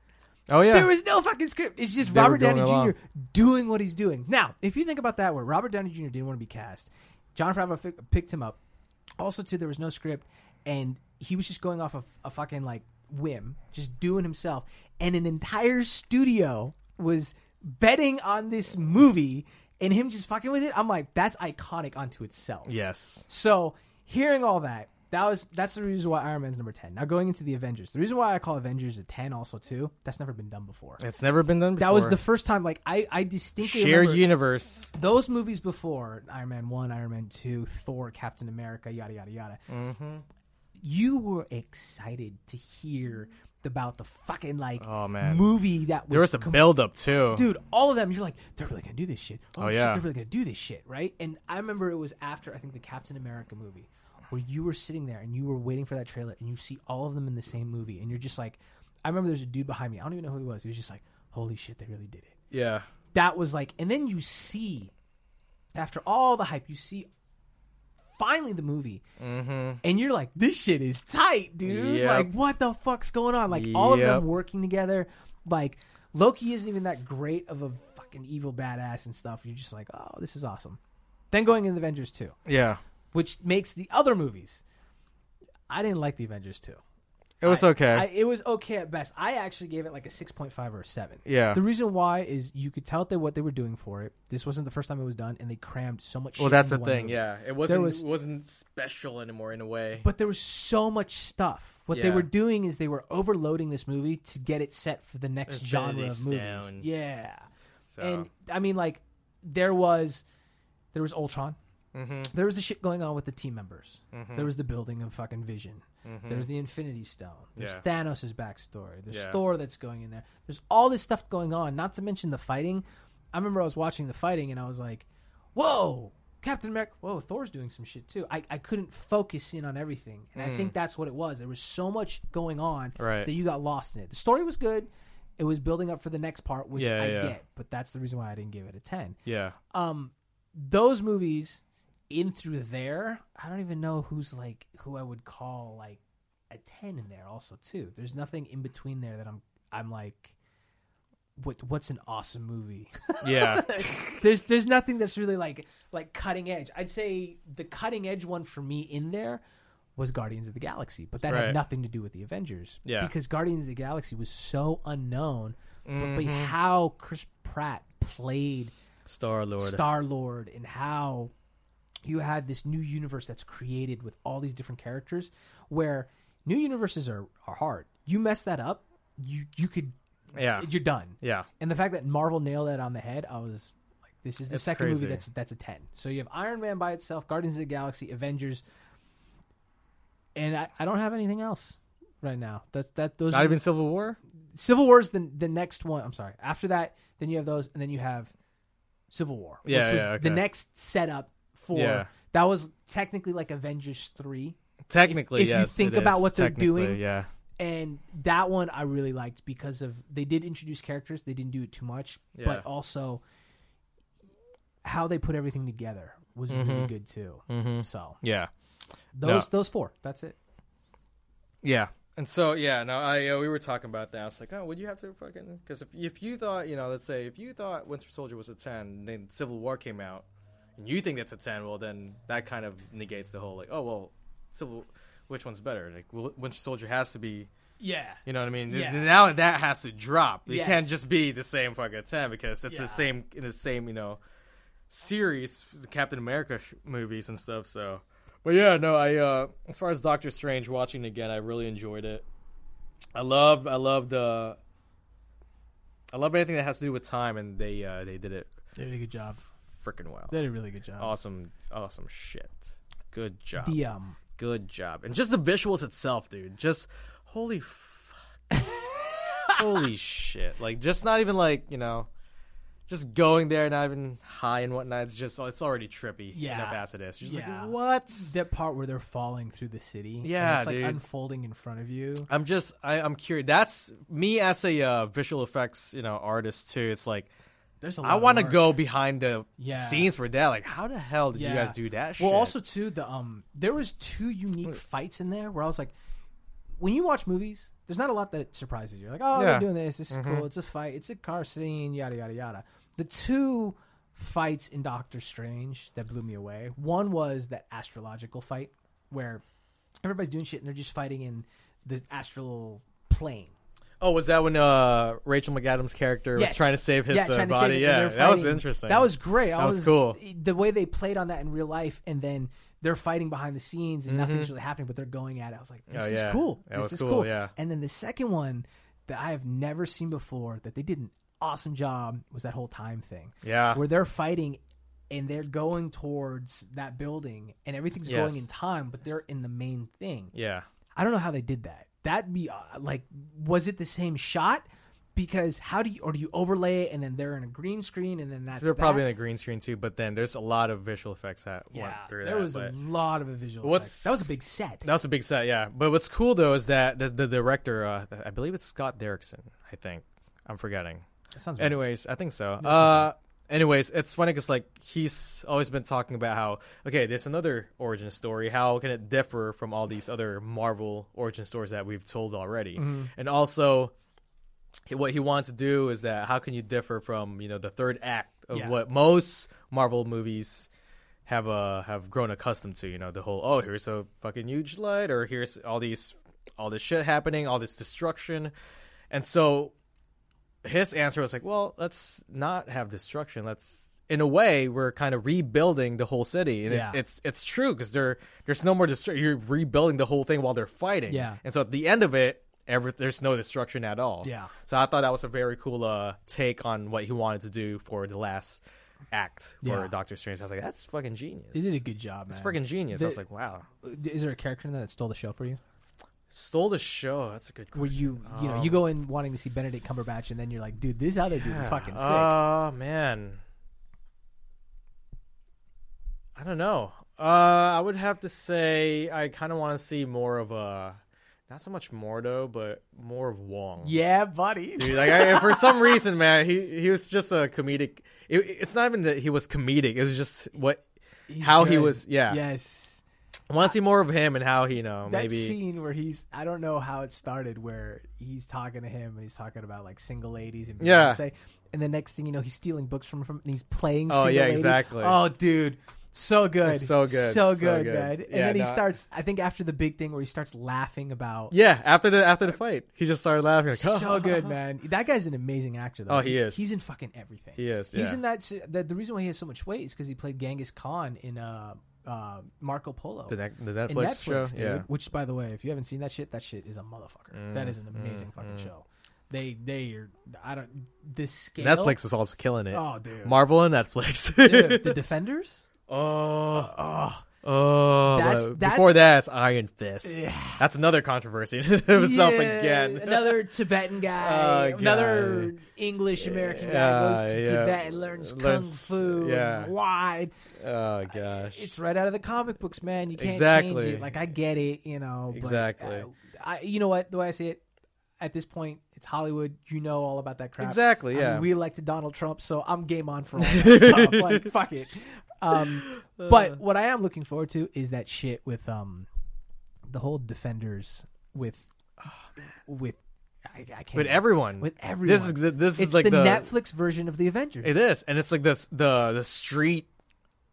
Oh yeah.
There was no fucking script. It's just
They were
Robert
going
Downey Jr.
along.
doing what he's doing. Now, if you think about that, where Robert Downey Jr. didn't want to be cast, John Favreau fi- picked him up. Also, too, there was no script, and he was just going off of a fucking like whim, just doing himself. And an entire studio was betting on this movie, and him just fucking with it. I'm like, that's iconic onto itself.
yes.
So hearing all that, that was that's the reason why Iron Man's number ten. Now going into the Avengers, the reason why I call Avengers a ten also too, that's never been done before.
It's never been done before.
That was the first time like I, I distinctly
shared
remember
universe.
those movies before Iron Man one, Iron Man two, Thor, Captain America, yada yada yada. Mm-hmm. You were excited to hear about the fucking like
Oh, man.
movie that was
There was a
com-
build up too.
dude, all of them, you're like, they're really gonna do this shit. Oh,
Oh,
shit,
yeah.
they're really gonna do this shit, right? And I remember it was after I think the Captain America movie, where you were sitting there and you were waiting for that trailer, and you see all of them in the same movie, and you're just like, I remember there's a dude behind me. I don't even know who he was. He was just like, holy shit, they really did it.
Yeah.
That was like, and then you see after all the hype, you see finally the movie,
Mm-hmm.
and you're like, this shit is tight, dude.
Yep.
Like, what the fuck's going on? Like, all of
Yep.
them working together. Like, Loki isn't even that great of a fucking evil badass and stuff. You're just like, oh, this is awesome. Then going into Avengers 2,
Yeah.
which makes the other movies. I didn't like the Avengers 2.
It was
I-
okay.
I, it was okay at best. I actually gave it like a six point five or a seven.
Yeah.
The reason why is you could tell that what they were doing for it. This wasn't the first time it was done, and they crammed so much.
well,
shit
that's
into
the
one
thing.
movie.
Yeah. It wasn't
was-
it wasn't special anymore in a way.
But there was so much stuff. What they
Yeah.
were doing is they were overloading this movie to get it set for the next genre
Infinity
of movies.
Stone.
Yeah.
So.
And I mean, like, there was, there was Ultron.
Mm-hmm.
There was the shit going on with the team members. There was the building of fucking Vision. There was the Infinity Stone. There's
Mm-hmm. Yeah.
Thanos' backstory. There's
Yeah.
Thor that's going in there. There's all this stuff going on. Not to mention the fighting. I remember I was watching the fighting and I was like, "Whoa, Captain America! Whoa, Thor's doing some shit too." I, I couldn't focus in on everything, and I think that's what it was. There was so much going on
Mm. Right.
that you got lost in it. The story was good. It was building up for the next part, which
Yeah,
I
yeah.
get, but that's the reason why I didn't give it a ten
yeah.
um those movies in through there i don't even know who's like who i would call like a 10 in there also too there's nothing in between there that i'm i'm like what what's an awesome movie
Yeah.
there's there's nothing that's really like like cutting edge i'd say the cutting edge one for me in there was Guardians of the Galaxy, but that
Right.
had nothing to do with the Avengers.
Yeah.
Because Guardians of the Galaxy was so unknown, but, but
Mm-hmm.
how Chris Pratt played
Star Lord.
Star Lord and how you had this new universe that's created with all these different characters where new universes are, are hard. You mess that up, you you could
yeah.
you're done.
Yeah.
And the fact that Marvel nailed that on the head, I was like, this is the
It's
second
crazy.
movie that's that's a ten. So you have Iron Man by itself, Guardians of the Galaxy, Avengers, and I, I don't have anything else right now. That's that those
Not
are-
even Civil War?
Civil War's the the next one. I'm sorry. After that, then you have those, and then you have Civil War,
Yeah,
which was
yeah, okay.
the next setup for.
Yeah.
That was technically like Avengers three,
Technically,
if you
yes.
think
it
about
is.
what they're
Technically,
doing,
Yeah.
and that one I really liked because of they did introduce characters. They didn't do it too much,
Yeah.
but also how they put everything together was really good too. So
Mm-hmm. Yeah.
those those four. That's it.
Yeah. And so yeah, no, I uh, we were talking about that. I was like, oh, would you have to fucking because if if you thought you know, let's say if you thought Winter Soldier was a ten, then Civil War came out, and you think that's a ten, well then that kind of negates the whole like, oh well, Civil, which one's better? Like well, Winter Soldier has to be,
Yeah.
you know what I mean?
Yeah.
Now that has to drop. It
Yes.
can't just be the same fucking ten because it's
Yeah.
the same in the same you know series, the Captain America sh- movies and stuff. So, but yeah, no, I uh as far as Doctor Strange watching it again, I really enjoyed it. I love, I love the, I love anything that has to do with time, and they uh they did it
They did a good job.
freaking well.
They did a really good job.
Awesome, awesome shit. Good job,
The um
good job, and just the visuals itself, dude. Just holy, fuck. holy shit! Like just not even like you know. Just going there, not even high and whatnot. It's just it's already trippy
Yeah.
enough as it is. You're just
Yeah.
like, what?
that part where they're falling through the city. and
Yeah,
it's like
dude.
unfolding in front of you.
I'm just I, I'm curious. That's me as a uh, visual effects you know artist too. It's like
There's a lot
I
of
want to
work.
go behind the
Yeah.
scenes for that. Like, how the hell did you
Yeah.
guys do that? shit?
Well, also too the um, there was two unique fights in there where I was like, when you watch movies, there's not a lot that surprises you. Like, oh,
Yeah.
they're doing this. This is
Mm-hmm.
cool. It's a fight. It's a car scene. Yada yada yada. The two fights in Doctor Strange that blew me away. One was that astrological fight where everybody's doing shit and they're just fighting in the astral plane.
oh, was that when uh, Rachel McAdams' character was
Yes.
trying to save his
Yeah,
uh,
trying to save
body?
it, and
yeah,
they're
that was
fighting.
interesting.
That was great. I
That was cool.
The way they played on that in real life, and then they're fighting behind the scenes, and nothing's really happening, but they're going at it. I was like, this
Mm-hmm. Oh,
is
yeah.
cool.
That
this
was
is
cool,
cool.
yeah.
And then the second one that I have never seen before that they did an awesome job was that whole time thing.
Yeah.
Where they're fighting and they're going towards that building, and everything's
Yes.
going in time, but they're in the main thing.
yeah,
I don't know how they did that. That'd be uh, like, was it the same shot? Because how do you, or do you overlay it and then they're in a green screen and then that's
they're
that?
probably in a green screen too. But then there's a lot of visual effects that
yeah.
went through
there
that.
was a
but-
lot of visual.
What's-
effects. that was a big set.
That was a big set, yeah. But what's cool though is that the, the director, uh, I believe it's Scott Derrickson. I think I'm forgetting.
That sounds
Anyways, I think so. Uh, anyways, it's funny because like he's always been talking about how okay, there's another origin story. How can it differ from all these other Marvel origin stories that we've told already?
Mm-hmm.
And also, he- what he wants to do is that how can you differ from you know the third act of
Yeah.
what most Marvel movies have uh have grown accustomed to you know the whole oh here's a fucking huge light or here's all these all this shit happening all this destruction and so his answer was like well let's not have destruction let's in a way we're kind of rebuilding the whole city and
Yeah.
it, it's it's true because there there's no more destruction you're rebuilding the whole thing while they're fighting
Yeah.
and so at the end of it every, there's no destruction at all
Yeah.
so I thought that was a very cool uh, take on what he wanted to do for the last act for
Yeah.
Doctor Strange. I was like, that's fucking genius.
They did a good job, man.
It's freaking genius. I was
They-
like, wow.
Is there a character in that that stole the show for you?
Stole the show. That's a good
Where
question.
you, you
Oh.
know, you go in wanting to see Benedict Cumberbatch, and then you're like, dude, this other dude is fucking sick.
Oh, man. I don't know. Uh, I would have to say I kind of want to see more of a, not so much Mordo, but more of Wong.
yeah, buddy.
Dude, like I, for some reason, man, he he was just a comedic. It, it's not even that he was comedic. It was just what
He's
how he
good.
was. Yeah,
Yes.
I want to see more of him and how he, you know,
That
maybe.
scene where he's I don't know how it started where he's talking to him and he's talking about like single ladies and
Yeah.
Beyonce, and the next thing you know he's stealing books from from and he's playing
Oh,
single
yeah,
lady.
exactly.
Oh dude. So good.
It's so good,
So
so
good,
good.
man. And
Yeah,
then he
no, I-
starts I think after the big thing where he starts laughing about
yeah, after the after the fight, he just started laughing. Like,
so good, man. That guy's an amazing actor, though.
Oh, he is.
He's in fucking everything.
He is,
He's
yeah.
in that. se- that the reason why he has so much weight is because he played Genghis Khan in uh, uh, Marco Polo.
The, Nec- the
in
Netflix,
Netflix,
show,
dude.
yeah.
Which, by the way, if you haven't seen that shit, that shit is a motherfucker. that is an
Mm,
amazing fucking show. They, they are. I don't. This scale.
Netflix is also killing it.
Oh, dude.
Marvel and Netflix.
Dude, the Defenders.
oh,
Oh,
oh.
That's-
but
that's-
before that, it's Iron Fist.
Yeah.
That's another controversy in and of itself
Yeah,
again.
Another Tibetan guy,
Oh,
another English American guy goes to
Yeah, yeah.
Tibet and learns kung
Learns-
fu.
yeah.
and wide.
oh gosh.
it's right out of the comic books, man. You can't
Exactly.
change it. Like I get it, you know. But,
Exactly.
uh, I, you know what? The way I see it, at this point, it's Hollywood. You know all about that crap.
Exactly,
I mean,
yeah.
we elected Donald Trump, so I'm game on for all that stuff. Like fuck it. Um,
Uh.
but what I am looking forward to is that shit with um, the whole Defenders with with I, I can't
Oh, With everyone.
with everyone.
This is the- this is
It's
like
the,
the-
Netflix version of the Avengers.
It is, and it's like this the the street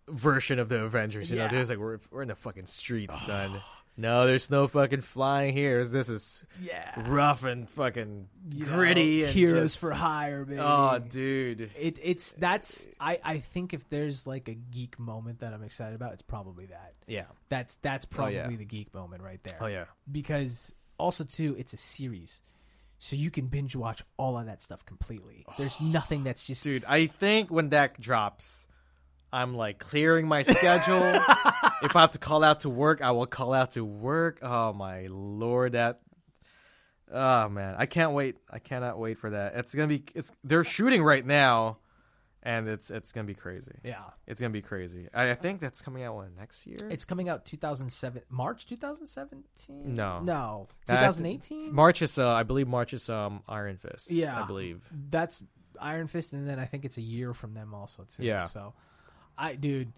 version of the Avengers. You
Yeah.
know, there's like we're we're in the fucking streets, son. No, there's no fucking flying here. This is
yeah,
rough and fucking
You know,
gritty. and
heroes
just-
for hire, baby.
Oh, dude.
It it's that's I I think if there's like a geek moment that I'm excited about, it's probably that.
Yeah. Oh,
That's that's probably
yeah.
the geek moment right there.
Oh yeah.
Because also too, it's a series. So you can binge watch all of that stuff completely. There's nothing that's just
Dude, I think when that drops, I'm like clearing my schedule. if I have to call out to work, I will call out to work. Oh my lord, that Oh man, I can't wait. I cannot wait for that. It's going to be it's they're shooting right now and it's it's going to be crazy.
yeah.
It's going to be crazy. I, I think that's coming out when next year.
It's coming out 2007 March 2017.
No.
no,
Uh,
2018.
it's March is uh, I believe March is um Iron Fist.
Yeah.
I believe.
that's Iron Fist, and then I think it's a year from them also too.
Yeah.
So, I dude,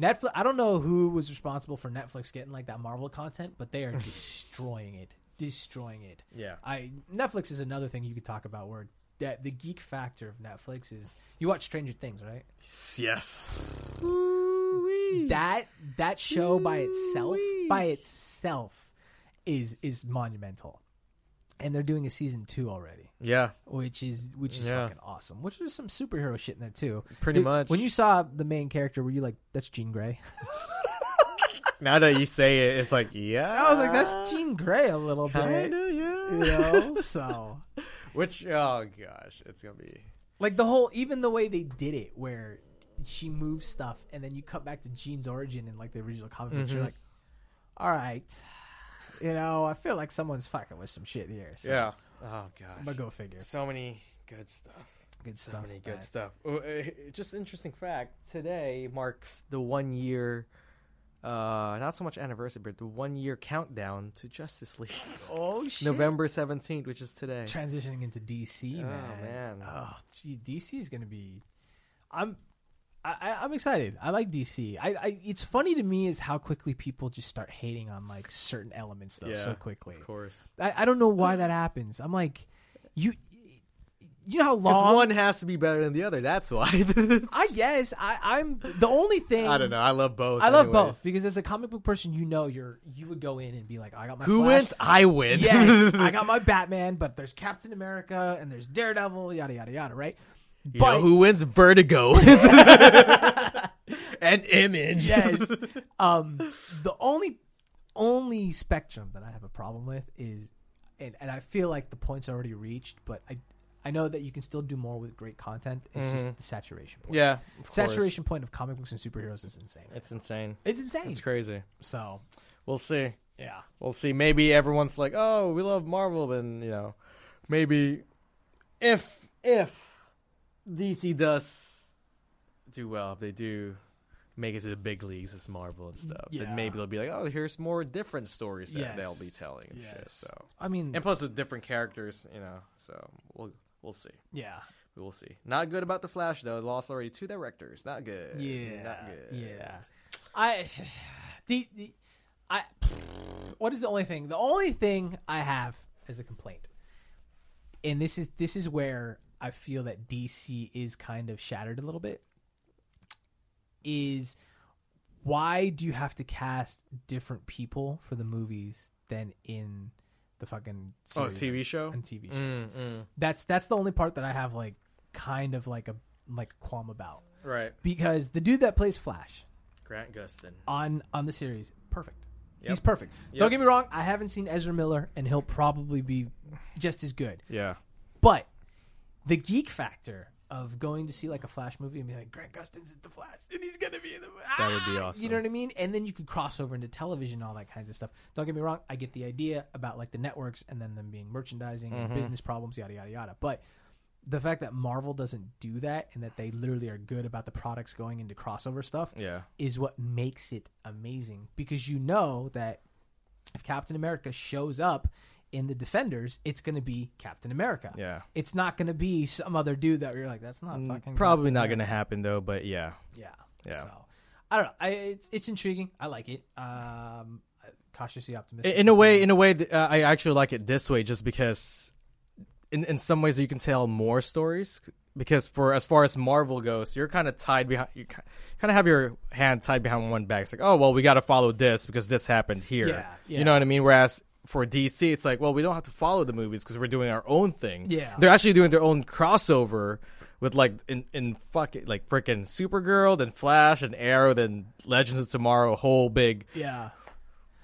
Netflix. I don't know who was responsible for Netflix getting like that Marvel content, but they are destroying it, destroying it.
Yeah.
I Netflix is another thing you could talk about where that the geek factor of Netflix is. You watch Stranger Things, right?
Yes.
That that show by itself, by itself, is is monumental, and they're doing a season two already.
Yeah.
which is which is
Yeah.
fucking awesome. Which is some superhero shit in there too.
Pretty much.
When you saw the main character, were you like, "That's Jean Grey"?
Now that you say it, it's like, yeah.
I was like, "That's Jean Grey a little bit."
Kinda,
You
yeah.
know, so
Which, oh gosh, it's gonna be.
like the whole, even the way they did it, where she moves stuff, and then you cut back to Jean's origin in like the original comic books.
Mm-hmm.
You're like, "All right, you know, I feel like someone's fucking with some shit here." So,
Yeah. Oh gosh.
but go figure.
So many good stuff.
Good
So
stuff.
many
man.
good stuff. Oh, uh, just interesting fact. Today marks the one year. Uh, not so much anniversary, but the one year countdown to Justice League,
Oh shit!
November seventeenth, which is today.
transitioning into DC, man.
Oh, man.
Oh, gee, DC is going to be. I'm I, I- I'm excited. I like DC. I, I it's funny to me is how quickly people just start hating on like certain elements though so quickly.
Of course.
I, I don't know why that happens. I'm like, you, you know how
Because
long?
one has to be better than the other. That's why.
I guess I, I'm the only thing.
I don't know. I love both.
I love
anyways.
both because as a comic book person, you know you're you would go in and be like, I got my
Who
Flash.
wins? I win.
Yes, I got my Batman, but there's Captain America and there's Daredevil, yada yada yada, right?
You know who wins? Vertigo. An image.
yes. Um, the only only spectrum that I have a problem with is, and, and I feel like the point's already reached, but I I know that you can still do more with great content. It's
Mm-hmm.
just the saturation point.
Yeah. of course.
saturation point of comic books and superheroes is insane.
It's insane.
It's insane.
It's crazy.
so
We'll see.
yeah,
We'll see. Maybe everyone's like, "Oh, we love Marvel," and you know, maybe if if DC does
Do well if they do make it to the big leagues. It's Marvel and stuff.
Yeah.
Then maybe they'll be like, oh, here's more different stories that
Yes.
they'll be telling and shit.
Yes.
So
I mean,
and plus with different characters, you know. So we'll we'll see.
yeah,
We will see. Not good about the Flash though. Lost already two directors. Not good.
yeah,
Not good.
yeah. I the, the I what is the only thing? The only thing I have is a complaint, and this is this is where I feel that DC is kind of shattered a little bit. Is why do you have to cast different people for the movies than in the fucking
Oh,
series
TV show.
and TV shows?
Mm, mm.
that's that's the only part that I have like kind of like a like qualm about
Right.
because the dude that plays Flash
Grant Gustin.
on on the series perfect.
Yep.
He's perfect.
Yep.
Don't get me wrong, I haven't seen Ezra Miller and he'll probably be just as good.
yeah
But the geek factor of going to see like a Flash movie and be like Grant Gustin's in the Flash and he's going to be in the
That would be
Ah!
awesome.
You know what I mean? And then you could cross over into television and all that kinds of stuff. Don't get me wrong, I get the idea about like the networks and then them being merchandising
Mm-hmm.
and business problems yada yada yada. But the fact that Marvel doesn't do that and that they literally are good about the products going into crossover stuff
yeah
is what makes it amazing because you know that if Captain America shows up in the Defenders, it's going to be Captain America.
yeah Mm,
It's not going to be some other dude that you're like, that's not fucking
probably
Captain
not
America."
gonna happen though. But yeah,
Yeah.
Yeah.
So I don't know. I, it's it's intriguing. I like it. Um, cautiously
in,
optimistic.
in a way, in a way, th- uh, I actually like it this way, just because in in some ways you can tell more stories. Because for as far as Marvel goes, you're kind of tied behind. You kind of have your hand tied behind one back. It's like, oh well, we got to follow this because this happened here.
Yeah, yeah.
You know what I mean? Whereas for DC, it's like, well, we don't have to follow the movies because we're doing our own thing.
Yeah.
they're actually doing their own crossover with like in in fucking like freaking Supergirl, then Flash, and Arrow, then Legends of Tomorrow, a whole big
yeah.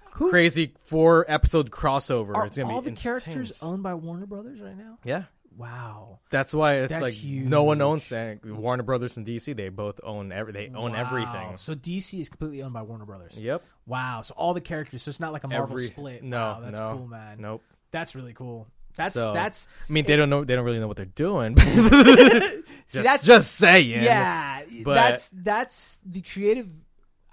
crazy four episode crossover.
Are
it's gonna
all
be
the characters
intense.
owned by Warner Brothers right now?
Yeah,
Wow.
that's why it's
That's
like no one
huge.
owns anything. Warner Brothers and DC. They both own every. They own
Wow.
everything.
So DC is completely owned by Warner Brothers.
Yep.
Wow. So all the characters. So it's not like a Marvel
every
split.
No,
Wow, that's
no,
cool, man.
Nope.
That's really cool. That's
So-
that's
I mean, they don't know. They don't really know what they're doing. but just,
see that's
just saying.
yeah.
but-
that's that's the creative.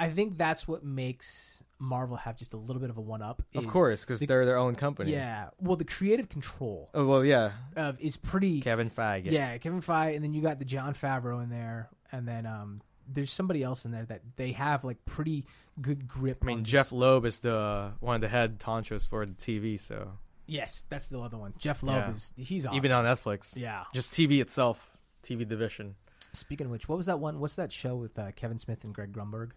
I think that's what makes Marvel have just a little bit of a one up.
Of course, because they're their own company.
Yeah. Well, the creative control
Oh, well, yeah.
of is pretty.
Kevin Feige.
yeah, Kevin Feige, and then you got the John Favreau in there, and then um, there's somebody else in there that they have like pretty good grip.
I mean, Jeff Loeb is the one of the head honchos for the TV. So
Yes, that's the other one. Jeff Loeb
Yeah.
is he's awesome.
even on Netflix,
yeah.
just TV itself, TV division.
Speaking of which, what was that one? What's that show with uh, Kevin Smith and Greg Grumberg?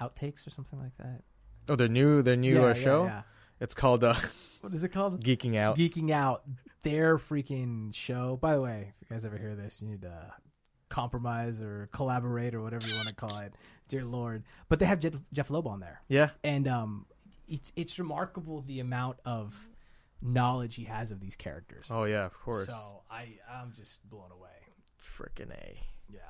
Outtakes or something like that.
Oh, their new their new
Yeah,
uh,
yeah,
show.
yeah.
It's called uh,
What is it called?
Geeking Out.
Geeking out. Their freaking show. By the way, if you guys ever hear this, you need to compromise or collaborate or whatever you want to call it. Dear Lord, but they have Jeff, Jeff Loeb on there.
yeah,
and um, it's it's remarkable the amount of knowledge he has of these characters.
Oh yeah, of course.
So I I'm just blown away.
Frickin' A.
Yeah,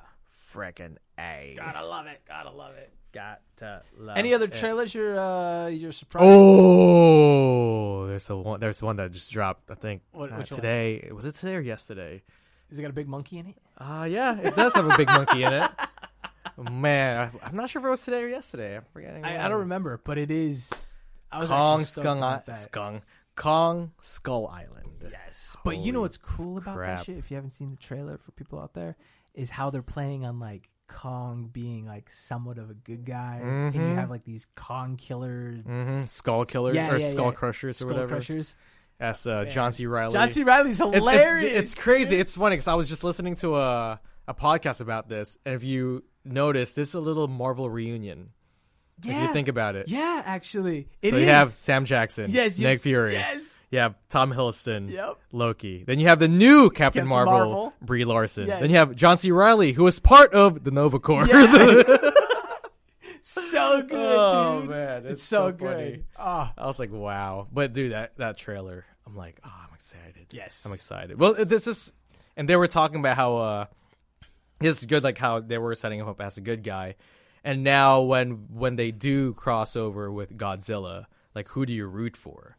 Frickin' A.
gotta love it. Gotta love it.
Got to love
Any other
it.
trailers you're uh you're surprised?
Oh, there's a one. There's one that just dropped. I think
What-
uh,
which one?
today. Was it today or yesterday?
Is it got a big monkey in it?
Uh yeah, it does have a big monkey in it. Oh, Man, I, I'm not sure if it was today or yesterday. I'm forgetting.
I, I
when.
don't remember, but it is. I was
Um, Kong
actually stoked
Skung
about
I-
that.
Skung Kong Skull Island.
Yes, but you know
Holy
what's cool about
crap.
that shit? If you haven't seen the trailer for people out there, is how they're playing on like Kong being like somewhat of a good guy,
Mm-hmm.
and you have like these Kong killers,
hmm Skull killer
Yeah,
or
yeah,
skull
yeah.
crushers or
skull
whatever.
crushers.
That's uh, John C. Riley.
John C. Riley's
It's- it's-
hilarious.
It's, crazy. It's funny because I was just listening to a a podcast about this, and if you notice, this is a little Marvel reunion.
yeah,
If you think about it,
yeah, actually, it
so
is.
you have Sam Jackson,
yes, you-
Nick Fury,
Yes,
you have Tom Hiddleston,
Yep.
Loki. Then you have the new
Captain
Captain Marvel,
Marvel.
Brie Larson.
Yes.
Then you have John C. Riley, who was part of the Nova Corps.
Yeah. so good.
oh
dude.
man,
it's, so,
funny.
good. Ah,
I was like, wow. But dude, that that trailer, I'm like, oh, I'm excited.
Yes.
I'm excited. Well, this is, and they were talking about how uh, this is good, like how they were setting him up as a good guy, and now when when they do crossover with Godzilla, like who do you root for?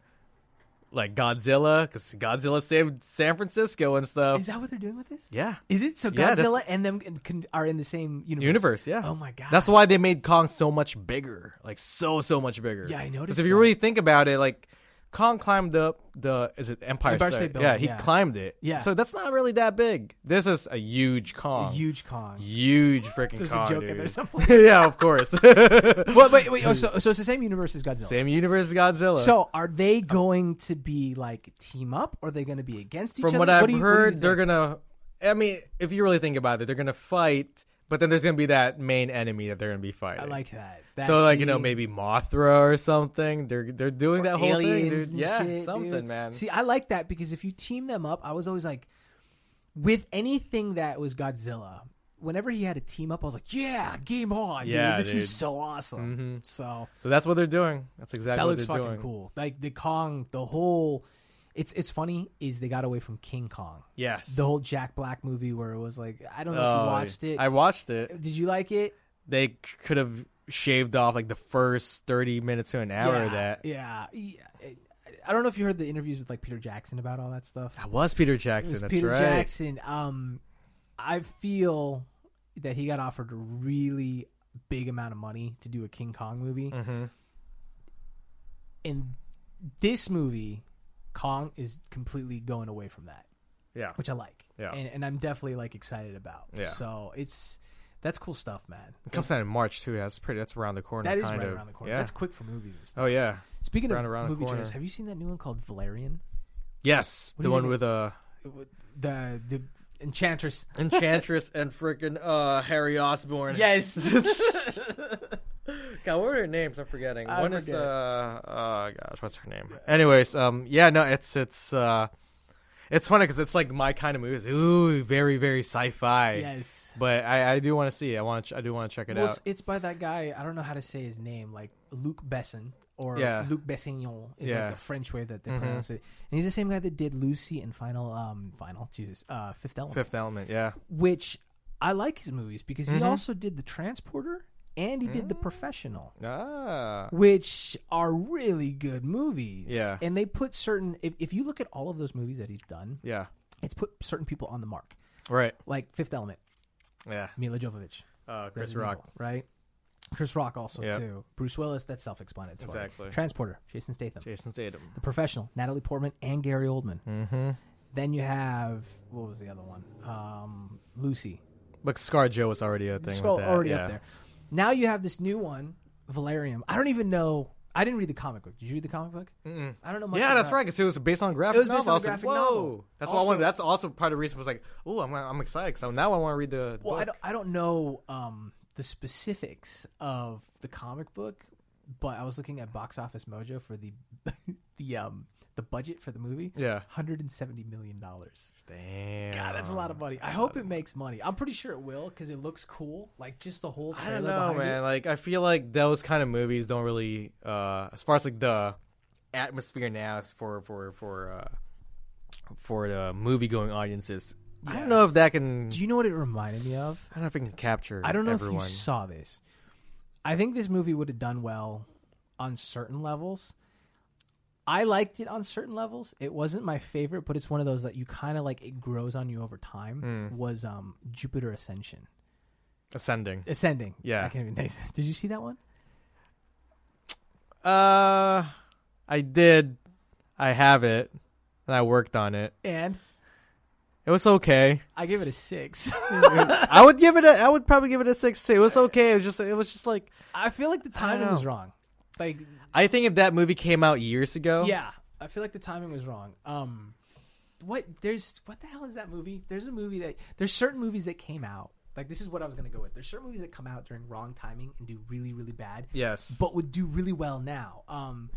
Like Godzilla, because Godzilla saved San Francisco and stuff.
is that what they're doing with this?
yeah.
Is it so?
Oh. Yeah, that's-
Godzilla and them can, can, are in the same universe.
Universe, yeah.
Oh my god.
That's why they made Kong so much bigger, like so so much bigger.
Yeah, I noticed
Because if you
that.
really think about it, like Kong climbed up the is it Empire,
Empire
State?
State
yeah,
Building,
he
yeah.
climbed it.
Yeah.
so that's not really that big. This is a huge Kong,
a huge Kong.
huge freaking.
There's
Kong,
a joke
dude.
in there someplace.
yeah, of course.
well, wait, wait. Oh, so, so it's the same universe as Godzilla.
Same universe as Godzilla.
So are they going to be like team up? Or are they going to be against each
from
other?
what I've
do you- do you
heard,
think?
they're gonna. I mean, if you really think about it, they're gonna fight, but then there's gonna be that main enemy that they're gonna be fighting.
I like that. That
so like you know
scene.
maybe Mothra or something. They're they're doing that whole thing.
aliens
Dude.
and
Yeah,
shit,
something,
dude.
man.
See, I like that because if you team them up, I was always like, with anything that was Godzilla, whenever he had a team up, I was like, yeah, game on,
Yeah,
dude. This
dude. Mm-hmm.
is so awesome. So
so that's what they're doing. That's exactly
that
what
looks
they're
fucking
doing.
cool. Like the Kong, the whole. It's it's funny is they got away from King Kong,
Yes,
the whole Jack Black movie where it was like I don't know if
Oh,
you watched it.
I watched it.
Did you like it?
They could have shaved off like the first thirty minutes to an hour
yeah,
of that.
yeah. yeah. I don't know if you heard the interviews with like Peter Jackson about all that stuff.
That was Peter Jackson.
It was
Oh, that's
Peter
right.
Jackson. Um, I feel that he got offered a really big amount of money to do a King Kong movie,
Mm-hmm.
and this movie, Kong is completely going away from that,
Yeah,
which I like.
Yeah.
and, and I'm definitely like excited about.
Yeah.
so it's that's cool stuff, man.
it comes out in March too. That's pretty. That's around the corner.
That is
kind
right
of.
around the corner.
Yeah.
That's quick for movies and stuff.
oh yeah.
Speaking
around-
of
around the
movie
corner.
trailers, have you seen that new one called Valerian?
Yes,
do
the
you
one
mean?
with uh
It wa- The the Enchantress.
Enchantress and freaking uh Harry Osborn.
Yes.
God, what are their names? I'm forgetting.
I
One is
forget.
uh oh gosh, what's her name? Anyways, um yeah, no, it's it's uh it's funny because it's like my kind of movies. Ooh, very very sci-fi.
yes.
But I, I do want to see. it. I want to. Ch- I do want to check it
Well,
out.
it's, it's by that guy. I don't know how to say his name, like Luc Besson or
Yeah.
Luc Bessignon is
Yeah.
like the French way that they pronounce it. And he's the same guy that did Lucy and Final, um, Final Jesus, uh, Fifth Element,
Fifth Element. Yeah.
which I like his movies because he also did The Transporter and he did The Professional,
Ah.
which are really good movies.
Yeah.
and they put certain. If, if you look at all of those movies that he's done,
Yeah.
it's put certain people on the mark,
Right.
like Fifth Element,
Yeah.
Mila Jovovich.
Uh, Chris
Resident
Rock.
Evil, right? Chris Rock also
Yep.
too. Bruce Willis, that's self-explanatory.
Exactly.
Transporter, Jason Statham,
Jason Statham.
The Professional, Natalie Portman, and Gary Oldman.
Mm-hmm.
Then you have what was the other one? Um, Lucy.
But Scar Joe was already a thing.
Scroll
with that.
already
yeah.
up there. Now you have this new one, Valerium. I don't even know. I didn't read the comic book. Did you read the comic book? Mm-mm. I don't know. Much
Yeah, that's
about-
right. Because it was based on a graphic
It was
novel.
based on a
I was like,
graphic
Whoa.
novel.
That's why I
Also-
wanted. That's also part of the reason I was like, oh, I'm, I'm excited because now I want to read the.
Well, I
book.
don't. I don't know um, the specifics of the comic book, but I was looking at Box Office Mojo for the the um the budget for the movie.
Yeah. Ah,
170 million dollars.
Damn.
God, that's a lot of money. I hope it makes money. I'm pretty sure it will because it looks cool. Like just the whole
I
trailer
don't know,
behind
man.
it.
Like I feel like those kind of movies don't really, uh, as far as like the atmosphere now is for for for uh, for the movie going audiences. I
Yeah.
don't know if that can.
Do you know what it reminded me of?
I don't know if it can capture.
I don't know
everyone.
if you saw this. I think this movie would have done well on certain levels. I liked it on certain levels. It wasn't my favorite, but it's one of those that you kind of like. It grows on you over time.
Hmm.
Was um Jupiter Ascension
ascending.
Ascending?
Yeah.
I can't even. Did you see that one?
Uh, I did. I have it, and I worked on it.
And
It It was okay.
I give it a six.
I would give it. A, I would probably give it a six too. It was okay. It was just. It was just like.
I feel like the timing
know.
was wrong. Like,
I think if that movie came out years ago,
yeah, I feel like the timing was wrong. Um, what there's what the hell is that movie? There's a movie that there's certain movies that came out. Like this is what I was gonna go with. There's certain movies that come out during wrong timing and do really really bad.
Yes.
but would do really well now. Um,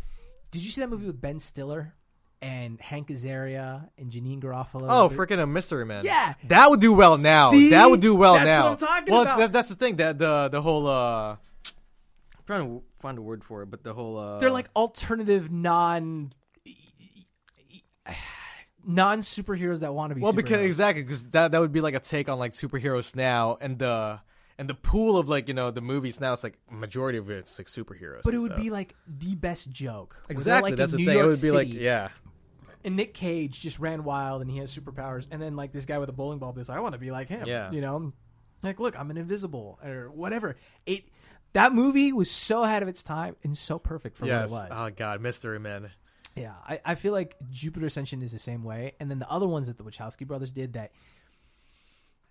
did you see that movie with Ben Stiller and Hank Azaria and Janine Garofalo?
Oh,
They're-
freaking a mystery man!
Yeah.
that would do well now.
See?
That would do well
That's what
now.
I'm talking
well,
about.
that- that's the thing that the the whole uh, I'm trying to find a word for it, but the whole uh,
they're like alternative non non superheroes that want to be
well because
superheroes.
exactly because that that would be like a take on like superheroes now and the and the pool of like you know the movies now it's like majority of it's like superheroes,
but it
and
would
stuff.
be like the best joke. where they're,
exactly
like,
that's
in
the
New
thing.
York
it would be like
City,
yeah,
and Nick Cage just ran wild and he has superpowers, and then like this guy with a bowling ball is like, I want to be like him.
Yeah.
you know, like look, I'm an invisible or whatever. It that movie was so ahead of its time and so perfect for
yes.
what it was.
Oh god, mystery man.
Yeah, I, I feel like Jupiter Ascension is the same way. And then the other ones that the Wachowski brothers did that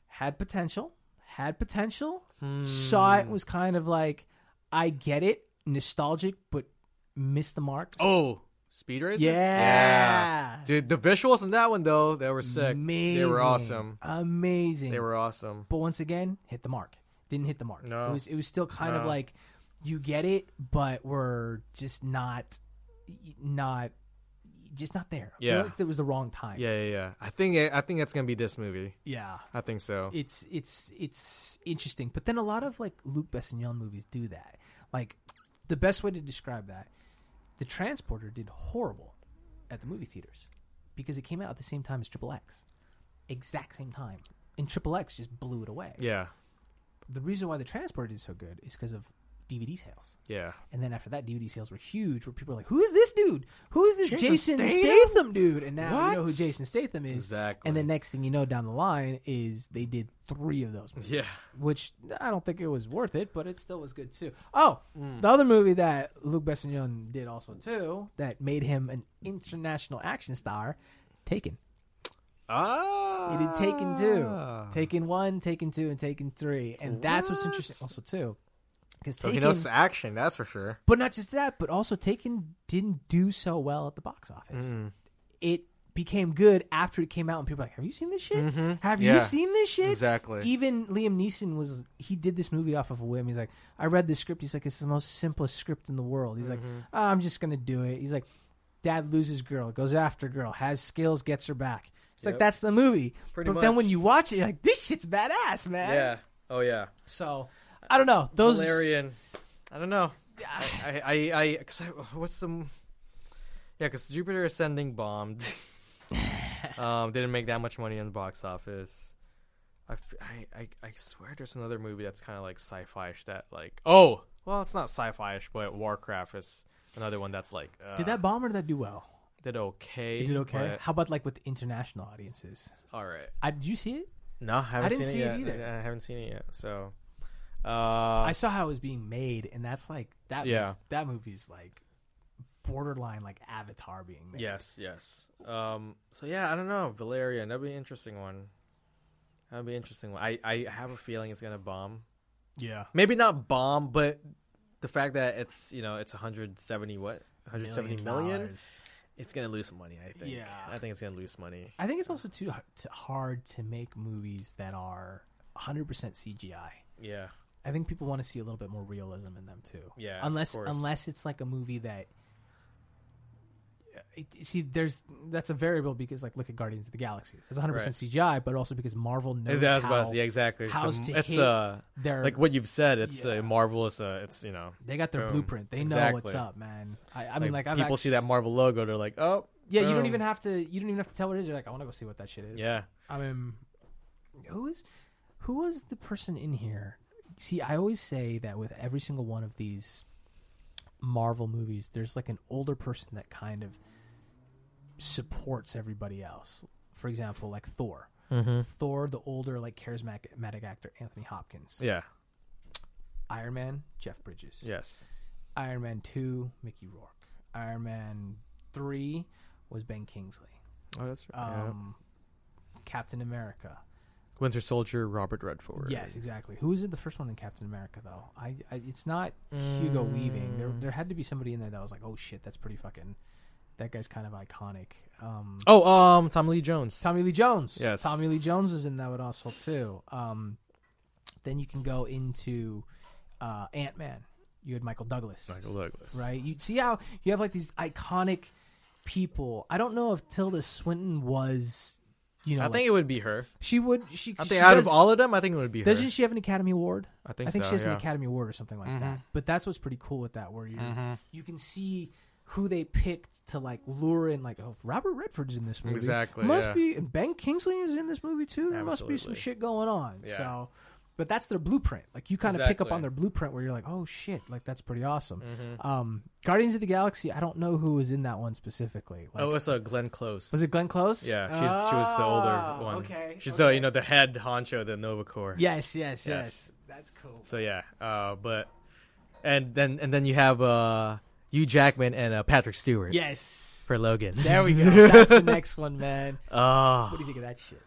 had potential, had potential,
Hmm.
saw it was kind of like, I get it, nostalgic, but missed the mark.
Oh, Speed Racer.
Yeah.
dude, the visuals in that one though they were sick.
Amazing.
They were awesome.
Amazing.
They were awesome.
but once again, hit the mark. Didn't hit the mark.
No.
It was it was still kind of
No.
like you get it, but we're just not not just not there. I feel
Yeah.
like it was the wrong time.
Yeah, yeah, yeah. I think I think it's gonna be this movie.
Yeah.
I think so.
it's it's it's interesting. But then a lot of like Luc Bessignon movies do that. Like the best way to describe that, the Transporter did horrible at the movie theaters because it came out at the same time as Triple X, exact same time, and Triple X just blew it away.
Yeah,
The reason why the Transporter did so good is because of DVD sales.
yeah.
And then after that, DVD sales were huge, where people were like, "Who is this dude? Who is this Jason,
Jason
Statham? dude?" And now you know
What?
who Jason Statham is.
Exactly.
And the next thing you know, down the line, is they did three of those movies.
Yeah.
Which I don't think it was worth it, but it still was good too. Oh,
Mm.
the other movie that Luc Bessignon did also too that made him an international action star, Taken.
Ah.
He did Taken two, Taken one, Taken two, and Taken three, and that's what's
What?
interesting also too. Because
So he knows action. That's for sure.
but not just that, but also Taken didn't do so well at the box office.
Mm.
It became good after it came out, and people were like, "Have you seen this shit? Have you
Mm-hmm. Yeah.
seen this shit?"
Exactly.
Even Liam Neeson was he did this movie off of a whim. He's like, "I read this script." He's like, "It's the most simplest script in the world." He's
Mm-hmm.
like, "Ah, "I'm just gonna do it." He's like, "Dad loses girl, goes after girl, has skills, gets her back." It's like
Yep.
that's the movie.
Pretty
but then
much.
when you watch it, you're like, "This shit's badass, man."
Oh yeah.
So I don't know those.
Valerian. I don't know. I I I, cause I what's the m- yeah because Jupiter Ascending bombed. um, didn't make that much money in the box office. I, f- I, I- I swear there's another movie that's kind of like sci-fi-ish that like oh well it's not sci-fi-ish but Warcraft is another one that's like uh,
Did that bomb or did that do well?
did okay
It did okay.
but-
How about like with international audiences?
all right
I, did you see it?
no I haven't
didn't
seen
see it
it yet.
either.
I haven't seen it yet so uh
I saw how it was being made, and that's like that.
Yeah.
that movie's like borderline like Avatar being made.
Yes, yes. Um, so yeah, I don't know, Valerian. That'd be an interesting one. That'd be an interesting one. I, I have a feeling it's gonna bomb.
yeah,
Maybe not bomb, but the fact that it's you know it's 170 what 170
Million
million,
dollars.
it's gonna lose some money. I think.
Yeah.
I think it's gonna lose some money.
I think it's also too h- t- hard to make movies that are 100% CGI.
Yeah.
I think people want to see a little bit more realism in them too.
Yeah, of
unless
course.
unless it's like a movie that. uh, It- See, there's that's a variable because like look at Guardians of the Galaxy. It's 100 percent
Right.
CGI, but also because Marvel knows
That's
how
about yeah exactly. It's, a-
hows to
it's
hit
uh
their
like what you've said. It's
Yeah.
uh, marvelous. Uh, it's you know
they got their
boom.
blueprint. They know what's
Exactly.
up, man. I, I mean, like, I've
people see that
actu-
Marvel logo, they're like oh
Yeah, you don't
boom.
even have to. You don't even have to tell what it is. You're like, I want to go see what that shit is.
yeah
I mean, who is who was the person in here? See, I always say that with every single one of these Marvel movies, there's like an older person that kind of supports everybody else. For example, like Thor. Thor, the older, like charismatic matic actor Anthony Hopkins.
yeah
Iron Man, Jeff Bridges.
yes
Iron Man 2, Mickey Rourke. Iron Man 3 was Ben Kingsley.
oh that's
Um, Captain America.
Winter Soldier, Robert Redford.
Yes, exactly. Who was in the first one in Captain America though? I, I it's not Hugo Weaving.
Mm.
There there had to be somebody in there that was like, oh shit, that's pretty fucking. That guy's kind of iconic. Um,
Oh, um, Tom Lee Jones.
Tommy Lee Jones.
Yes.
Tommy Lee Jones is in that one also too. Um, then you can go into uh, Ant Man. You had Michael Douglas,
Michael Douglas.
right? You see how you have like these iconic people. I don't know if Tilda Swinton was, you know,
I
like-
think it would be her.
she would. She.
I
she
think out
does,
of all of them, I think it would be
doesn't
her.
she have an Academy Award?
I think so,
she has an
yeah. Mm-hmm.
Academy Award or something like that. But that's what's pretty cool with that, where you you can see who they picked to like lure in, like oh Robert Redford's in this movie,
Exactly,
Must
yeah.
be and Ben Kingsley is in this movie too. There must be some
Absolutely.
shit going on.
Yeah.
So, but that's their blueprint. Like you kind of pick up
Exactly. Mm-hmm.
on their blueprint, where you're like, oh shit, like that's pretty awesome. Um, Guardians of the Galaxy. I don't know who was in that one specifically. Like,
Oh, it's uh, Glenn Close.
was it Glenn Close?
Yeah, she's she was the
Ah,
older one.
Okay,
she's
okay.
the you know the head honcho of the Nova Corps.
Yes, yes, yes,
Yes.
That's cool.
So yeah, uh, but and then and then you have uh Hugh Jackman and uh, Patrick Stewart.
Yes.
for Logan.
There we go. That's the next one, man.
Oh,
What do you think of that shit?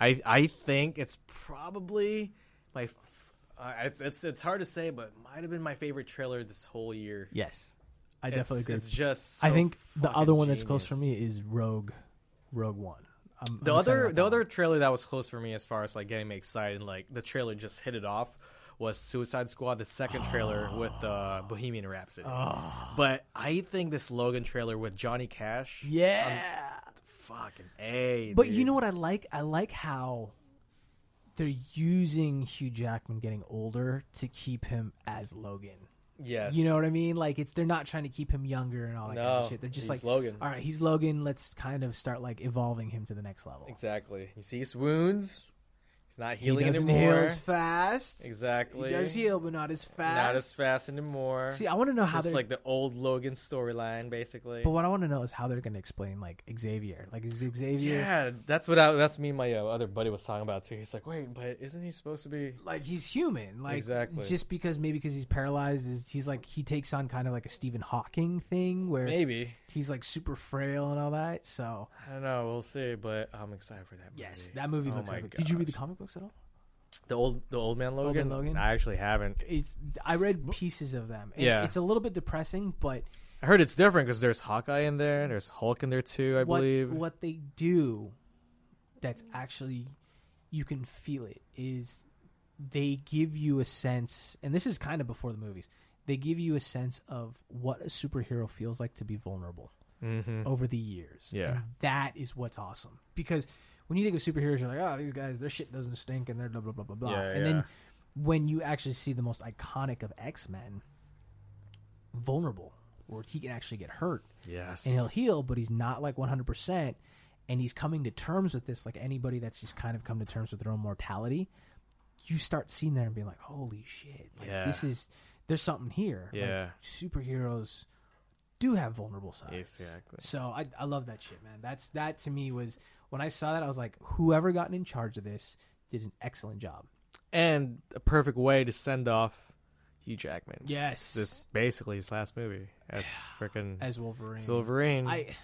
I I think it's probably my. f- Uh, it's, it's it's hard to say, but might have been my favorite trailer this whole year.
Yes, I
It's-
definitely agree.
It's just.
I
so
think the
fucking
other one that's close for
genius.
me is Rogue, Rogue One. I'm,
The
I'm excited
other
about
the
that
other trailer that was close for me as far as like getting me excited, like the trailer just hit it off was Suicide Squad, the second trailer with uh, Bohemian Rhapsody. But I think this Logan trailer with Johnny Cash,
one. yeah.
fucking a.
but you
dude.
know what I like? I like how they're using Hugh Jackman getting older to keep him as Logan.
yes,
You know what I mean? Like it's they're not trying to keep him younger and all that kind of
No,
shit. They're just
he's
like
Logan.
All right, he's Logan. Let's kind of start like evolving him to the next level.
exactly. You see his wounds; he's not
He
healing
doesn't heal
anymore.
as fast.
exactly,
He does heal, but not as fast.
not as fast anymore.
See, I want to know how
it's
they're.
like the old Logan storyline, basically.
but what I want to know is how they're going to explain like Xavier. Like is Xavier
Yeah, that's what I, that's me and my uh, other buddy was talking about too. He's like, wait, but isn't he supposed to be?
like he's human. Like
Exactly.
just because maybe because he's paralyzed is he's like he takes on kind of like a Stephen Hawking thing where
Maybe
he's like super frail and all that. So
I don't know. We'll see. But I'm excited for that. Movie.
yes, that movie
Oh
looks
my
like. Did you read the
gosh.
comic books at all?
the old the old man Logan?
Old Man Logan?
I actually haven't.
It's I read pieces of them. and
Yeah.
it's a little bit depressing, but
I heard it's different because there's Hawkeye in there. There's Hulk in there too. I
what
believe.
what they do that's actually you can feel it is they give you a sense and this is kind of before the movies they give you a sense of what a superhero feels like to be vulnerable
Mm-hmm.
over the years
Mm. Yeah.
And that is what's awesome because when you think of superheroes you're like oh these guys their shit doesn't stink and they're blah blah blah blah blah
Yeah,
and then
yeah.
when you actually see the most iconic of x-men vulnerable where he can actually get hurt
Yes.
and he'll heal, but he's not like 100%. And he's coming to terms with this, like anybody that's just kind of come to terms with their own mortality. You start seeing there and being like, holy shit. Like,
Yeah.
This is, there's something here. Like,
Yeah.
superheroes do have vulnerable sides.
Exactly.
So I, I love that shit, man. That's, that to me was, when I saw that, I was like, whoever gotten in charge of this did an excellent job.
And a perfect way to send off Hugh Jackman.
Yes.
This basically his last movie as freaking
as Wolverine.
Wolverine.
I,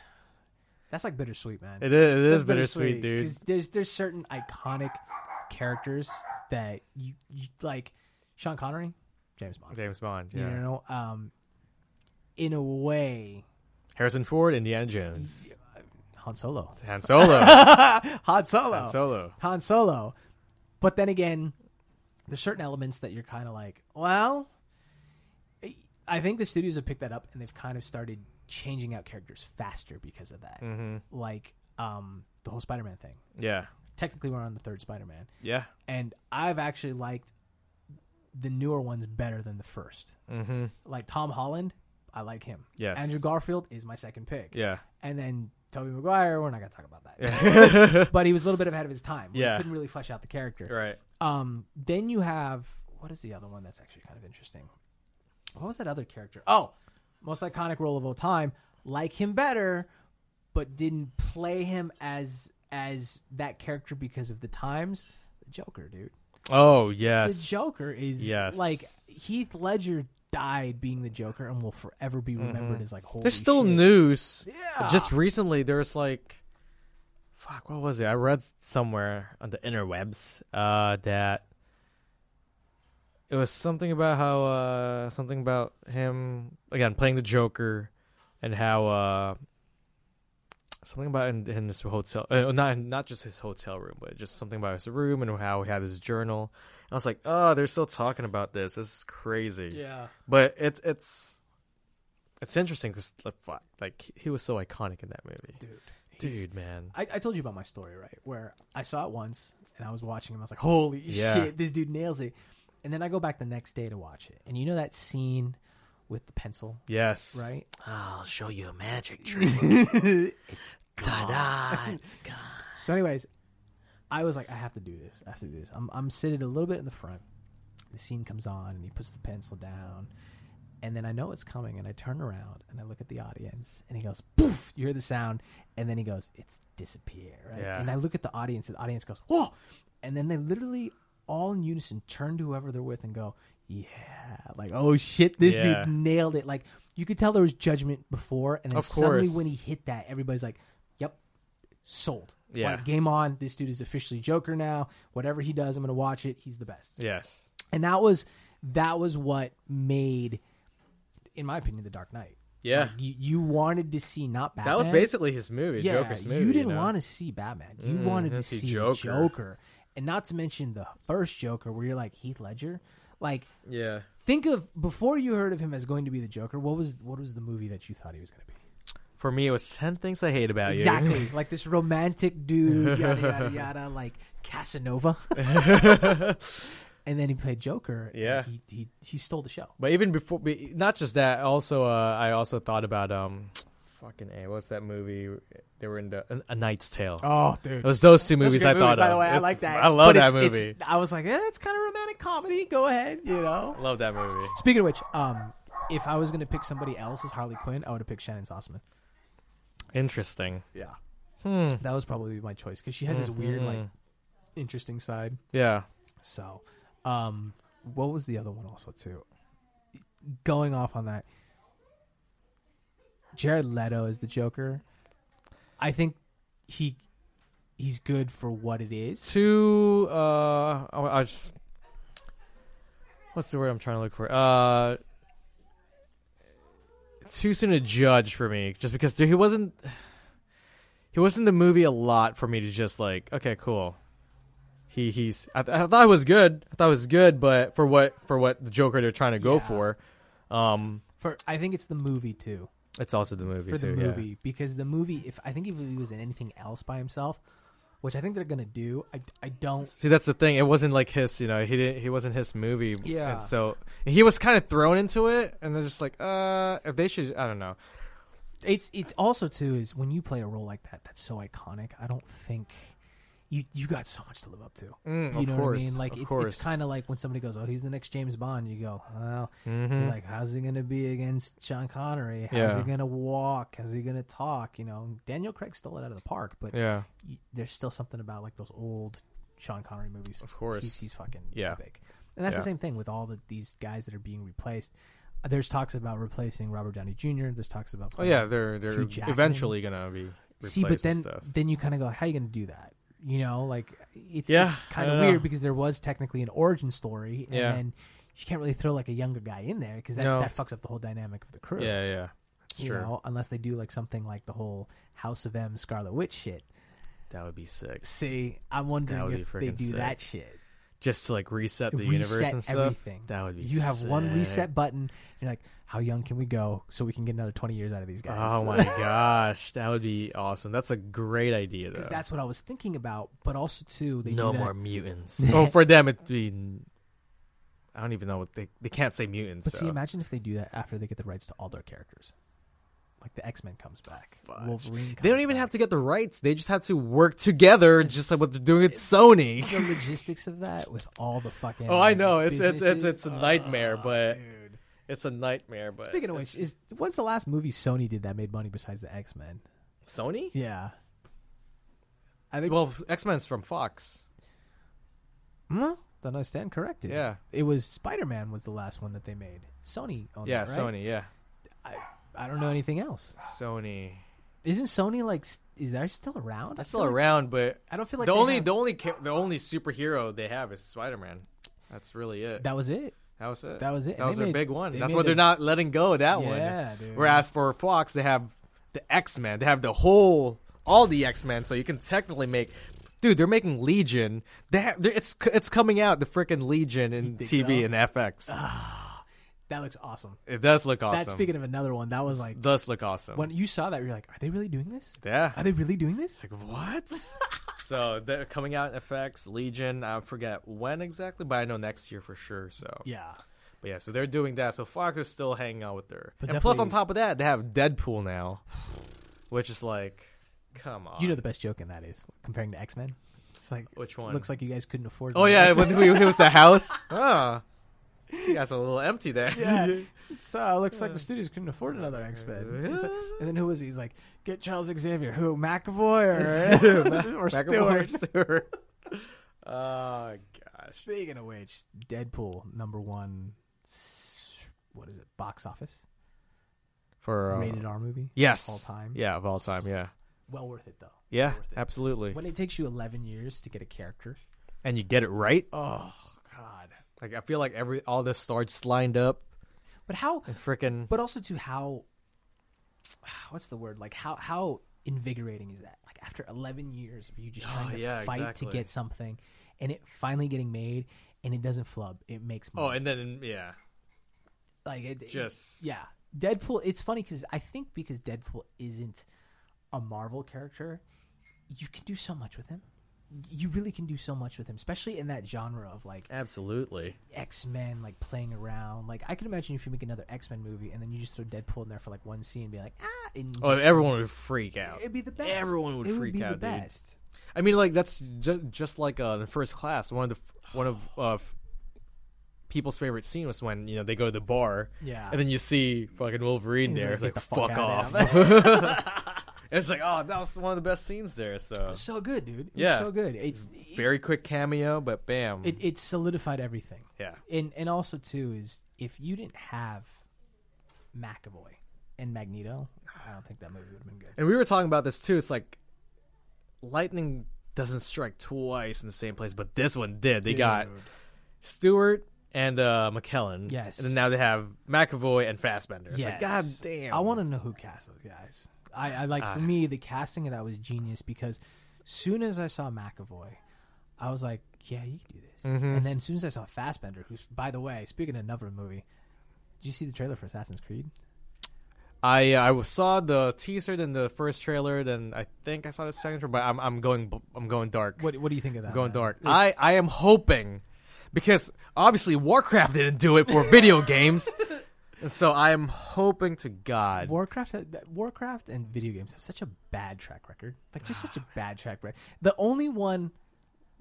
that's like bittersweet, man.
it is, it
That's
is bittersweet, dude.
'cause There's there's certain iconic characters that you, you like Sean Connery, James Bond.
James Bond.
You
Yeah.
know, um, in a way,
Harrison Ford, Indiana Jones,
Han Solo.
Han Solo,
Han Solo.
Han Solo.
Han Solo. But then again, there's certain elements that you're kind of like, well, I think the studios have picked that up and they've kind of started changing out characters faster because of
Mm.
that. Like um, the whole Spider-Man thing.
Mm-hmm. Yeah.
Technically, we're on the third Spider-Man.
Yeah.
and I've actually liked the newer ones better than the 1st Mm-hmm. Like Tom Holland, I like him.
Yes.
Andrew Garfield is my second pick.
Yeah.
And then Tobey Maguire, we're not gonna talk about that. but he was a little bit ahead of his time. where
Yeah.
He couldn't really flesh out the character.
Right.
Um, then you have what is the other one that's actually kind of interesting? What was that other character? Oh, most iconic role of all time. Like him better, but didn't play him as as that character because of the times. The Joker, dude
Oh yes.
the Joker is
Yes.
like Heath Ledger died being the Joker and will forever
Mm-hmm.
be remembered as like holy
There's still
shit.
news.
Yeah.
Just recently, there's like fuck, what was it? I read somewhere on the interwebs uh, that it was something about how uh, something about him again playing the Joker, and how uh, something about in, in this hotel, uh, not not just his hotel room, but just something about his room and how he had his journal. And I was like, oh, they're still talking about this. This is crazy.
Yeah.
But it's it's it's interesting because like, fuck, like he was so iconic in that movie,
Dude. he's-
dude man.
I, I told you about my story, right? Where I saw it once and I was watching him. I was like, holy
Yeah.
shit, this dude nails it. And then I go back the next day to watch it. And you know that scene with the pencil,
Yes.
right?
I'll show you a magic trick. Ta-da! It's gone.
So, anyways, I was like, I have to do this. I have to do this. I'm, I'm sitting a little bit in the front. The scene comes on, and he puts the pencil down. And then I know it's coming, and I turn around and I look at the audience, and he goes, poof, you hear the sound. And then he goes, it's disappear. Right?
Yeah.
And I look at the audience, and the audience goes, whoa. And then they literally all in unison turn to whoever they're with and go, yeah. Like, oh shit, this
Yeah.
dude nailed it. Like, you could tell there was judgment before, and then
Of
suddenly
course.
when he hit that, everybody's like, yep, sold.
Yeah.
Like, game on. This dude is officially Joker now. Whatever he does, I'm going to watch it. He's the best.
Yes.
And that was that was what made, in my opinion, The Dark Knight.
Yeah.
Like, you, you wanted to see not Batman.
that was basically his movie,
yeah,
Joker's movie.
You didn't
know?
want to see Batman. You wanted to
let's see
see, the
Joker.
Joker. And not to mention the first Joker, where you're like Heath Ledger. Like,
Yeah.
think of before you heard of him as going to be the Joker. What was what was the movie that you thought he was going to be?
For me, it was ten things I hate about you.
Exactly. like this romantic dude, yada, yada, yada, like Casanova. and then he played Joker. and
Yeah.
He, he, he stole the show.
But even before, be- not just that. Also, uh, I also thought about um, fucking a. What's that movie? They were in the A, a Knight's Tale.
Oh, dude.
It was those two movies
That's a
I
good
thought
movie,
of.
By the way, I
It's-
like that.
I love
But
that
it's- it's-
movie.
I was like, eh, it's kind of romantic comedy. Go ahead, you know.
I love that movie.
Speaking of which, um, if I was going to pick somebody else as Harley Quinn, I would have picked Shannon Sossman.
Interesting. Hmm.
Yeah. That was probably my choice because she has this weird, like, interesting side.
Mm-hmm. Yeah.
So, um, what was the other one also too? Going off on that, Jared Leto is the Joker. I think he he's good for what it is.
Two. Uh, I, I just. What's the word I'm trying to look for? Uh. Too soon to judge for me, just because there, he wasn't. He wasn't in the movie a lot for me to just like. Okay, cool. He he's. I, th- I thought it was good. I thought it was good, but for what for what the Joker they're trying to go
Yeah.
for, um,
For I think it's the movie too
it's also the movie
for the
too. yeah.
movie because the movie if I think if he was in anything else by himself, which I think they're gonna do, I I don't.
See, that's the thing. It wasn't like his, you know, he didn't, he wasn't his movie.
Yeah.
And so he was kind of thrown into it, and they're just like, uh, if they should, I don't know.
It's it's also too is when you play a role like that that's so iconic. I don't think you you got so much to live up to.
Mm,
You
of
know
course,
what I mean? Like
of
it's,
course.
it's kind of like when somebody goes, "Oh, he's the next James Bond." You go, "Well,
Mhm.
like how's he going to be against Sean Connery? How's
Yeah.
he going to walk? How's he going to talk?" You know, Daniel Craig stole it out of the park, but
yeah,
y- there's still something about like those old Sean Connery movies.
Of course.
he's, he's fucking
Yeah.
epic. And that's
Yeah.
the same thing with all the, these guys that are being replaced. Uh, There's talks about replacing Robert Downey Jr. There's talks about
oh yeah, they're they're
Hugh Jackman.
eventually gonna be replaced
See, but then
and stuff.
then you kind of go, how are you going to do that? You know, like it's,
Yeah,
it's kind
I
of
don't
weird
know.
because there was technically an origin story, and
Yeah.
then you can't really throw like a younger guy in there because that,
No.
that fucks up the whole dynamic of the crew.
Yeah, yeah, that's
you
true.
know, unless they do like something like the whole House of M Scarlet Witch shit.
That would be sick.
See, I'm
That
wondering
would
if
be
they
freaking
do
sick.
that shit.
Just to like reset the
reset
universe and stuff.
everything.
That would be.
You have one
sick.
reset button. You're like, how young can we go so we can get another 20 years out of these guys?
Oh my gosh, that would be awesome. That's a great idea, though.
Because that's what I was thinking about, but also too, they do that-
mutants. oh, for them it'd be. I don't even know what they they can't say mutants.
But
so.
see, imagine if they do that after they get the rights to all their characters. Like the X Men comes back,
Fudge.
Wolverine. Comes
They don't even
back.
have to get the rights. They just have to work together, just like what they're doing at Sony.
the logistics of that with all the fucking.
Oh, I know. It's it's it's
businesses. Oh,
it's a nightmare, but
Dude.
it's a nightmare. But
Speaking of which,
it's-
is when's the last movie Sony did that made money besides the X Men?
Sony.
Yeah, I think.
well, X Men's from Fox.
Hmm? Then I stand corrected.
Yeah.
it was Spider Man was the last one that they made. Sony owned
Yeah,
that, right?
Sony. Yeah,
I, I don't know anything else.
Sony.
Isn't Sony like? s- Is that still around?
That's still around, but
I don't feel like
the
they
only
have-
the only ca- the only superhero they have is Spider Man. That's really it. That,
That was it.
was it.
that was it.
That
And
was
they
their
made-
big one.
they
That's
made
why they're
a-
not letting go of that
Yeah,
one.
dude.
Whereas for Fox, they have the X Men. They have the whole all the X Men, so you can technically make. Dude, they're making Legion. They ha- they're, it's c- it's coming out the freaking Legion in
think
TV
so?
and FX.
That looks awesome.
it does look awesome.
That's speaking of another one. That was like
does look awesome.
when you saw that, you're like, are they really doing this?
yeah.
Are they really doing this?
It's like what? so they're coming out in FX Legion. I forget when exactly, but I know next year for sure. So
Yeah.
but yeah, so they're doing that. So Fox is still hanging out with her. and plus, on
definitely-
top of that, they have Deadpool now, which is like, come on.
You know the best joke in that is comparing to X Men. It's like
which one?
looks like you guys couldn't afford.
oh
one.
yeah,
It's
when we, it was the house. Ah, you guys are a little empty there.
Yeah. It's, uh, looks like the studios couldn't afford another X Men.
Yeah.
and then who was he? He's like, get Charles Xavier, who McAvoy or, or
McAvoy,
Stewart.
Stewart. oh gosh.
Speaking of which, Deadpool number one. s- What is it? Box office
For uh,
rated R movie.
Yes.
all time.
Yeah, of all time. Yeah.
well worth it though.
Yeah.
worth it.
Absolutely.
When it takes you eleven years to get a character.
and you get it right.
Oh God.
Like I feel like every all the stars lined up
But how?
and freaking
But also to how. What's the word? Like how how invigorating is that? Like after eleven years of you just trying to
Oh, yeah,
fight
exactly.
to get something, and it finally getting made, and it doesn't flub. It makes money.
oh, and then yeah,
like it, it-
Just-
yeah deadpool it's funny because i think because deadpool isn't a marvel character you can do so much with him you really can do so much with him especially in that genre of like
absolutely.
x-men like playing around like i can imagine if you make another x-men movie and then you just throw deadpool in there for like one scene and be like ah and
Oh,
just-
everyone would freak out.
it'd be the best
everyone would
it
freak
would be
out,
the
dude.
best
I mean, like that's ju- just like uh, the first class. One of the one of uh, people's favorite scene was when you know they go to the bar,
Yeah.
and then you see fucking Wolverine
He's
there.
like,
it's
"Get
like
the
fuck,
fuck outta
off. it's like oh, that was one of the best scenes there. So
so good dude It was
Yeah.
so good it's
very quick cameo, but bam,
it, it solidified everything
yeah,
and and also too is if you didn't have McAvoy and Magneto, I don't think that movie would have been good.
And we were talking about this too. It's like lightning doesn't strike twice in the same place, but this one did. They got
Dude.
Stewart and uh, McKellen.
Yes.
And then now they have McAvoy and Fassbender. It's
Yes.
like, God damn. Ah.
I want to know who cast those guys. I, I like for me the casting of that was genius because soon as I saw McAvoy, I was like, yeah, you can do this.
Mm-hmm.
And then as soon as I saw Fassbender, who's by the way, speaking of another movie, did you see the trailer for Assassin's Creed?
I uh, I saw the teaser, then the first trailer, then I think I saw the second trailer, but I'm I'm going b- I'm going dark.
What What do you think of that?
I'm going
man?
dark.
uh, It's-
I I am hoping because obviously Warcraft didn't do it for video games. And so I am hoping to God
Warcraft, had- that- Warcraft, and video games have such a bad track record. Like just such a bad track record. The only one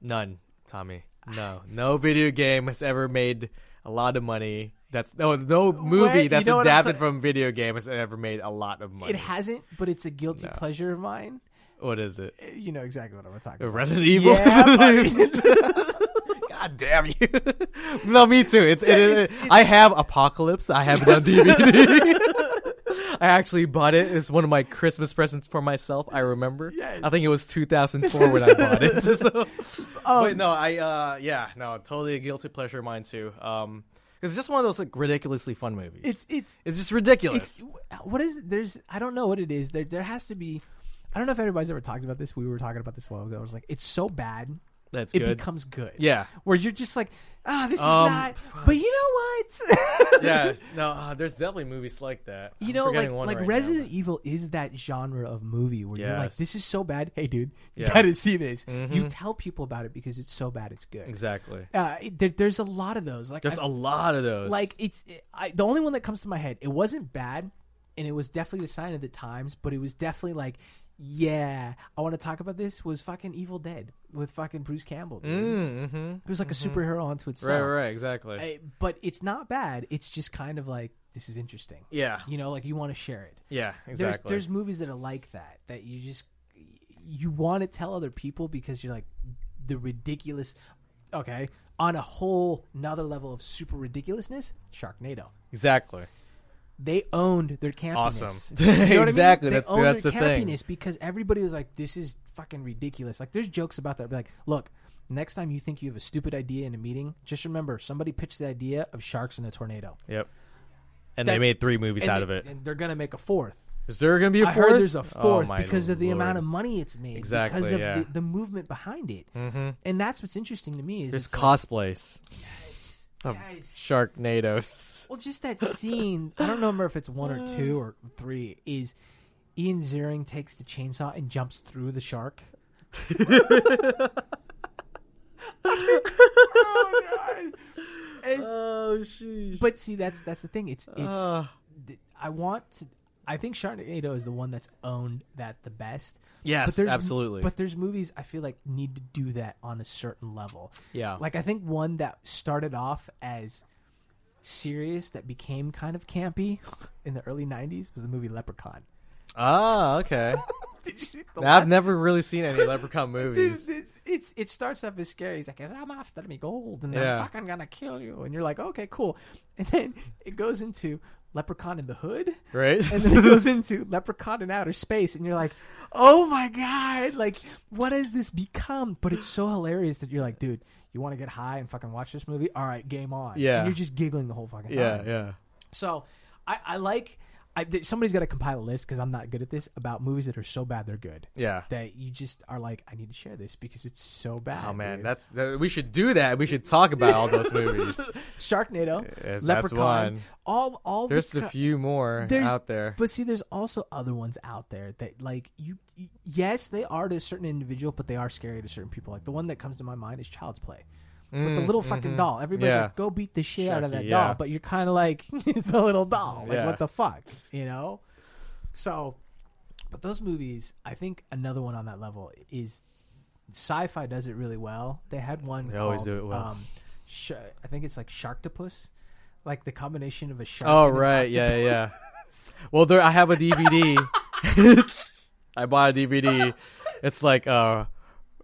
None, Tommy. No, no video game has ever made a lot of money. That's no, no movie
Wait, you
that's
know what I'm
adapted
sa-
from video game has ever made a lot of money.
It hasn't, but it's a guilty
No.
pleasure of mine.
what is it?
Uh, You know exactly what I'm talking about.
Uh, Resident Evil.
Yeah,
God damn you! no, me too. It's, it,
it's-
it- I have Apocalypse. I have it on DVD. I actually bought it. It's one of my Christmas presents for myself. I remember.
Yes.
I think it was 2004 when I bought it. So,
Um,
but no, I uh, yeah, no, totally a guilty pleasure of mine too. Um, it's just one of those like ridiculously fun movies.
It's it's
it's just ridiculous.
it's what is there's I don't know what it is. There there has to be I don't know if anybody's ever talked about this. We were talking about this a while ago. I was like, it's so bad,
That's
it
good.
becomes good.
yeah,
Where you're just like, ah, this is
Um,
not. But you know what?
yeah. No, uh, there's definitely movies like that.
You
I'm
know, like
forgetting one
like
right now,
Resident Evil is that genre of movie where you're like,
Yes.
this is so bad. Hey, dude, you
Yeah. Mm-hmm.
gotta see this. You tell people about it because it's so bad, it's good.
but- Exactly.
Uh, it- there, there's a lot of those. Like
There's
I-
a lot of those.
like it's I, the only one that comes to my head. It wasn't bad, and it was definitely the sign of the times, but it was definitely like, yeah, I want to talk about this. Was fucking Evil Dead with fucking Bruce
Mm,
Campbell? Dude.
Mm-hmm.
It was like a superhero onto itself.
Right, right, exactly.
Uh, but it's not bad. It's just kind of like this is interesting.
yeah,
You know, like you want to share it.
yeah, exactly.
There's, there's movies that are like that that you just you want to tell other people because you're like the ridiculous. Okay, on a whole another level of super ridiculousness, Sharknado.
exactly.
They owned their campiness.
Awesome.
You know what I mean?
Exactly,
They
that's-
owned
that's
their
the thing.
campiness because everybody was like, "This is fucking ridiculous." Like, there's jokes about that. Be like, look, next time you think you have a stupid idea in a meeting, just remember somebody pitched the idea of sharks in a tornado.
Yep. And
That-
they made three movies
And
out
they-
of it.
and they're gonna make a fourth.
Is there going to be a
I
fourth?
heard there's a
Oh,
fourth
my
because of the amount of
lord.
money it's made, because
Exactly,
of
yeah. Mm-hmm.
the, the movement behind it, and that's what's interesting to me. Is
There's um,
it's like,
cosplays.
yes, yes.
Sharknados.
Well, just that scene. I don't remember if it's one or two or three. Is Ian Ziering takes the chainsaw and jumps through the shark?
Oh, sheesh.
But see, that's that's the thing. It's it's.
Ugh.
th- I want to. I think Sharknado is the one that's owned that the best.
Yes,
there's-
absolutely.
But there's movies I feel like need to do that on a certain level.
Yeah.
Like I think one that started off as serious that became kind of campy in the early 90s was the movie Leprechaun.
ah, okay.
Did you see the
Now, I've
la-
never really seen any Leprechaun
It's,
movies.
it's, it's, it starts off as scary. He's like, I'm after me gold and
Yeah.
I'm fucking gonna kill you. And you're like, okay, cool. And then it goes into Leprechaun in the Hood.
Right?
and then it goes into Leprechaun in Outer Space, and you're like, oh my god, like what has this become? But it's so hilarious that you're like, dude, you want to get high and fucking watch this movie? All right, game on.
Yeah.
and you're just giggling the whole fucking
yeah,
time.
yeah.
So I, I like. I, th- somebody's got to compile a list because I'm not good at this about movies that are so bad they're good.
Yeah.
That you just are like, I need to share this because it's so bad.
Oh man,
dude.
that's that, we should do that. We should talk about all those movies.
Sharknado,
Yes, that's
Leprechaun,
one.
all all
There's a
beca-
few more
there's-
out there.
But see, there's also other ones out there that like you. y- Yes, they are to a certain individual, but they are scary to certain people. Like the one that comes to my mind is Child's Play. With the little fucking doll, everybody's
Mm, mm-hmm. Yeah.
like, "Go beat the shit out of
Chucky,
that
yeah.
doll," but you're kind of like, "It's a little doll. Like,
Yeah.
what the fuck?" You know. So, but those movies, I think another one on that level is sci-fi does it really well. They had one.
They
called,
always do it well.
Um, sh- I think it's like Sharktopus, like the combination of a shark.
Oh
and an
right, yeah, yeah. Well, there I have a DVD. I bought a DVD. It's like uh,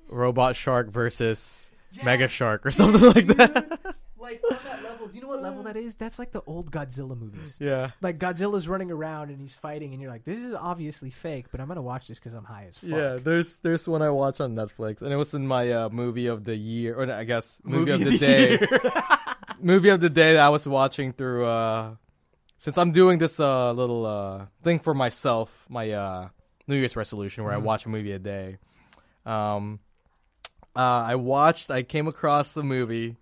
Robot Shark versus Mega Shark or something like that.
like on that level. Do you know what level that is? That's like the old Godzilla movies.
yeah.
Like Godzilla's running around and he's fighting, and you're like, "This is obviously fake," but I'm gonna watch this because I'm high as fuck.
Yeah, there's there's one I watch on Netflix, and it was in my uh, movie of the year, or I guess movie, of the, day, movie of the day that I was watching through. Uh, since I'm doing this uh, little uh, thing for myself, my uh, New Year's resolution where I watch a movie a day. Um, uh, I watched. I came across the movie.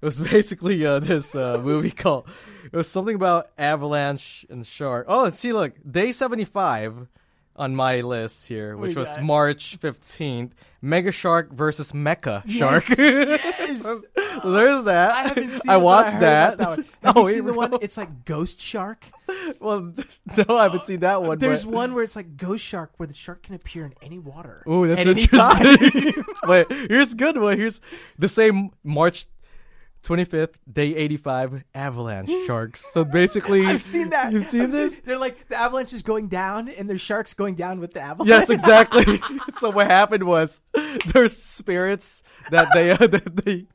It was basically uh, this uh, movie called. It was something about avalanche and shark. Oh, and see, look, day seventy-five on my list here, which
We
was
got-
March fifteenth. Mega shark versus mecha shark. There's that.
I haven't seen. it,
I
but
watched
heard
that.
about one. Have
Oh,
you
here
seen
we
the one?
go.
It's like Ghost Shark.
Well, no, I haven't seen that one.
There's
but-
one where it's like Ghost Shark, where the shark can appear in any water.
Ooh, that's
at any time.
interesting. Wait, here's a good one. Here's the same March 25th, day 85, avalanche sharks. So basically,
I've seen that.
You've seen
I've
this?
They're like the avalanche is going down, and there's sharks going down with the avalanche.
Yes, exactly. so what happened was there's spirits that they uh, that they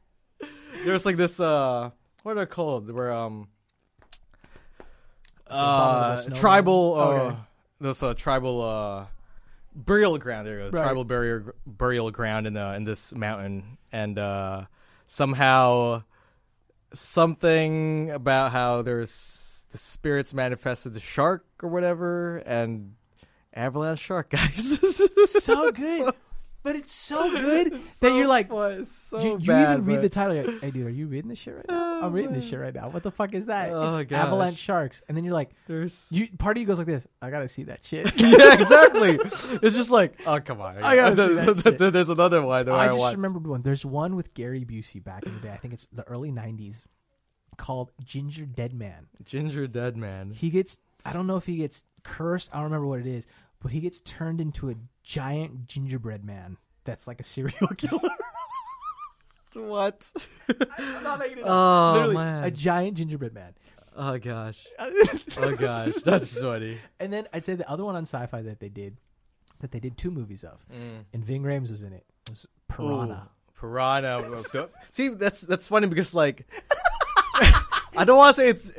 there's like this uh what are they called? Where um uh
Abominable
tribal uh
snowmen. Okay.
this uh tribal uh burial ground there, you go.
Right.
tribal burial burial ground in the in this mountain and uh somehow something about how there's the spirits manifested the shark or whatever and avalanche shark guys
so good, but it's so good that you're like,
so
you, you
bad,
even read
but-
the title. You're like, hey, dude, are you reading this shit right now? I'm reading this shit right now. What the fuck is that?
Oh,
it's
gosh.
Avalanche Sharks, and then you're like,
there's
you part of you goes like this. I gotta see that shit.
yeah exactly it's just like oh come on
I gotta see
there's,
that shit.
there's another one that
I
I,
just
want.
remembered one. There's one with Gary Busey back in the day. I think it's the early '90s, called Ginger Dead Man.
ginger dead man
He gets. I don't know if he gets cursed. I don't remember what it is, but he gets turned into a giant gingerbread man. That's like a serial killer.
what
I'm not making it up.
oh
Literally,
man
a giant gingerbread man.
oh gosh oh gosh that's funny
And then I'd say the other one on sci-fi that they did, that they did two movies of, and Ving Rhames was in it. Was Piranha.
Ooh, piranha. See, that's that's funny because like I don't want to say it's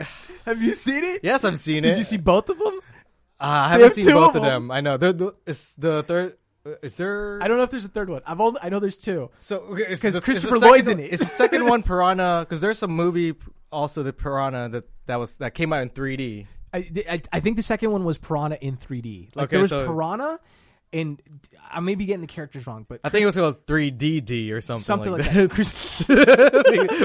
Have you seen it?
Yes, I've seen it.
Did you see both of them?
Uh, I haven't
have
seen
two of
both of
them.
them. I know. They're, the it's the third. uh, Is there?
I don't know if there's a third one. I've only I know there's two.
So because
the- it's Christopher the second- Lloyd's in it.
It's the second one, Piranha. Because there's some movie p- also the Piranha that that was that came out in 3D.
I, I, I think the second one was Piranha in 3D. Like
Okay,
there was
so-
Piranha, and I may be getting the characters wrong, but
I think it was called 3DD or something,
Something
like,
like
that. Chris-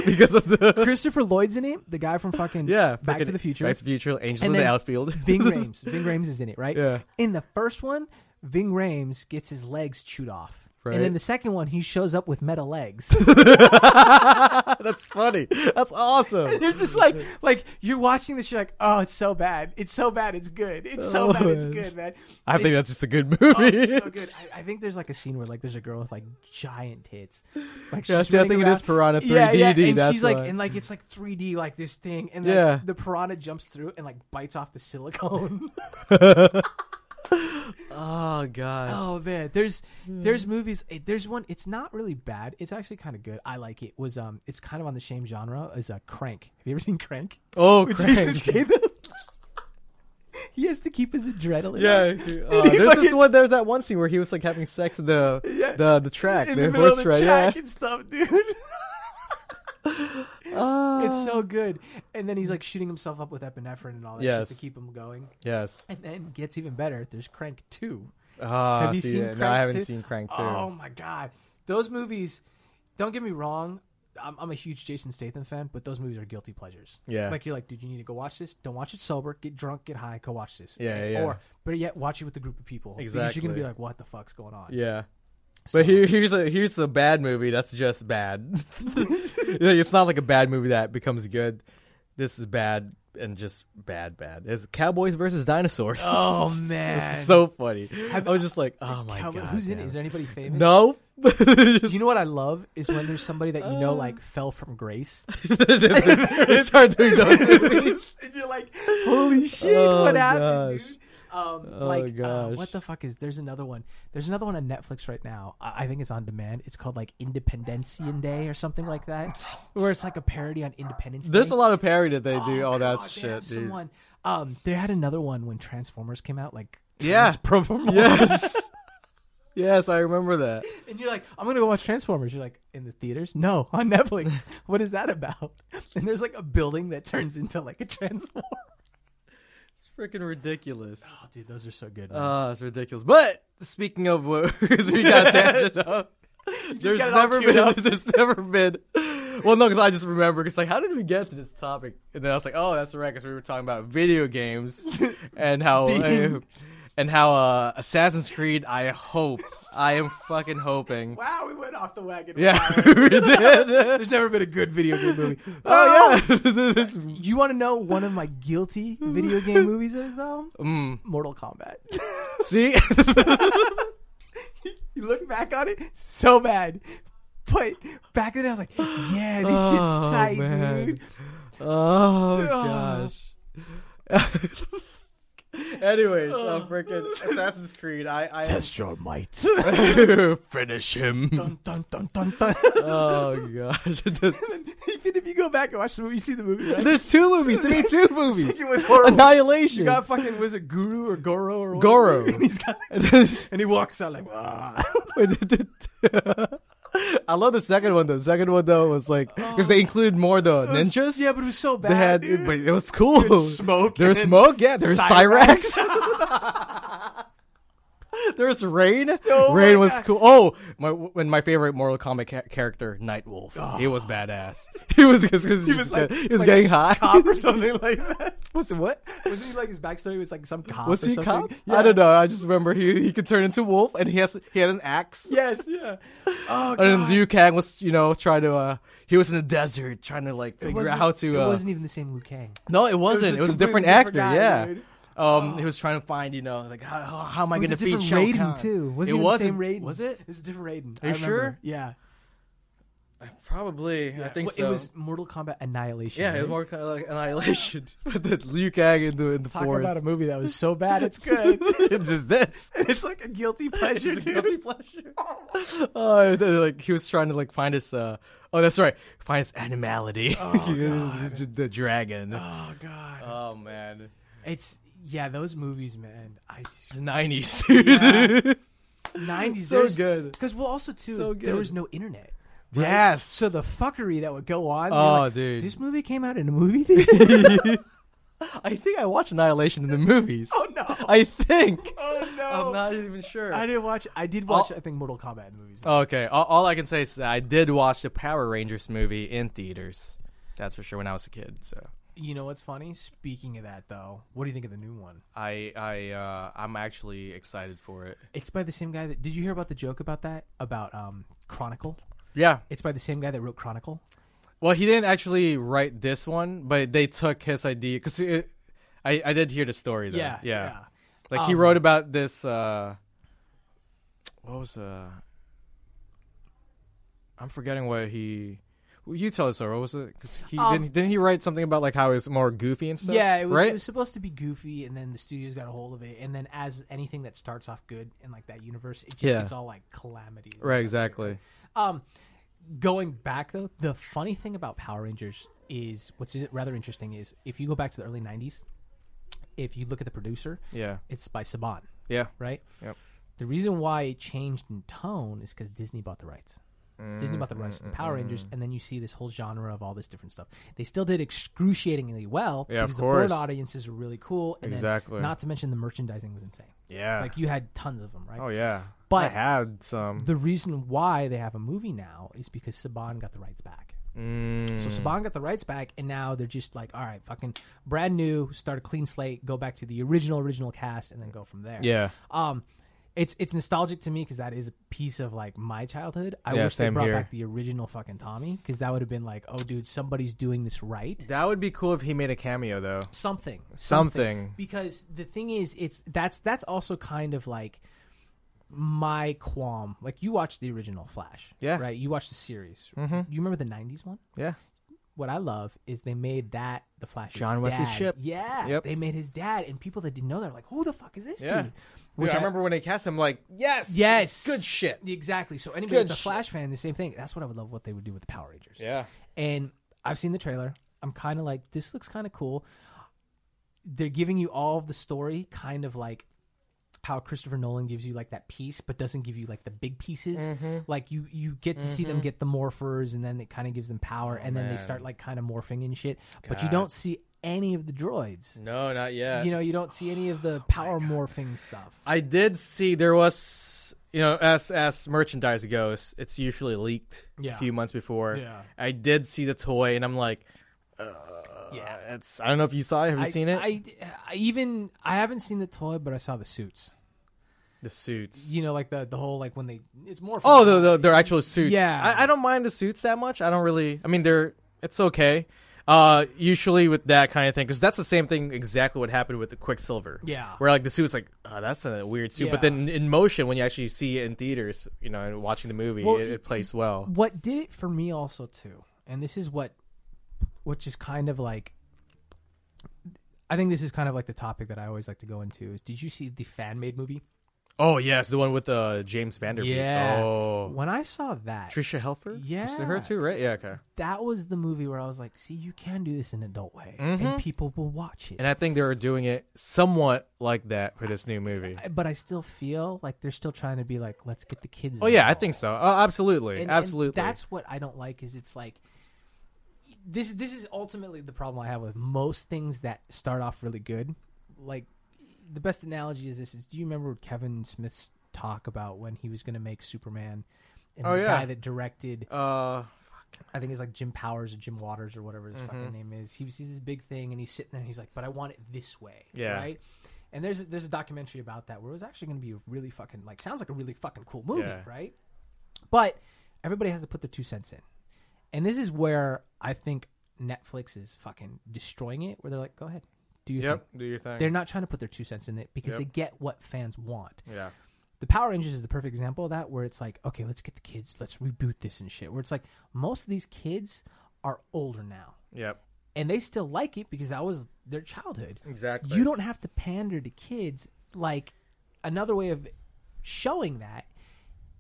because of the
Christopher Lloyd's in it, the guy from fucking
yeah,
Back to
freaking
the Future.
Back to the Future, Angels
And
in the
then
Outfield.
Ving Rhames. Ving Rhames is in it, right?
Yeah.
In the first one, Ving Rhames gets his legs chewed off.
Right.
And in the second one, he shows up with metal legs.
That's funny. That's awesome.
you're just like, like you're watching this. You're like, oh, it's so bad. It's so bad. It's good. It's so bad. It's good, man.
Oh, I think
It's-
that's just a good
Oh,
movie.
it's so good. I, I think there's like a scene where like there's a girl with like giant tits. Like
Yeah,
she's
see, I
running
think it
around.
is Piranha
Yeah, yeah,
3D,
And
that's
she's like,
why.
and like it's like 3D, like this thing, and
Yeah.
like the piranha jumps through and like bites off the silicone.
oh god.
oh man, there's there's movies. eh, There's one. It's not really bad. It's actually kind of good. I like it. Was um, it's kind of on the same genre as uh, Crank. Have you ever seen Crank?
Oh,
With
Crank.
Jason Statham. he has to keep his adrenaline.
Yeah,
up.
he-
And
uh,
he
there's this
fucking-
one. There's that one scene where he was like having sex in the
Yeah.
the the track,
in
the,
the middle of
horse
the
track.
track
Yeah.
and stuff, dude.
Ah.
It's so good. And then he's like shooting himself up with epinephrine and all that
Yes.
shit to keep him going.
yes.
And then gets even better. There's Crank 2.
Ah,
Have you
see,
seen
yeah,
Crank
No, I haven't
2?
seen Crank 2.
Oh my god. Those movies, don't get me wrong, I'm, I'm a huge Jason Statham fan, but those movies are guilty pleasures.
Yeah.
Like you're like, dude, you need to go watch this. Don't watch it sober. Get drunk, get high, go watch this.
Yeah, yeah.
Or better yet, watch it with a group of people. Because you're gonna
Exactly.
be like, what the fuck's going on?
Yeah.
So-
But here, here's a here's a bad movie that's just bad. it's not like a bad movie that becomes good. This is bad and just bad, bad. It's Cowboys versus Dinosaurs.
Oh, man.
it's so funny.
Have-
I was just like, oh my
How-
god,
who's in
man.
it? Is there anybody famous?
No.
You know what I love is when there's somebody that you
Uh.
know like fell from grace.
we start doing those movies.
and you're like, holy shit,
Oh,
what happened,
gosh.
dude? Um,
Oh,
like, uh,
gosh.
what the fuck is? There's another one. There's another one on Netflix right now. I, I think it's on demand. It's called like Independencian Day or something like that, where it's like a parody on Independence.
There's
Day.
a lot of parody that they do.
Oh,
all that
God, they
shit,
have
dude.
Someone, um, they had another one when Transformers came out, like.
Yeah.
Transformers.
Yes. yes, I remember that.
And you're like, I'm gonna go watch Transformers. You're like, in the theaters? No, on Netflix. what is that about? And there's like a building that turns into like a transformer.
It's freaking ridiculous.
Oh, dude, those are so good. man.
Oh, it's ridiculous. But speaking of what 'cause we got tangents up, there's
got it all
never
queued
been.
up.
There's never been. Well, no, because I just remember. Because like, how did we get to this topic? And then I was like, oh, that's right, because we were talking about video games and how uh,
Being-
and how uh, Assassin's Creed. I hope. I am fucking hoping.
Wow, we went off the wagon.
Yeah,
Wow.
we did.
There's never been a good video game movie.
Oh yeah. This-
You want to know one of my guilty video game movies is though?
mm.
Mortal Kombat.
See,
you look back on it, so bad. But back then I was like, yeah, this
Oh,
shit's tight,
man.
dude.
Oh
Oh.
gosh. Anyways, so
uh,
freaking Assassin's Creed. I, I
your might.
finish him.
dun dun dun dun dun.
Oh gosh.
Even if you go back and watch the movie, you see the movie. Right?
There's two movies. There made two movies.
Second was horrible.
Annihilation.
You got fucking was it Guru or Goro or whatever?
Goro.
And he's got and he walks out like. "Ah."
I love the second one though. Second one though was like because they included more the
Oh. It was-
ninjas.
Yeah, but it was so bad.
they had,
dude.
but it was cool.
There's smoke
There's
and
smoke. Yeah, there's
Cyrax.
Cyrax. There's Rain.
Oh
Rain
my
was
God.
cool. Oh, my when my favorite Mortal Kombat ca- character, Nightwolf. He was badass. He was because he,
Oh. was
was,
like-
he was
like
getting high.
cop or something like that.
was it what?
Wasn't he like his backstory was like some cop?
Was
or
he
something?
cop? I don't know. I just remember he he could turn into wolf, and he has he had an axe.
Yes, yeah. Oh,
And then
God.
Liu Kang was you know trying to uh he was in the desert trying to like figure
wasn't-
out how to.
It
uh,
wasn't even the same Liu Kang.
No, it wasn't.
just
It was, a
completely
different actor.
different guy,
yeah.
dude.
Um, he was trying to find, you know, like how, how, how am I
It was
going
a
to beat
different
Shao
Raiden
Kahn?
too. Wasn't
it
even the
wasn't
same Raiden.
Was it?
It was a different Raiden.
Are
I
you
remember.
sure?
Yeah.
Probably, I think
Well,
so.
It was Mortal Kombat Annihilation.
yeah, it was
right?
more kind of like Annihilation.
But the Liu Kang in the in the
Talk
forest.
about a movie that was so bad it's good.
It's just this.
it's like a guilty pleasure,
It's a
dude.
guilty pleasure.
Oh, they're like he was trying to like find his. Uh, oh, that's right, find his animality. He was the, the dragon.
Oh god.
Uh,
Oh man,
It's yeah, those movies, man. I
Nineties,
nineties
So good.
Because well, also too,
So
is there
good.
was no internet.
Yes.
So the fuckery that would go on. we were
Oh,
like,
dude.
This movie came out in a movie theater.
I think I watched Annihilation in the movies.
oh no.
I think.
Oh no.
I'm not even sure.
I didn't watch. I
Oh.
did watch. I think Mortal Kombat in movies.
Okay. All, all I can say is that I did watch the Power Rangers movie in theaters. That's for sure. When I was a kid, so
You know what's funny? Speaking of that, though, what do you think of the new one?
I I uh, I'm actually excited for it.
It's by the same guy that. Did you hear about the joke about that? About um Chronicle.
Yeah.
It's by the same guy that wrote Chronicle.
Well, he didn't actually write this one, but they took his idea because I I did hear the story. Though.
Yeah,
yeah.
yeah.
Like he
Um,
wrote about this. Uh, what was uh? I'm forgetting what he. Well, you tell us, or what was it? Because he
Um,
didn't didn't he write something about like how it's more goofy and stuff.
yeah, it was,
right.
it was supposed to be goofy, and then the studios got a hold of it, and then as anything that starts off good in like that universe, it just
Yeah.
gets all like calamity.
right. Exactly.
Um, going back though, the funny thing about Power Rangers is what's in- rather interesting is if you go back to the early '90s, if you look at the producer,
Yeah.
it's by Saban,
Yeah.
right?
Yep.
The reason why it changed in tone is because Disney bought the rights. Disney bought the rights to the
Mm-hmm.
Power Rangers, and then you see this whole genre of all this different stuff. They still did excruciatingly well
Yeah, of
because the foreign
course.
audiences were really cool. And then
Exactly.
not to mention the merchandising was insane.
Yeah.
Like you had tons of them, right?
oh yeah.
But-
I had some.
The reason why they have a movie now is because Saban got the rights back.
Mm,
So Saban got the rights back, and now they're just like, all right, fucking brand new, start a clean slate, go back to the original original cast, and then go from there.
yeah.
Um, it's it's nostalgic to me because that is a piece of like my childhood. I
Yeah,
wish they
same
brought
here.
back the original fucking Tommy because that would have been like, oh, dude, somebody's doing this right.
That would be cool if he made a cameo though.
Something,
Something.
Because the thing is, it's that's that's also kind of like my qualm. Like you watched the original Flash,
Yeah. Mm-hmm.
right? You watched the series. You remember the '90s one?
Yeah.
what I love is they made that the Flash
John Wesley
dad.
Shipp.
Yeah,
Yep.
they made his dad, and people that didn't know that were like, "Who the fuck is this
Yeah.
dude?"
Which I, remember when they cast him, like, yes,
Yes,
good shit.
Exactly. So anybody
Good
that's a
shit.
Flash fan, the same thing. That's what I would love. What they would do with the Power Rangers.
Yeah,
And I've seen the trailer. I'm kind of like, this looks kind of cool. They're giving you all of the story, kind of like how Christopher Nolan gives you like that piece, but doesn't give you like the big pieces.
Mm-hmm.
Like you you get to see them get the morphers, and then it kind of gives them power,
Oh,
and then they start like kind of morphing and shit. But you don't see any of the droids.
no, not yet.
You know, you don't see any of
oh
the power morphing stuff.
I did see there was, you know, as as merchandise goes, it's usually leaked
Yeah.
a few months before.
Yeah.
I did see the toy, and I'm like, uh,
yeah.
it's. I don't know if you saw it. Have you
I-
seen it?
I, I even I haven't seen the toy, but I saw the suits.
the suits.
You know, like the the whole like when they it's more.
oh, the, the their actual suits.
Yeah.
I, I don't mind the suits that much. I don't really. I mean, they're it's okay. Uh, usually with that kind of thing, because that's the same thing exactly what happened with the Quicksilver.
Yeah.
where like the suit's like, oh, that's a weird suit, but
Yeah.
then in motion when you actually see it in theaters, you know, and watching the movie,
Well,
it, it plays well.
what did it for me also too and this is what which is kind of like i think this is kind of like the topic that i always like to go into is did you see the fan made movie
Oh yes, the one with uh, James Vanderbeek. Oh,
when i saw that
Trisha Helfer.
Yeah.
her too, right? Yeah, okay.
that was the movie where i was like see you can do this in an adult way and people will watch it
Mm-hmm. And I think they were doing it somewhat like that for this new movie.
but i still feel like they're still trying to be like let's get the kids
Oh yeah, I think so. Oh, absolutely,
And- and
absolutely.
that's what I don't like. Is it's like this. This is ultimately the problem I have with most things that start off really good. Like the best analogy is this: is do you remember Kevin Smith's talk about when he was going to make Superman? And
Oh,
the
yeah.
guy that directed,
uh,
I think it's like Jim Powers or Jim Waters or whatever his fucking
Mm-hmm.
name is. He sees this big thing and he's sitting there and he's like, "But I want it this way."
Yeah.
Right. And there's a, there's a documentary about that where it was actually going to be a really fucking like sounds like a really fucking cool movie,
Yeah.
right? but everybody has to put their two cents in. And this is where I think Netflix is fucking destroying it, where they're like, go ahead, do your
yep.
thing.
Do your thing.
They're not trying to put their two cents in it because
Yep.
they get what fans want.
yeah.
the Power Rangers is the perfect example of that, where it's like, okay, let's get the kids, let's reboot this and shit. Where it's like most of these kids are older now,
Yep.
and they still like it because that was their childhood.
Exactly.
You don't have to pander to kids. Like another way of showing that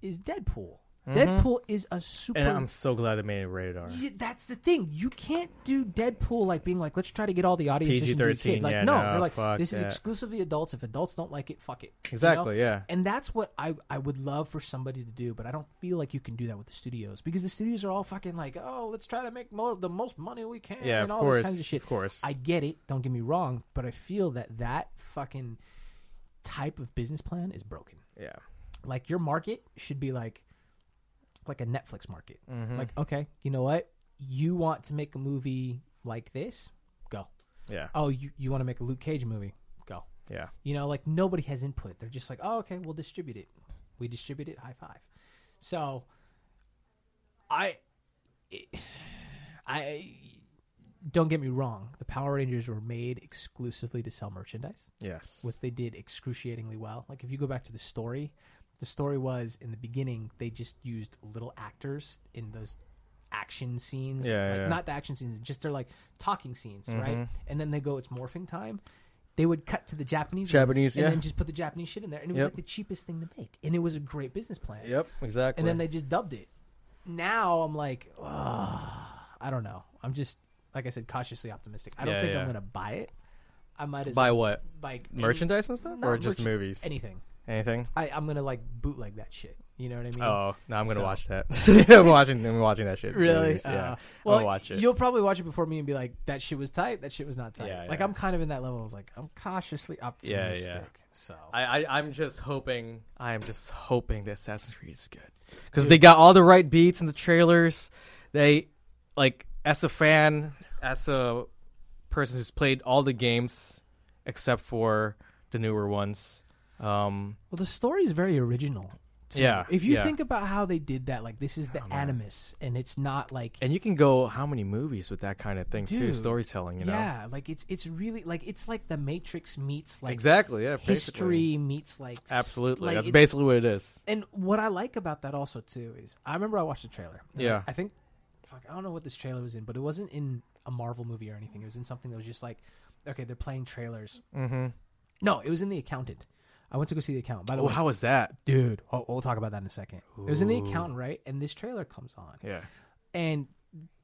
is Deadpool. Deadpool is a super.
Mm-hmm. And I'm so glad they made it rated R.
Yeah, that's the thing. You can't do Deadpool like being like, let's try to get all the audience
PG-13,
Like,
yeah,
no,
no,
they're like,
fuck
this is
that.
exclusively adults. If adults don't like it, fuck it. You know?
Exactly, yeah.
And that's what I I would love for somebody to do, but I don't feel like you can do that with the studios because the studios are all fucking like, oh, let's try to make mo- the most money we can
Yeah,
and
of
all
course,
this kinds of shit.
of course.
I get it. Don't get me wrong, but I feel that that fucking type of business plan is broken
Yeah.
like your market should be like like a Netflix market.
mm-hmm,
Like, okay, you know what? You want to make a movie like this? Go.
Yeah.
Oh, you, you want to make a Luke Cage movie? Go.
Yeah.
You know, like nobody has input. They're just like, oh, okay, we'll distribute it. We distribute it. High five. So, I, it- I don't get me wrong. The Power Rangers were made exclusively to sell merchandise
Yes.
which they did excruciatingly well. Like if you go back to the story, the story was in the beginning they just used little actors in those action scenes.
Yeah,
like,
yeah, Mm-hmm. yeah.
not the action scenes, just they're like talking scenes, right? And then they go, it's morphing time. They would cut to the Japanese, ones
Japanese,
and
yeah.
then just put the Japanese shit in there, and it was
Yep.
like the cheapest thing to make, and it was a great business plan.
Yep. Exactly.
And then they just dubbed it. Now I'm like, ugh, I don't know. I'm just like I said, cautiously optimistic. I don't
Yeah,
think
yeah.
I'm gonna buy it. I might as
buy
well
what?
like any-
Merchandise and stuff,
not
or just
merch-
movies?
Anything.
Anything?
I, I'm gonna like bootleg that shit. You know what I mean?
Oh no, I'm gonna
So-
watch that. I'm watching. I'm watching that shit.
really?
Movies, yeah.
Uh, well,
I'll watch it.
You'll probably watch it before me and be like, "That shit was tight. That shit was not tight."
Yeah,
like
yeah.
I'm kind of in that level. I was like, I'm cautiously optimistic. So
I, I, I'm just hoping. I am just hoping that Assassin's Creed is good because they got all the right beats in the trailers. They like as a fan, as a person who's played all the games except for the newer ones. Um,
well, the story is very original. too.
Yeah,
If you
yeah. Oh,
think about how they did that, like this is the animus, and it's not like
and you can go how many movies with that kind of thing too?
Dude,
Storytelling, you know.
yeah, like it's it's really like it's like the Matrix meets like
Exactly. Yeah. basically.
history meets like s-
Absolutely.
like,
That's
it's-
basically what it is.
And what I like about that also too is I remember I watched the trailer. And
Yeah.
I, I think fuck, I don't know what this trailer was in, but it wasn't in a Marvel movie or anything. It was in something that was just like, okay, they're playing trailers. Mm-hmm. No, it was in The Accountant. I went to go see The Accountant. By the
Oh,
way,
how is that?
dude, oh, we'll talk about that in a second. It was in The Accountant, right? And this trailer comes on,
Yeah.
and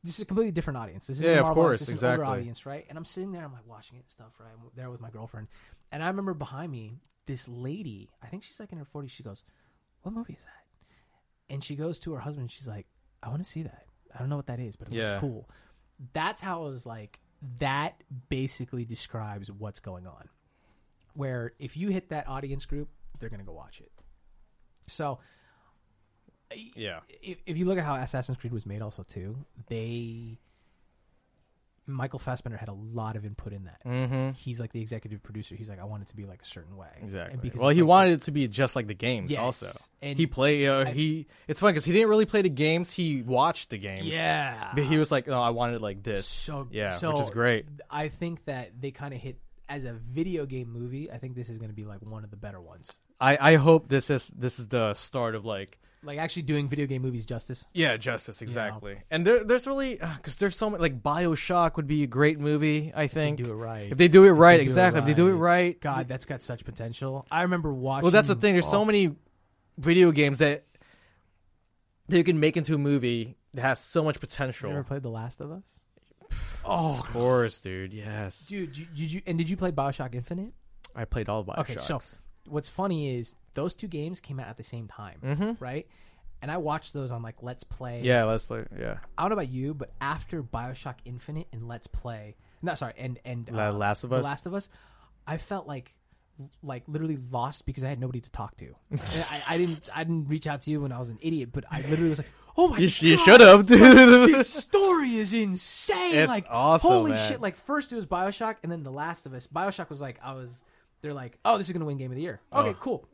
this is a completely different audience. This is
Yeah,
a
of
Marvel
course,
audience, this is an older
exactly.
audience, right? And I'm sitting there, I'm like watching it and stuff, right? I'm there with my girlfriend, and I remember behind me this lady. I think she's like in her 40s. She goes, "What movie is that?" And she goes to her husband. She's like, "I want to see that. I don't know what that is, but it
Yeah.
looks cool." That's how I was like. That basically describes what's going on. Where if you hit that audience group, they're gonna go watch it. So
Yeah.
if, if you look at how Assassin's Creed was made, also too, they Michael Fassbender had a lot of input in that. Mm-hmm. He's like the executive producer. He's like, I want it to be like a certain way. And
Exactly.
because
Well,
it's
he
like-
wanted it to be just like the games.
Yes,
Also,
and-
he play. Uh, he. It's funny because he didn't really play the games. He watched the games.
yeah.
But he was like, "No, I wanted it like this."
So
yeah,
so
which is great.
I think that they kind of hit as a video game movie. I think this is going to be like one of the better ones.
I I hope this is this is the start of like.
Like actually doing video game movies justice.
Yeah, justice exactly. And there, there's really because there's so many like Bioshock would be a great movie. I think
do it right.
If they do it right,
They do it
exactly. If they do it right,
God, that's got such potential. I remember watching.
Well, that's the thing. There's so many video games that that you can make into a movie that has so much
You ever
potential.
played The Last of Us?
Oh, of course, dude. Yes,
Dude, you, did you and did you play Bioshock Infinite?
I played all Bioshock.
Okay, so what's funny is those two games came out at the same time, right? And I watched those on like Let's Play.
Mm-hmm. yeah, let's play. Yeah,
I don't know about you, but after Bioshock Infinite and Let's Play, not sorry, and and uh,
La- Last of
The
Us?
Last of Us, I felt like like literally lost because I had nobody to talk to. And I, I didn't I didn't reach out to you when I was an idiot, but I literally was like, oh my,
you,
god,
sh- you should have, dude.
this story is insane.
It's
like,
awesome,
holy
man.
shit! Like, first it was Bioshock, and then The Last of Us. Bioshock was like, I was. They're like, oh, this is gonna win Game of the Year.
Oh.
Okay, cool.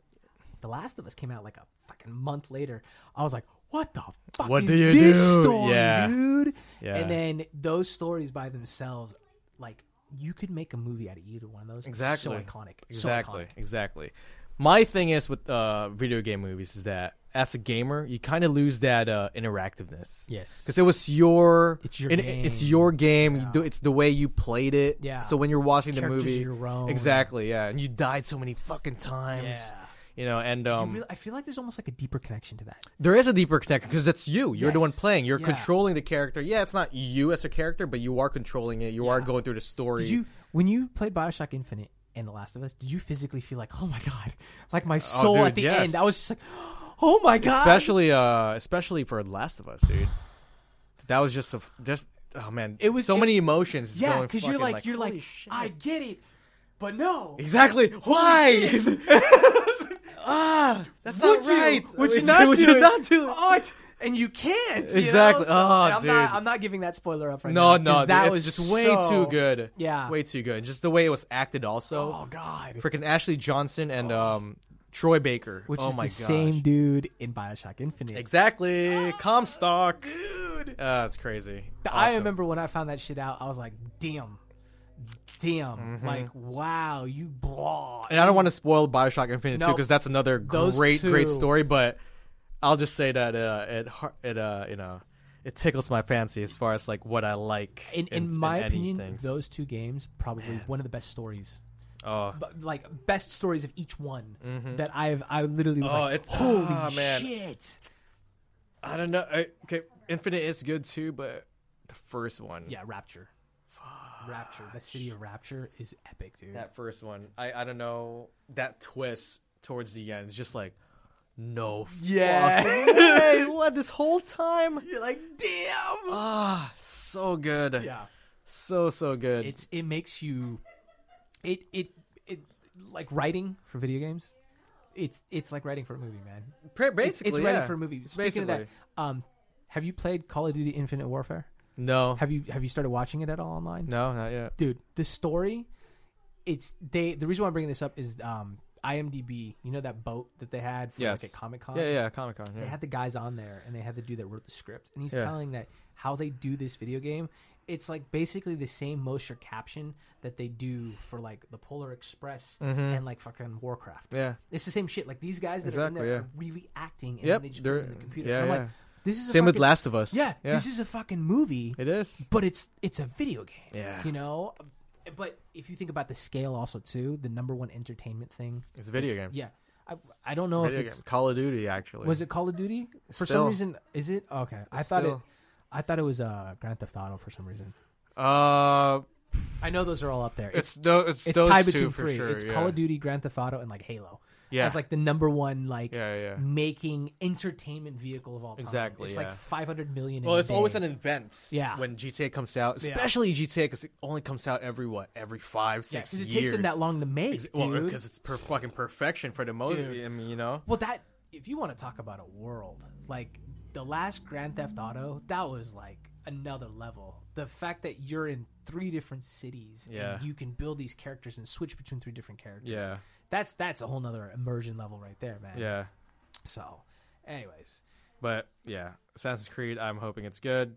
The Last of Us came out like a fucking month later. I was like, what the fuck
What
is
do you
this
do?
story,
Yeah.
dude?
Yeah.
And then those stories by themselves, like. You could make a movie out of either one of those. It's
exactly.
So iconic. So
Exactly.
iconic.
Exactly. my thing is with uh, video game movies is that as a gamer, you kind of lose that uh, interactiveness.
Yes.
because it was your
It's your
it- it- it's
game.
your game. You do, it's the way you played it.
Yeah.
So when you're watching the
Characters
movie,
are your own.
exactly. Yeah, and you died so many fucking times.
Yeah.
You know, and um,
Really- I feel like there's almost like a deeper connection to that.
there is a deeper connection because that's you. You're the one
Yes.
playing. You're
Yeah.
controlling the character. Yeah, it's not you as a character, but you are controlling it. You are going through the story.
Did you when you played Bioshock Infinite and The Last of Us? Did you physically feel like, oh my god, like my soul
dude,
at the
yes.
end? I was just like, oh my god.
especially uh especially for Last of Us, dude. That was just a just oh man,
It was-
so
it-
many emotions.
yeah,
going
because you're
fucking,
like, you're
holy
like, "Ah,
shit.
I get it, but no.
exactly why
Ah,
that's
would
not
you?
right.
Would you
Would
not
you- would
do
you
it?
not do it?
Oh, it- and you can't. you know?
Exactly.
So-
Oh,
and I'm not.
dude.
I'm not giving that spoiler up right now.
No, no,
'cause
dude,
that
it's
was
just way
so-
too good.
Yeah.
way too good. Just the way it was acted, also.
Oh god.
Freaking Ashley Johnson and um Troy Baker,
Which
oh
is
my
the
gosh.
same dude in Bioshock Infinite.
Exactly, Comstock.
Dude.
Uh, it's crazy.
I
Awesome.
remember when I found that shit out, I was like, damn. Damn.
Mm-hmm.
Like, wow, you blah.
and I don't want to spoil Bioshock Infinite too
Nope.
because that's another
Those
great, great
two.
story. But I'll just say that uh, it, har- it, uh, you know, it tickles my fancy as far as like what I like.
in, in, my opinion,
anything.
those two games, probably one of the best stories.
Oh.
But, like, best stories of each one that I've, I literally was
Mm-hmm. Oh,
like,
it's-
holy
ah, man.
shit.
I don't know. I, okay, Infinite is good too, but the first one,
Yeah, Rapture. Rapture. The city of Rapture is epic, dude.
that first one, I, I don't know that twist towards the end is just like no fucking way. what this whole time
You're like, damn.
ah so good
Yeah.
so so good
it's it makes you it it it like writing for video games it's it's like writing for a movie man
Pra-
It's-
basically
it's writing
yeah.
for a movie
It's
speaking of
basically-
that um have you played call of duty infinite warfare
No.
have you have you started watching it at all online
no, not yet.
dude the story it's they the reason why i'm bringing this up is um imdb you know that boat that they had for
Yes.
like at comic-con
Yeah, yeah, Comic Con. Yeah.
they had the guys on there and they had the dude that wrote the script and he's
Yeah.
telling that how they do this video game it's like basically the same motion caption that they do for like the polar express
Mm-hmm.
and like fucking warcraft
yeah.
it's the same shit like these guys that
Exactly,
are in there
yeah.
are really acting and then
Yep,
they just put it in
they're-
the computer
yeah,
and i'm
yeah.
like this is a
Same with
fucking-
Last of Us.
yeah,
yeah.
this is a fucking movie
it is.
but it's it's a video game
Yeah.
you know but if you think about the scale also too the number one entertainment thing
It's a video game.
yeah i, I don't know
Video
if it's
game. Call of Duty actually.
was it Call of Duty? For
Still.
some reason, is it okay? I thought it,
still.
I thought it was uh, Grand Theft Auto for some reason.
Uh,
I know those are all up there. It's
it's tho- it's,
it's
those
tied
two
between
for
three.
sure,
it's
yeah.
Call of Duty, Grand Theft Auto, and like Halo.
Yeah.
it's like the number one like
Yeah, yeah.
making entertainment vehicle of all time.
Exactly,
It's
yeah.
like 500 million. in
Well,
a
it's always
day.
an event.
Yeah.
When GTA comes out, especially GTA, because it only comes out every what every five
Yeah,
six
'cause it
years.
takes them that long to make,
Ex-
dude.
Well, because it's per fucking perfection for the most.
Dude.
I mean, you know.
Well, that if you want to talk about a world like the last Grand Theft Auto, that was like another level. The fact that you're in three different cities
Yeah.
and you can build these characters and switch between three different characters.
Yeah.
That's that's a whole nother immersion level right there, man.
Yeah.
So, anyways,
But yeah, Assassin's Creed. I'm hoping it's good.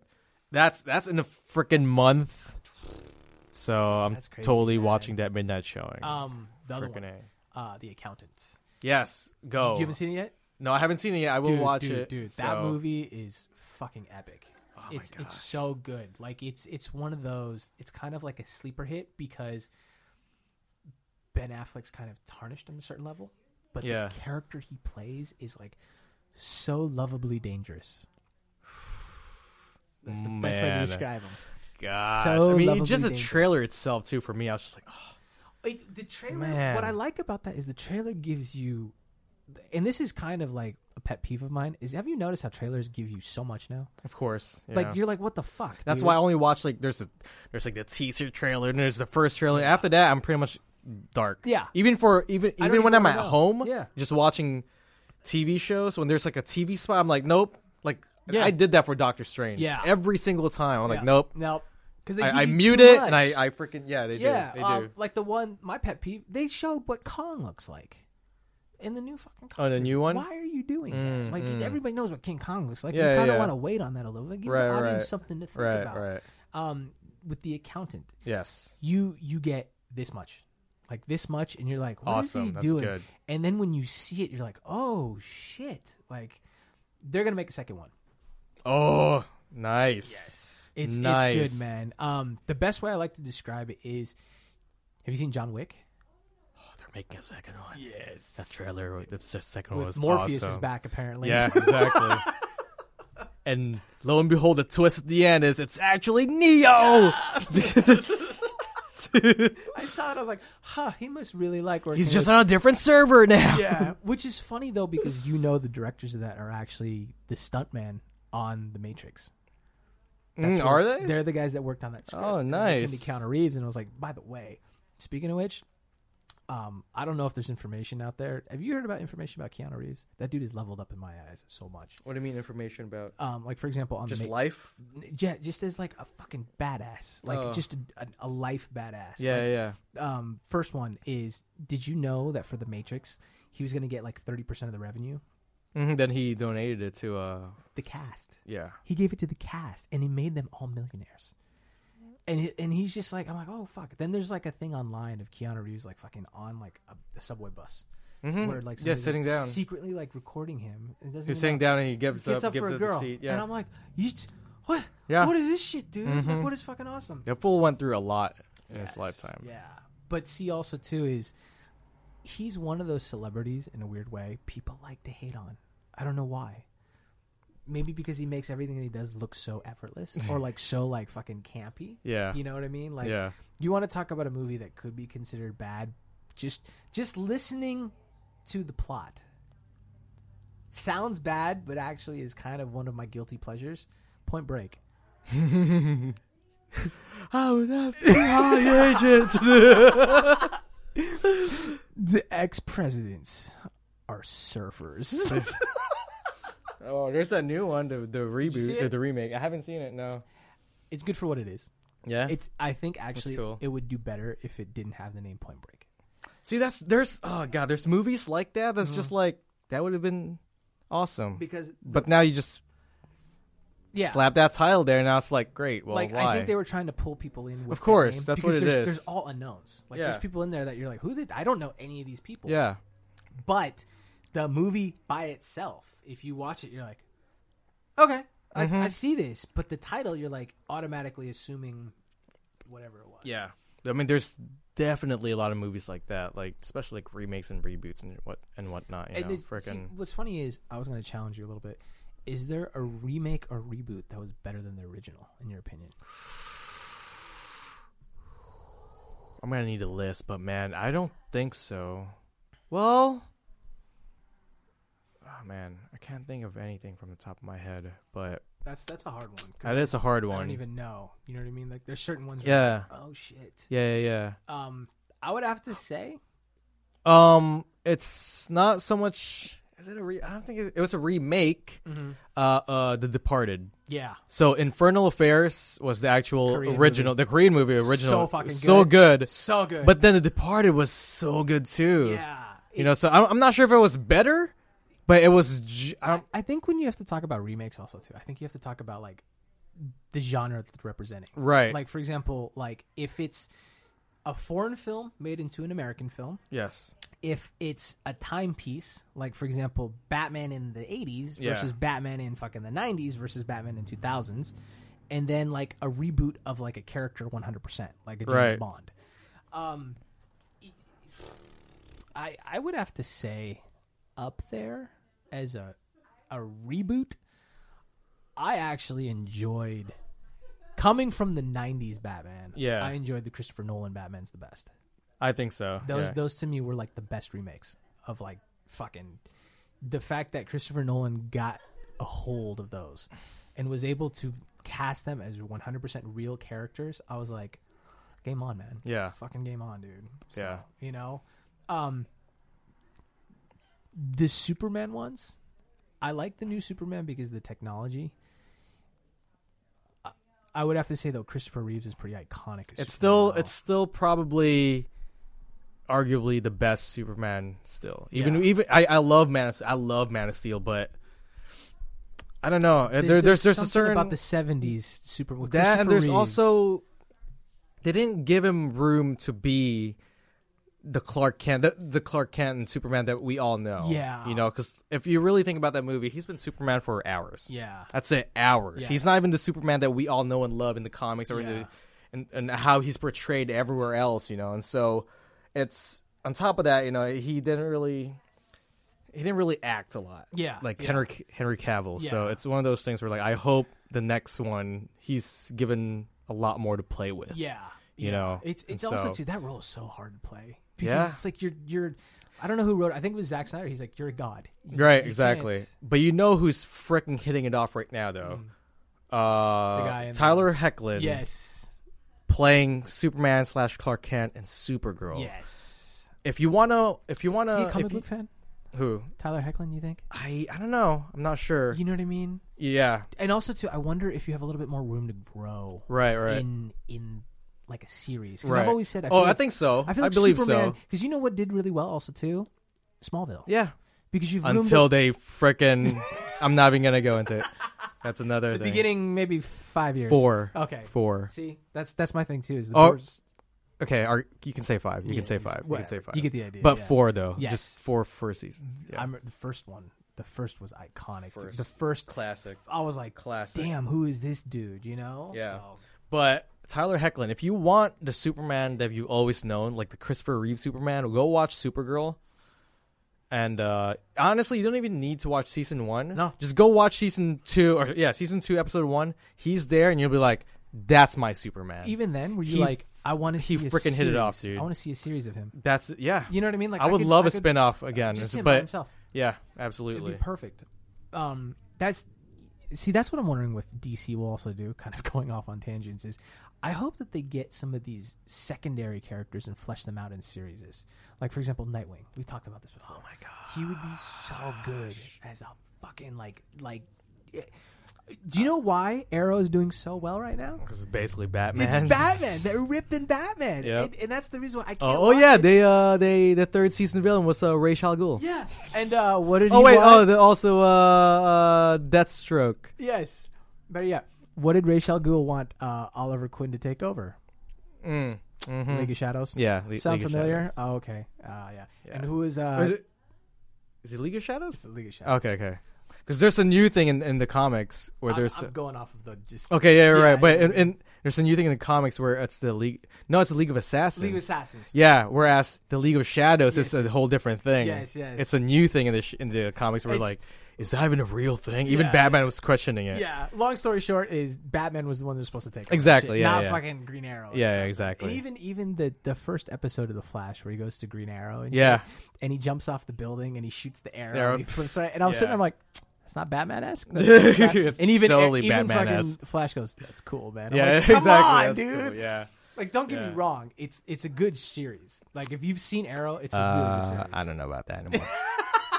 That's that's in a freaking month. So I'm
That's crazy,
totally
man.
watching that midnight showing.
um, the other
Frickin'
one,
A.
uh, the accountant.
Yes, go.
You haven't seen it yet?
no, I haven't seen it yet. I will
Dude,
watch
dude,
it.
Dude,
so- Oh
that movie is fucking epic.
my
it's
gosh.
it's so good. Like it's it's one of those. It's kind of like a sleeper hit because Ben Affleck's kind of tarnished on a certain level, but
Yeah.
the character he plays is like so lovably dangerous. That's the best way to
Man.
describe him.
Gosh,
so
I mean,
lovably
just the trailer
dangerous.
itself too. For me, I was just like, oh,
It, the trailer.
Man.
What I like about that is the trailer gives you, and this is kind of like a pet peeve of mine. Is have you noticed how trailers give you so much now?
of course. you know.
Like you're like, what the fuck?
That's
dude?
why I only watch like there's a there's like the teaser trailer and there's the first trailer. After that, I'm pretty much dark.
Yeah.
Even for even
don't
even
even
when I'm
wanna
at
know.
home,
Yeah.
just watching TV shows when there's like a TV spot, I'm like, nope. Like
Yeah.
I did that for Doctor Strange.
Yeah.
Every single time, I'm like, nope.
nope. Because
I, I mute it and I, I freaking yeah they
yeah,
do they
uh,
do.
like the one my pet peeve. They showed what Kong looks like in the new fucking. Kong.
Oh, the new one? Mm,
Why are you doing that? Like everybody knows what King Kong looks like.
Yeah,
you kind of
yeah.
want to wait on that a little bit. Give
Right,
the audience
right.
something to think
Right,
about.
right.
Um, with the accountant,
Yes.
you you get this much. like this much, and you're like, "What is
Awesome.
he
That's
doing?"
good.
And then when you see it, you're like, "Oh shit!" Like they're gonna make a second one.
Oh, nice.
It's it's
Nice.
good, man. Um, the best way I like to describe it is, have you seen John Wick?
Oh, They're making a second one. Yes. That trailer, the se- second one
With
was
Morpheus is
awesome.
back apparently.
Yeah, exactly. and lo and behold, the twist at the end is it's actually Neo.
I saw it. I was like, "Huh, he must really like working."
He's
with
just on a different server now.
yeah, which is funny though because you know the directors of that are actually the stuntman on The Matrix. That's
Mm,
what-
are they?
They're the guys that worked on that script.
Oh,
And they
nice.
Came to Keanu Reeves, and I was like, by the way, speaking of which, um, I don't know if there's information out there. Have you heard about information about Keanu Reeves? That dude is leveled up in my eyes so much.
What do you mean information about
Um, like for example, on
just
the Ma-
life?
yeah, just as like a fucking badass, like
Oh.
just a, a, a life badass.
Yeah,
Like,
yeah.
um, first one is did you know that for the matrix he was going to get like 30% of the revenue
Mhm, Then he donated it to uh
the cast
yeah.
he gave it to the cast and he made them all millionaires and he, and he's just like i'm like oh fuck then there's like a thing online of keanu reeves like fucking on like a, a subway bus
Mhm.
where like
yeah,
somebody's,
sitting
like,
down.
secretly like recording him and doesn't
He's
even
sitting
know-
down and he gives
gets
up,
up,
gives
for a
up the
girl
seat. Yeah.
and i'm like you t- what
Yeah.
what is this shit dude like
Mhm.
what is fucking awesome
the fool went through a lot in
Yes,
his lifetime.
Yeah. But see, also, too, is he's one of those celebrities in a weird way people like to hate on. I don't know why. Maybe because he makes everything that he does look so effortless or like so like fucking campy.
Yeah.
You know what I mean? Like
yeah.
you want to talk about a movie that could be considered bad just just listening to the plot. Sounds bad, but actually is kind of one of my guilty pleasures. Point Break.
I would have to high agent.
The ex-presidents are surfers.
oh, there's that new one, the
see
the reboot, the,
it?
the remake. I haven't seen it. No.
it's good for what it is.
Yeah.
It's. I think actually
cool.
it would do better if it didn't have the name Point Break.
See, that's there's oh god, there's movies like that.
Mm-hmm.
That's just like that would have been awesome.
Because
but now you just
yeah,
slap that title there. Now it's like great. Well,
like
why?
I think they were trying to pull people in. With
Of course,
that name
that's
because
what it
there's,
is.
There's all unknowns. Like there's
Yeah.
people in there that you're like, who did I don't know any of these people.
yeah.
But the movie by itself, if you watch it, you're like, okay, I,
Mm-hmm.
I see this. But the title, you're like automatically assuming whatever it was.
Yeah. I mean, there's definitely a lot of movies like that, like especially like remakes and reboots and what and whatnot. You
And
know,
it's- see,
frickin'
what's funny is I was going to challenge you a little bit. Is there a remake or reboot that was better than the original, in your opinion?
I'm gonna need a list, but man, I don't think so. Well, oh man, I can't think of anything from the top of my head, but
That's that's a hard one. 'cause
that is a hard
I
one.
don't even know. You know what I mean? Like there's certain ones. Where
yeah,
you're like, oh shit.
yeah, yeah,
Um, I would have to say
yeah. Um, it's not so much. Is it a re? I don't think it, it was a remake.
Mm-hmm.
Uh, uh, The Departed.
yeah.
So Infernal Affairs was the actual
Korean
original, the Korean movie original.
So fucking
so good.
So good.
But then The Departed was so good too.
yeah,
You know, so I'm, I'm not sure if it was better, but it was. j- I
I,
don't-
I think when you have to talk about remakes, also too, I think you have to talk about like the genre that it's representing.
right.
Like for example, like if it's a foreign film made into an American film,
yes.
if it's a timepiece, like for example, Batman in the 80s
Yeah.
versus Batman in fucking the 90s versus Batman in 2000s, and then like a reboot of like a character 100%, like a James
Right.
Bond. Um, I I would have to say up there as a a reboot. I actually enjoyed coming from the 90s Batman.
Yeah.
I enjoyed the Christopher Nolan Batman's the best.
I think so.
Those
yeah.
those to me were like the best remakes of like fucking the fact that Christopher Nolan got a hold of those and was able to cast them as 100% real characters. I was like game on, man.
yeah.
Fucking game on, dude. So,
Yeah.
You know. Um the Superman ones, I like the new Superman because of the technology. I- I would have to say though, Christopher Reeves is pretty iconic. as
It's
Superman
still
now.
it's still probably arguably the best Superman still. Even
Yeah.
even I, I love Man of, I love Man of Steel, but I don't know. There- There's there's, a
something
certain
about the seventies super with
that and
Christopher
there's
Reeves.
also they didn't give him room to be the Clark Kent, the, the Clark Kent and Superman that we all know.
Yeah.
you know, because if you really think about that movie, he's been Superman for hours.
Yeah.
That's it, hours.
Yes.
He's not even the Superman that we all know and love in the comics or in
Yeah.
the and, and how he's portrayed everywhere else, you know. And so it's on top of that, you know, he didn't really he didn't really act a lot.
Yeah,
Like
yeah.
Henry Henry Cavill. So
Yeah.
it's one of those things where like I hope the next one he's given a lot more to play with.
Yeah.
You
yeah.
know,
It's it's
and
also
so-
too that role is so hard to play. Because
Yeah.
it's like you're you're I don't know who wrote it. I think it was Zack Snyder. He's like, You're a god. You- you
Right,
can't-
exactly. But you know who's freaking hitting it off right now though. Uh,
guy in Mm. the-
Tyler Hecklin
Yes.
playing Superman slash Clark Kent and Supergirl.
Yes.
if you wanna, if you wanna,
Is he a comic
if you-
book fan?
who
Tyler Hecklin, you think?
I I don't know, I'm not sure.
You know what I mean?
yeah,
And also too, I wonder if you have a little bit more room to grow
right, right,
in in like a series. Because
right.
I've always said I feel
oh, I
like-
think so.
I feel like
believe
Superman
so.
because you know what did really well also too? Smallville.
Yeah,
Because you've roomed
until they frickin' I'm not even gonna go into it. That's another
the
thing.
beginning maybe five years. Oh,
four.
Okay.
four.
See, that's that's my thing too. Is the
Oh,
boards-
Okay, our, you can say five. You
Yeah,
can say
you-
five. You can
whatever.
say five.
You get the idea.
but
yeah.
four though,
Yes.
just four for seasons. Yeah.
I'm the first one. The first was iconic.
First.
The first,
Classic,
I was like,
classic.
damn, who is this dude? You know?
Yeah.
So,
But Tyler Hecklin, if you want the Superman that you've always known, like the Christopher Reeve Superman, go watch Supergirl. And uh, honestly, you don't even need to watch season one.
No.
just go watch season two, or yeah, season two, episode one. He's there, and you'll be like, "That's my Superman."
even then, were you
He-
like, I want to
he
see a
frickin' hit it off,
series.
dude.
I want to see a series of him.
That's yeah.
You know what I mean? Like,
I would
could-
love
I
a
could-
spin off again,
Just him by
but
himself.
yeah,
It'd be
absolutely.
perfect. Um, that's see, that's what I'm wondering. With DC, will also do kind of going off on tangents. Is I hope that they get some of these secondary characters and flesh them out in series. Like for example, Nightwing. We've talked about this before. Oh my god, he would be so good as a fucking like like. eh, Do you know why Arrow is doing so well right now?
Because it's basically Batman.
It's Batman. They're ripping Batman,
Yep.
and, and that's the reason why I can't.
Oh, oh
watch
yeah,
it.
they uh they the third season villain was uh, Ray Al Ghul.
yeah. And uh, what did
Oh
he
wait,
want?
oh the, also uh, uh Deathstroke.
Yes. Better yet, what did Rachel Ghoul want uh, Oliver Quinn to take over?
Mm. hmm
League of Shadows.
Yeah, Le-
Sound
League of
familiar?
Shadows.
Oh, okay. Uh, yeah.
Yeah.
And who is uh?
Or is it? Is it League of Shadows?
it's League of Shadows.
Okay, okay. Because there's a new thing in, in the comics where
I'm,
there's
I'm going off of the just
okay, yeah,
yeah,
right. But
yeah,
in, in, there's a new thing in the comics where it's the league. No, it's the League of Assassins.
League of Assassins.
yeah, whereas the League of Shadows
Yes,
is a
yes.
whole different thing.
Yes, yes.
It's a new thing in the sh- in the comics where
It's-
like, is that even a real thing? Even
Yeah,
Batman was questioning it.
Yeah. Long story short is Batman was the one that was supposed to take over
Exactly,
shit,
yeah,
Not
yeah.
fucking Green Arrow. and
Yeah,
stuff.
yeah, exactly.
And even even the the first episode of the Flash where he goes to Green Arrow and
Yeah.
shit, and he jumps off the building and he shoots the arrow.
Arrow.
And, he flips right, and I'm sitting
Yeah.
there I'm like. It's not Batman esque,
It's
and even
totally
even
Batman-esque.
fucking Flash goes, "That's cool, man." I'm
Yeah,
like, Come
exactly.
on,
That's
dude.
cool, Yeah.
Like, don't get me
Yeah.
wrong. It's it's a good series. Like, if you've seen Arrow, it's a really good
Uh,
series.
I don't know about that anymore.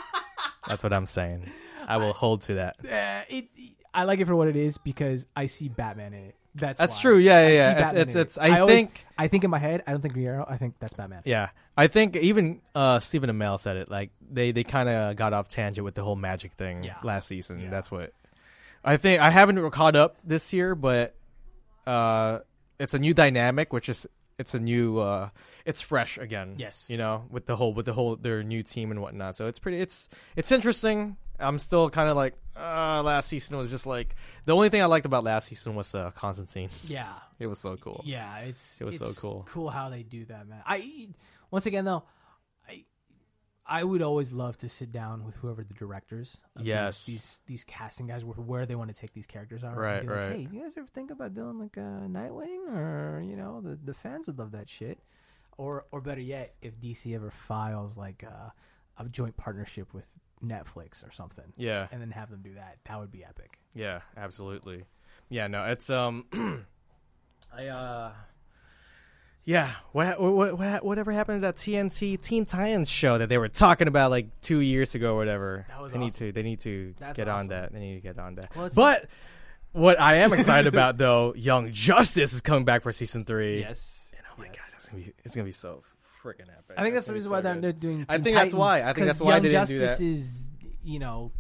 That's what I'm saying. I will hold to that.
Uh, it, I like it for what it is because I see Batman in it. That's
That's
why.
true. Yeah, yeah,
I see
yeah. It's-
Batman
it's-
in it.
it's- I
always-
think-
I think in my head, I don't think Green Arrow. I think that's Batman.
Yeah, I think even uh, Stephen Amell said it. Like they they kind of got off tangent with the whole magic thing
Yeah.
last season.
Yeah.
That's what I think. I haven't caught up this year, but uh, it's a new dynamic, which is it's a new uh, it's fresh again.
Yes.
you know, with the whole with the whole their new team and whatnot. So it's pretty. It's it's interesting. I'm still kind of like uh, last season was just like the only thing I liked about last season was uh, Constantine.
Yeah,
It was so cool.
yeah. It's
It was so
it's
cool.
Cool how they do that, man. I once again though, I I would always love to sit down with whoever the directors. Of these-
Yes.
these, these casting guys with where they want to take these characters are. and
Right,
be like,
right.
Hey, you guys ever think about doing like a Nightwing or you know the the fans would love that shit. Or or better yet, if DC ever files like a, a joint partnership with Netflix or something,
Yeah.
and then have them do that, that would be epic.
Yeah, absolutely. Yeah, no, it's um, I uh, yeah, what what what whatever happened to that TNT Teen Titans show that they were talking about like two years ago or whatever?
That was
they need
awesome.
to they need to
That's
get on
awesome.
that. They need to get on that.
Well, it's-
but what I am excited about though, Young Justice is coming back for season three.
Yes.
And oh my
Yes.
god, that's gonna be it's gonna be so freaking epic.
I think that's the
gonna
reason
be so
why they're,
good.
they're doing. Teen
I think that's why.
Titans,
I think that's
'cause
why
Young
they didn't do
Justice
that.
is you know,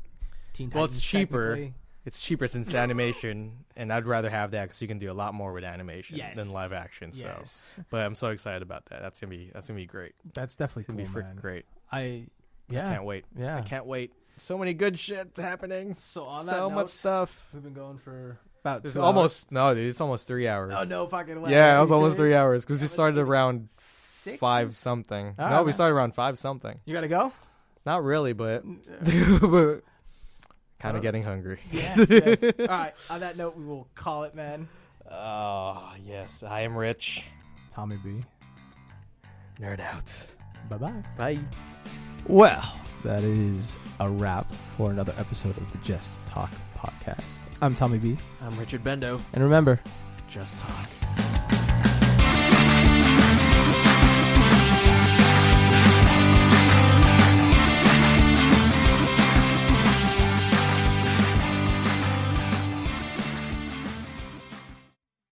Teen Titans.
Well, it's cheaper.
technically.
it's cheaper since animation, and I'd rather have that because you can do a lot more with animation
Yes.
than live action.
Yes.
So, but I'm so excited about that. That's gonna be that's gonna be great.
That's definitely
It's gonna
cool,
be
man.
freaking great.
I
I
yeah.
can't wait.
Yeah.
I can't wait. So many good shit's happening.
So on
so
that
much
note,
stuff.
We've been going for about
It's
two
almost no, dude. It's almost three hours.
Hours. Oh no, fucking way.
uh, Yeah,
Are
it was
you
almost three
serious?
hours because we
That was
started
pretty-
around
Six
five
is-
something.
All
no,
right,
we
man.
started around five something.
You gotta go.
Not really, but kind of getting hungry.
Yes. yes. All right. On that note, we will call it, man.
Oh yes, I am rich.
Tommy B.
Nerd out.
Bye bye.
Bye.
Well, that is a wrap for another episode of the Just Talk podcast. I'm Tommy B.
I'm Richard Bendo.
And remember,
Just talk.